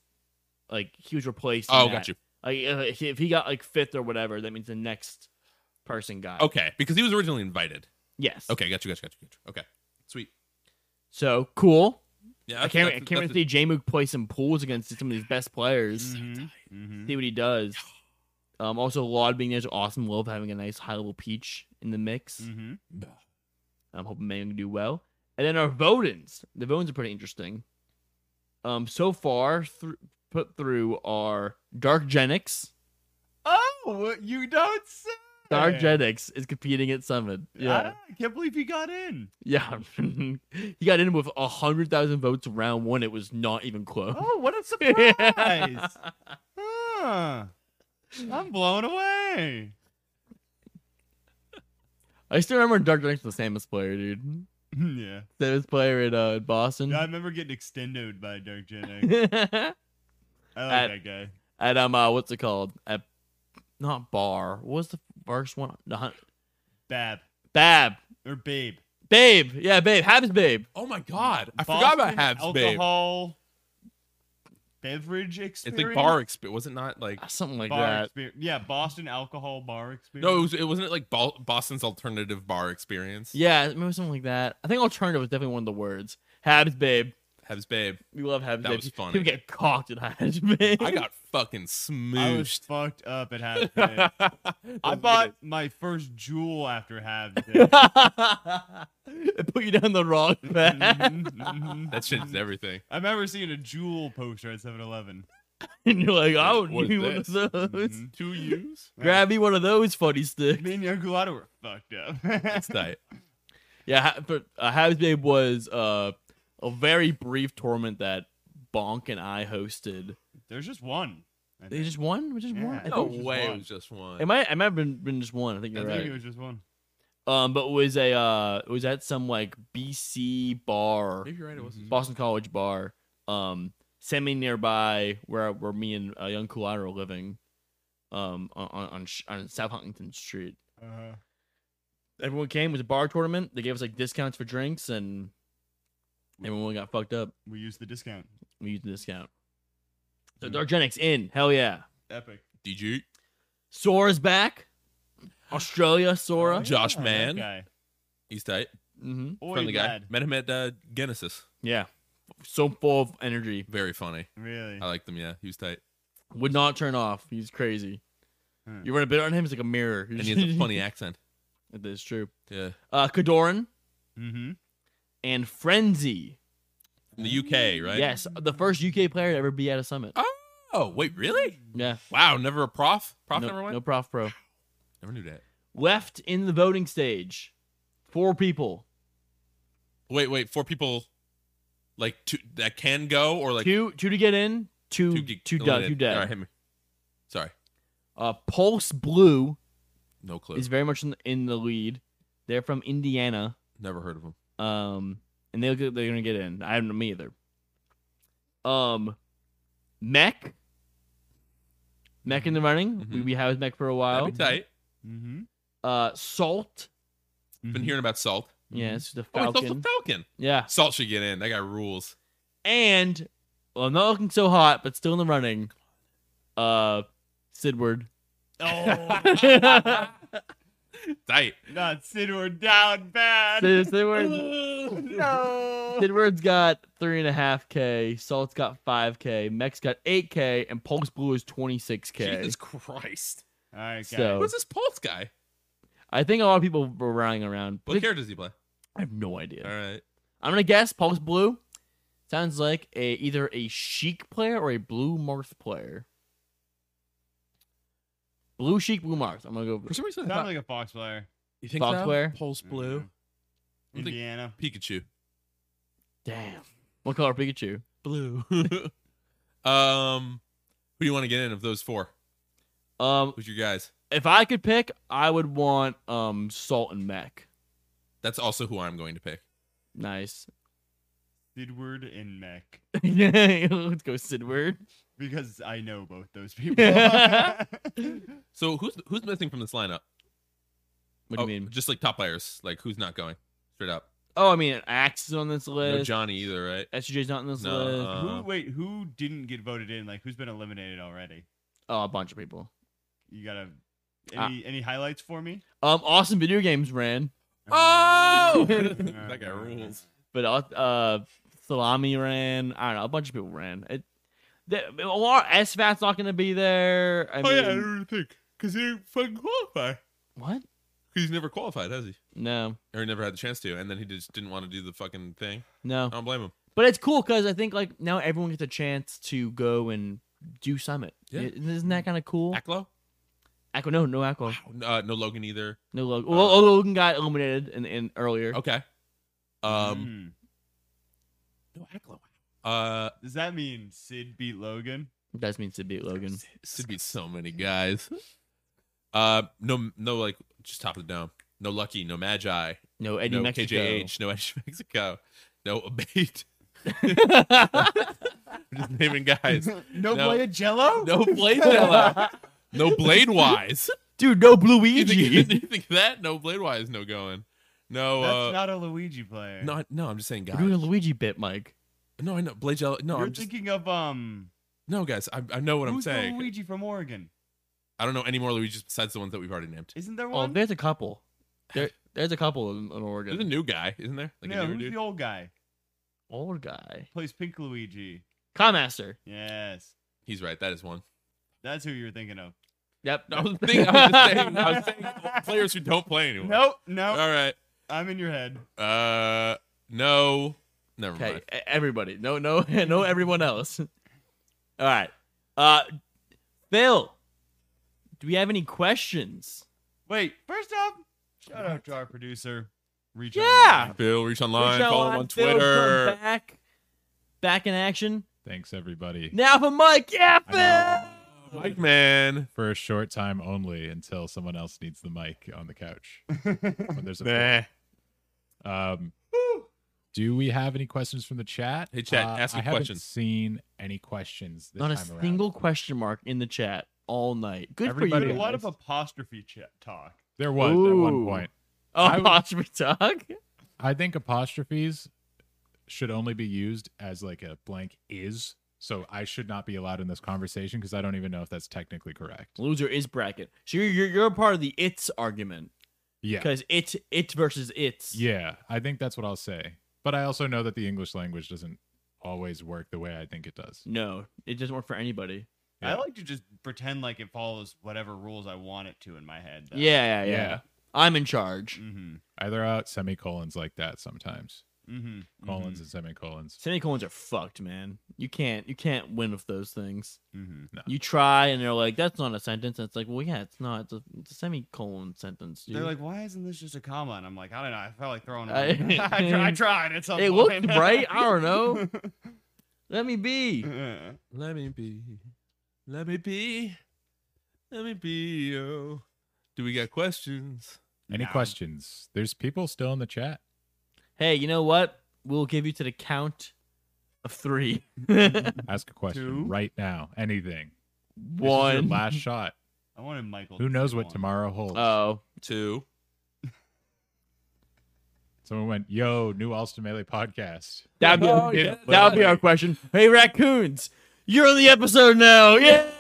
A: like he was replaced. in
B: oh,
A: that.
B: got you.
A: Like if if he got like fifth or whatever, that means the next person got. it.
B: Okay, because he was originally invited.
A: Yes.
B: Okay, got you, got you, got you. Got you. Okay, sweet.
A: So cool.
B: Yeah,
A: I can't. I
B: that's-
A: can't wait
B: that's-
A: to see J Mook play some pools against some of these best players.
C: Mhm,
B: Mm-hmm.
C: mhm.
A: See what he does. Um. Also, Laud being there's awesome. Love having a nice high level peach in the mix.
C: Mhm.
A: I'm hoping Mayan can do well. And then our votins. The votins are pretty interesting. Um. So far, thr put through are Dark Genix.
C: Oh, you don't say.
A: Dargenix is competing at Summit. Yeah.
C: Ah, I can't believe he got in.
A: yeah. <laughs> he got in with 100,000 votes round one. It was not even close.
C: Oh, what a surprise! huh. I'm blown away. <laughs>
A: I still remember Dargenix was the Samus player, dude.
C: yeah.
A: Samus player in uh, Boston.
C: I remember getting extended by Dark
A: <laughs>
C: Jedi.
A: at,
C: I like
A: I-
C: that guy.
A: um, uh, what's it called? At, not bar. What was the first one? The hun-
C: Bab.
A: Bab.
C: Or Babe.
A: Babe. Yeah, babe. Habs, babe.
B: Oh my god, I forgot
C: Boston
B: about Habs, babe.
C: Alcohol. Beverage
B: It's
C: experience.
B: like bar experience. Wasn't not like
A: Ah, Something like
C: Bar
A: that.
C: exper- Yeah, Boston alcohol bar experience.
B: no. It, was, it wasn't it like Bal- Boston's alternative bar experience.
A: Yeah, maybe something like that. I think alternative was definitely one of the words. Habs, babe.
B: Habs, babe.
A: We love Habs,
B: That
A: babe.
B: was funny.
A: People get cocked at Habs, babe.
B: I got fucking
C: I was <laughs>
B: smooshed.
C: fucked up at
B: <laughs>
C: Habs Day.
A: <laughs>
C: I bought my first jewel after
B: <laughs>
C: Habs Day.
A: it put you down the wrong
B: Mm-hmm.
A: path.
C: Mhm, mhm.
B: that shit is everything.
C: I remember seeing a jewel poster at 7 Eleven.
A: and you're like, I would
B: What is
A: need one of
B: this? Mm-hmm.
A: those.
C: Mhm.
B: Two <laughs> U's.
A: Grab me one of those funny sticks.
C: Me and Young Gulata were fucked up. <laughs>
B: That's tight.
A: Yeah, ha- but uh, Habs Babe was uh, a very brief tournament that Bonk and I hosted.
C: There's just one. I
A: They
C: think.
A: just won? We just won?
C: Yeah.
A: I
B: No
A: think-
C: just
B: way. It
C: one.
B: was just one.
A: It might, it might have been, been just one. I think
C: I
A: you're
C: think it
A: right.
C: was just one.
A: Um, but it was a uh, it was at some like BC bar,
B: Maybe you're right. It wasn't.
A: Boston College bar. Um, send me nearby where where me and uh, young cool are living, um, on on on, Sh- on South Huntington Street.
C: Uh-huh.
A: Everyone came. It was a bar tournament. They gave us like discounts for drinks, and everyone got fucked up.
C: We used the discount.
A: We used the discount. So
C: Hmm.
A: Dargenics in. Hell yeah.
C: Epic.
B: DJ
A: Sora's back. Australia, Sora.
B: yeah. Josh
C: that
B: Mann.
C: guy.
B: He's tight.
A: Mm-hmm.
C: Oi,
B: Friendly guy.
C: lad.
B: Met him at uh, Genesis.
A: Yeah. So full of energy.
B: Very funny.
C: Really.
B: I liked him. Yeah, he was tight.
A: Would not turn off. He's crazy.
B: Hmm.
C: Huh.
A: You run a bit on him, he's like a mirror.
B: And he
A: <laughs>
B: has a funny accent.
A: That's true.
B: Yeah.
A: Uh, Kadoran
C: mm-hmm.
A: and Frenzy.
B: From the UK, right?
A: Yes, the first UK player to ever be at a summit.
B: Oh, wait, really?
A: Yeah.
B: Wow, never a prof? Prof
A: no,
B: number one?
A: No prof pro.
B: Never knew that.
A: Left in the voting stage. Four people.
B: Wait, wait, four people like two that can go or like
A: two two to get in, two two, done,
B: get
A: two
B: eliminated?
A: dead.
B: All right, hit me. Sorry.
A: Uh, Pulse Blue
B: No clue.
A: is very much in the, in the lead. They're from Indiana,
B: Never heard of him.
A: um, and they look like they're gonna get in. I haven't me either. Um, Mech, Mech in the running. We,
B: Mhm.
A: we have Mech for a while.
B: That'd be tight.
C: Mm-hmm.
A: Uh, Salt,
B: Been hearing about Salt.
A: yeah, it's the
B: Oh, it's
A: Falcon.
B: also Falcon.
A: yeah,
B: Salt should get in. That guy rules.
A: and well, not looking so hot, but still in the running. Uh,
B: <laughs>
A: Sidward. <laughs>
C: Oh, <laughs>
B: Tight.
C: not Sidward down bad.
A: Sid-
C: <laughs>
A: Sidward. <laughs>
C: no.
A: Sidward's got three and a half k. Salt's got five k. Mech's got eight k, and Pulse Blue is twenty six k.
B: Jesus Christ.
C: All right, guys.
A: So-
B: What's this Pulse guy?
A: I think a lot of people were rallying around.
B: What character does he play?
A: I have no idea.
B: All right.
A: I'm gonna guess Pulse Blue. Sounds like a either a Sheik player or a Blue Marth player. Blue Sheik, Blue Marth. I'm gonna go.
B: For some reason, I
C: sounds
B: thought,
C: like a fox player.
B: you think
A: Fox
B: so?
A: player?
B: Pulse Blue, I'm thinking-
C: Indiana.
B: Pikachu,
A: Damn. What color Pikachu?
B: Blue. <laughs> um, who do you want to get in of those four?
A: Um,
B: Who's your guys?
A: if I could pick, I would want um Salt and Mech.
B: That's also who I'm going to pick.
A: Nice. <laughs>
C: Sidward and Mech.
A: Let's go Sidward.
C: Because I know both those people. <laughs>
B: So who's who's missing from this lineup?
A: What do you
B: Oh,
A: mean?
B: Just like top players, like who's not going straight up?
A: Oh, I mean, Axe is on this
B: No
A: list.
B: Johnny either, right?
A: <laughs> SJ's not on this
B: No,
A: list.
B: uh,
C: who wait, who didn't get voted in? Like who's been eliminated already?
A: oh, a bunch of people.
C: You gotta
A: Uh,
C: any any highlights for me?
A: Um, Awesome Video Games ran,
B: <laughs>
A: <laughs>
B: Oh, <laughs> that guy rules.
A: but uh, uh, Salami ran. I don't know. A bunch of people ran. It, the, a lot. SVAT's not going to be there. I
B: oh yeah, I
A: mean,
B: don't even think because he didn't fucking qualify.
A: what?
B: He's never qualified, has he?
A: No,
B: Or he never had the chance to, and then he just didn't want to do the fucking thing.
A: no.
B: I don't blame him.
A: But it's cool because I think like now everyone gets a chance to go and do Summit.
B: Yeah.
A: Isn't that kind of cool?
B: Aklo?
A: Aqua, no, no Aqua,
B: Uh, no Logan either.
A: no Logan. Well,
B: Uh,
A: Logan got eliminated in, in earlier.
B: Okay. Um,
C: Hmm.
B: no Aklo.
A: Hmm.
B: Uh,
C: Does that mean Sid beat Logan?
A: That means to beat Logan.
B: should be so many guys. Uh, no, no, like just top of the dome. No Lucky, no Magi,
A: No Eddie
B: no
A: Mexico.
B: KJH, no Edge <laughs> Mexico, no Abate. <laughs> I'm just
C: <laughs>
B: naming guys.
C: No,
B: No.
C: play of Jello? <laughs>
B: No <laughs> uh, Blade Jello. No Blade Wise.
A: <laughs> Dude, no Blue
B: You
A: <laughs>
B: think, <laughs> you
A: Luigi.
B: think that? No Blade Wise, no going. No,
C: That's
B: uh,
C: not a Luigi player.
B: no, no, I'm just saying
A: We're doing a
B: guys.
A: Luigi bit, Mike.
B: No, I know Blade Jello. No,
C: You're
B: I'm just
C: thinking of um
B: no guys. I, I know what I'm
C: who's the
B: saying.
C: Luigi from Oregon?
B: I don't know any more Luigi's besides the ones that we've already named.
C: Isn't there
A: Oh,
C: one?
A: there's a couple. There, there's a couple in, in
B: There's a
A: Oregon.
B: new guy, isn't there? Like
C: no,
B: a newer
C: who's
B: dude.
C: the old guy?
A: Old guy.
C: Plays Pink Luigi.
A: Commaster.
C: Yes.
B: He's right. That is one.
C: That's who you're thinking of.
A: Yep.
B: I was, thinking, I was just
A: <laughs>
B: saying. <laughs> I was saying players who don't play anymore.
C: Nope, no.
B: All right.
C: I'm in your head.
B: Uh, no. Never
A: Okay,
B: mind.
A: e- everybody. No, no, <laughs> no, everyone else. <laughs> All right. Uh, Phil, do we have any questions?
C: Wait, first off, shout out to our producer. Reach
A: Yeah.
C: out.
B: Phil, reach online.
A: Reach out
B: follow him on
A: Phil, come
B: Twitter.
A: back, back in action.
E: Thanks, everybody.
A: Now for Mike. Yeah,
E: I know.
A: <laughs> Phil.
B: Mike, man.
E: For a short time only until someone else
A: <laughs>
E: needs the mic on the couch. when there's a
B: Nah.
E: um, Do we have any questions from the chat? Uh,
B: Hey, chat, ask
E: I
B: me
E: haven't
B: questions.
E: seen any questions this
A: Not a
E: time around.
A: single question mark in the chat all night. Good
E: Everybody-
A: for
C: a
A: you.
C: lot
A: guys.
C: of apostrophe ch- talk.
E: There was at one
A: Ooh.
E: point.
A: Oh,
E: I would-
A: apostrophe talk.
E: I think apostrophes should only be used as like a blank is. So I should not be allowed in this conversation because I don't even know if that's technically correct.
A: Loser is bracket. So you're you're, you're a part of the it's argument
E: Yeah.
A: because it it versus it's.
E: Yeah, I think that's what I'll say. But I also know that the English language doesn't always work the way I think it does.
A: No, it doesn't work for anybody.
E: Yeah.
C: I like to just pretend like it follows whatever rules I want it to in my head. though.
A: Yeah, yeah, yeah,
E: Yeah.
A: I'm in charge.
C: Mhm.
E: I throw out semicolons like that sometimes.
C: Mhm.
E: Colons and semicolons.
A: Semicolons are fucked, man. You can't you can't win with those things.
C: Mhm.
A: You try and they're like, that's not a sentence. And it's like, well, yeah, it's not. It's a, it's a semicolon sentence. Dude.
C: They're like, why isn't this just a comma? And I'm like, I don't know. I felt like throwing it.
A: I-
C: away. <laughs> I, tr-
A: <laughs>
C: I tried. It's <laughs>
A: it looked right. I don't know. Let me be.
C: know.
B: Let me be. Let me be. Let me be. Oh. Do we got questions?
E: Any
C: Nah.
E: questions? There's people still in the chat.
A: <laughs> Hey, you know what? We'll give you to the count of <laughs> three.
E: Ask a question
C: Two?
E: right now. Anything. This is your
A: One.
E: last
C: <laughs>
E: shot.
C: I wanted Michael.
E: Who
C: to
E: knows
C: say
E: what
C: one. Uh,
E: tomorrow holds?
A: Oh,
B: Two.
E: Someone went, "Yo, new Alston Melee podcast."
A: that'd be
B: Oh,
A: it-
B: yeah.
A: that would be our question. Hey, raccoons, you're on the episode now. Yeah.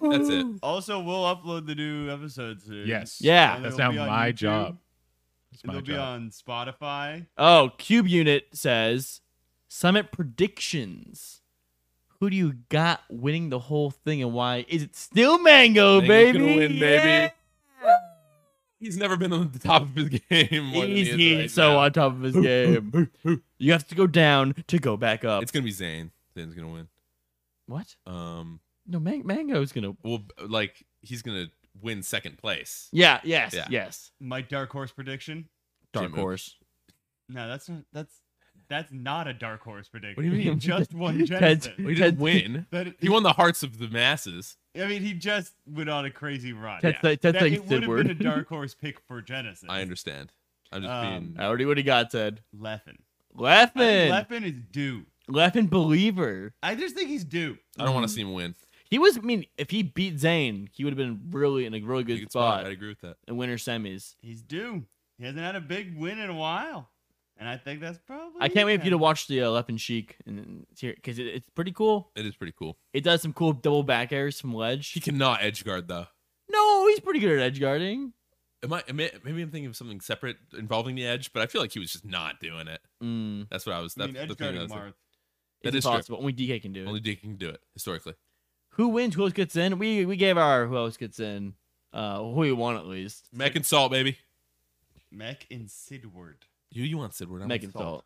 B: That's it.
C: Also, we'll upload the new episodes soon.
E: Yes.
A: Yeah.
C: And
E: That's
C: they'll
E: now
C: be on
E: my
C: YouTube,
E: job. It's
C: and
E: my
C: They'll be
E: job.
C: on Spotify.
A: Oh, Cube Unit says Summit predictions. Who do you got winning the whole thing and why? Is it still Mango,
B: Mango's
A: baby?
B: gonna win, baby.
A: Yeah.
B: He's never been on the top of his game. more than he
A: He's,
B: is
A: he's
B: right
A: so
B: now.
A: on top of his
B: <laughs>
A: game. you have to go down to go back up.
B: It's gonna be Zane. Zane's gonna win.
A: what?
B: Um.
A: No, Man- Mango's gonna.
B: Well, like he's gonna win second place.
A: Yeah. Yes.
B: Yeah.
A: Yes.
C: My dark horse prediction.
A: Dark
B: Jim Oak.
A: horse.
C: No, that's not. That's that's not a dark horse prediction.
A: do you mean?
C: Just one
A: <laughs> Ted's-
B: Well,
C: Jensen.
B: he didn't
A: Ted-
B: win.
C: That
B: He won the hearts of the masses.
C: I mean, he just went on a crazy run.
A: That's
B: Yeah.
A: like, that's
C: That-
A: like
C: it would
A: Sid
C: have been a
A: word. <laughs>
C: dark horse pick for Genesis.
B: I understand. I'm just
C: Um,
B: being.
A: I already would have got Ted.
C: Leffen.
A: Leffen.
C: Leffen is due.
A: Leffen believer.
C: I just think he's due.
B: I don't want to see him win.
A: He was. I mean, if he beat Zane, he would have been really in a really good
B: Good
A: spot
B: I agree with that.
A: in winter semis.
C: He's due. He hasn't had a big win in a while, and I think that's probably.
A: I can't wait for you to
C: it.
A: watch the uh, Leffen Chic and here because it, it's pretty cool.
B: It is pretty cool.
A: It does some cool double back airs from
B: He
A: ledge.
B: cannot edge guard though.
A: No, he's pretty good at edge guarding.
B: Am I, am I- Maybe I'm thinking of something separate involving the edge, but I feel like he was just not doing it.
A: Mm,
B: That's what I was.
C: I
B: That's
C: mean, edge
B: the thing. I
C: guarding
B: was like,
C: Marth.
A: it's
B: That is true.
A: impossible. Only DK can do it.
B: Only Dick can do it historically.
A: who wins? Who else gets in? We we gave our who else gets in. Uh, who we won at least.
B: Mech and Salt, baby.
C: Mech and Sidward.
B: You you want Sidward? I want
A: Megan Salt.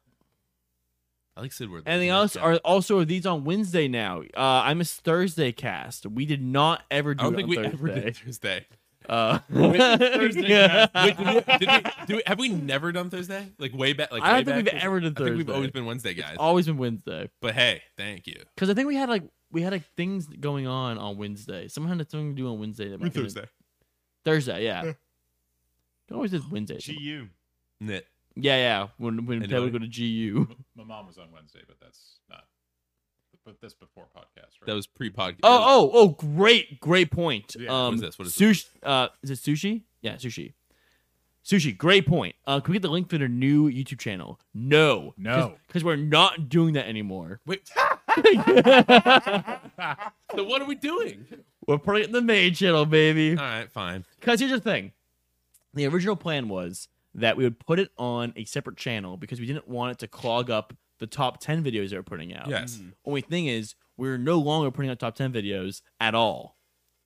B: I like Sidward. though.
A: Anything
B: He's a nice
A: else?
B: guy.
A: Are also are these on Wednesday now? Uh, I missed Thursday cast. We did not ever
B: I
A: do
B: don't
A: it
B: think
A: on
B: we
A: Thursday.
B: ever did Thursday.
A: <laughs> Uh,
C: Thursday
A: <laughs>
C: cast.
B: Wait, did we, did we, do we, have we never done Thursday? Like way back. Like
A: I don't
B: way
A: think
B: back
A: we've
B: was-
A: ever done
B: I think we've
A: Thursday.
B: always been Wednesday guys.
A: Always been Wednesday.
B: But hey, thank you.
A: Because I think we had like we had like things going on on Wednesday. Someone had something to do on Wednesday. That might have been- Thursday, yeah.
B: Yeah.
A: It always is Wednesday.
C: GU.
B: Nit.
A: yeah, yeah. When when Ted would go
B: Anybody?
A: to GU.
E: My mom was on Wednesday, but that's not. But that's before podcast. Right?
B: That was pre-podcast.
A: Oh, oh, oh! Great, great point.
E: Yeah,
A: um,
B: what is this? What is
A: sushi? Uh, is it sushi? Yeah, sushi. Sushi, great point. Uh, can we get the link for their new YouTube channel? No,
E: No.
A: because we're not doing that anymore. <laughs>
B: Wait.
A: we're
B: So what are we doing?
A: putting it in the main channel, baby.
B: All right, fine.
A: Because here's the thing the original plan was that we would put it on a separate channel because we didn't want it to clog up the top 10 videos they were putting out.
B: Yes.
A: Only thing is, we're no longer putting out top 10 videos at all,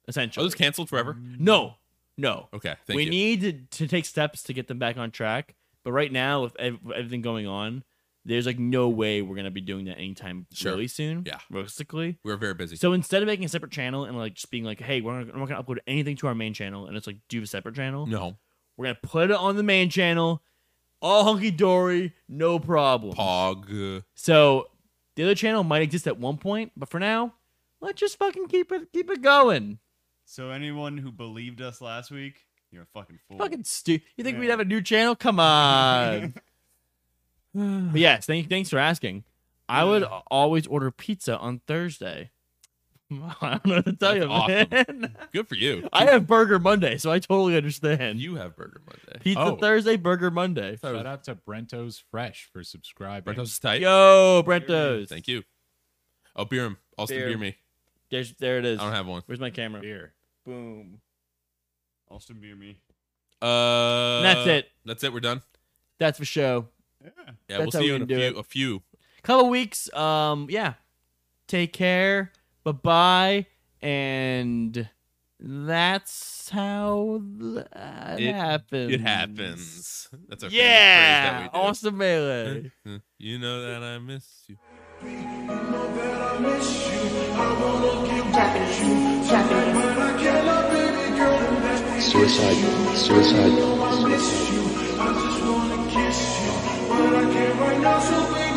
B: Are
A: essentially.
B: those Oh, canceled forever?
A: no, no.
B: Okay, thank
A: we
B: you.
A: need to, to take steps to get them back on track. But right now, with ev- with everything going on, there's like no way we're going to be doing that anytime
B: Sure.
A: really soon,
B: Yeah.
A: realistically.
B: We're very busy.
A: So instead of making a separate channel and like just being like, hey, we're not, we're not gonna upload anything to our main channel, and it's like do a separate channel.
B: no.
A: We're gonna put it on the main channel, all hunky dory, no problem. <sighs>
B: Pog. uh,
A: So the other channel might exist at one point, but for now, let's just fucking keep it keep it going.
C: So anyone who believed us last week, you're a fucking fool.
A: Fucking stupid. You think we'd
C: Yeah.
B: <laughs>
A: have a new channel? Come on. But yes, thank, thanks for asking. I would always order pizza on Thursday. <laughs> I don't know what to tell
B: That's
A: you,
B: awesome.
A: man. <laughs>
B: Good for you.
A: I have Burger Monday, so I totally understand.
B: you have Burger Monday.
A: Pizza
E: Oh.
A: Thursday, Burger Monday.
E: Shout out to Brento's Fresh for subscribing.
B: Brento's is tight. Mm,
A: Yo, Brentos.
B: Thank you. Oh, beer him. Austin,
A: Beer.
B: beer, me.
A: There's, there it
B: I
A: is.
B: don't have one.
A: Where's my camera?
E: beer.
A: Boom.
C: Austin beer me.
B: Uh,
A: that's it.
B: That's it. We're done.
A: That's for show.
C: Yeah.
B: Yeah,
A: That's
B: we'll
A: how
B: see you
A: we
B: in a
A: can do
B: few, a few.
A: Couple weeks. Um, yeah. Take care. Bye bye. And that's how uh, that
B: It- it
A: happens.
B: It happens. That's our favorite phrase
A: Yeah.
B: that we do.
A: Awesome melee.
B: You know that I miss you.
F: Suicide. Suicide.
G: But I can't right now, so baby.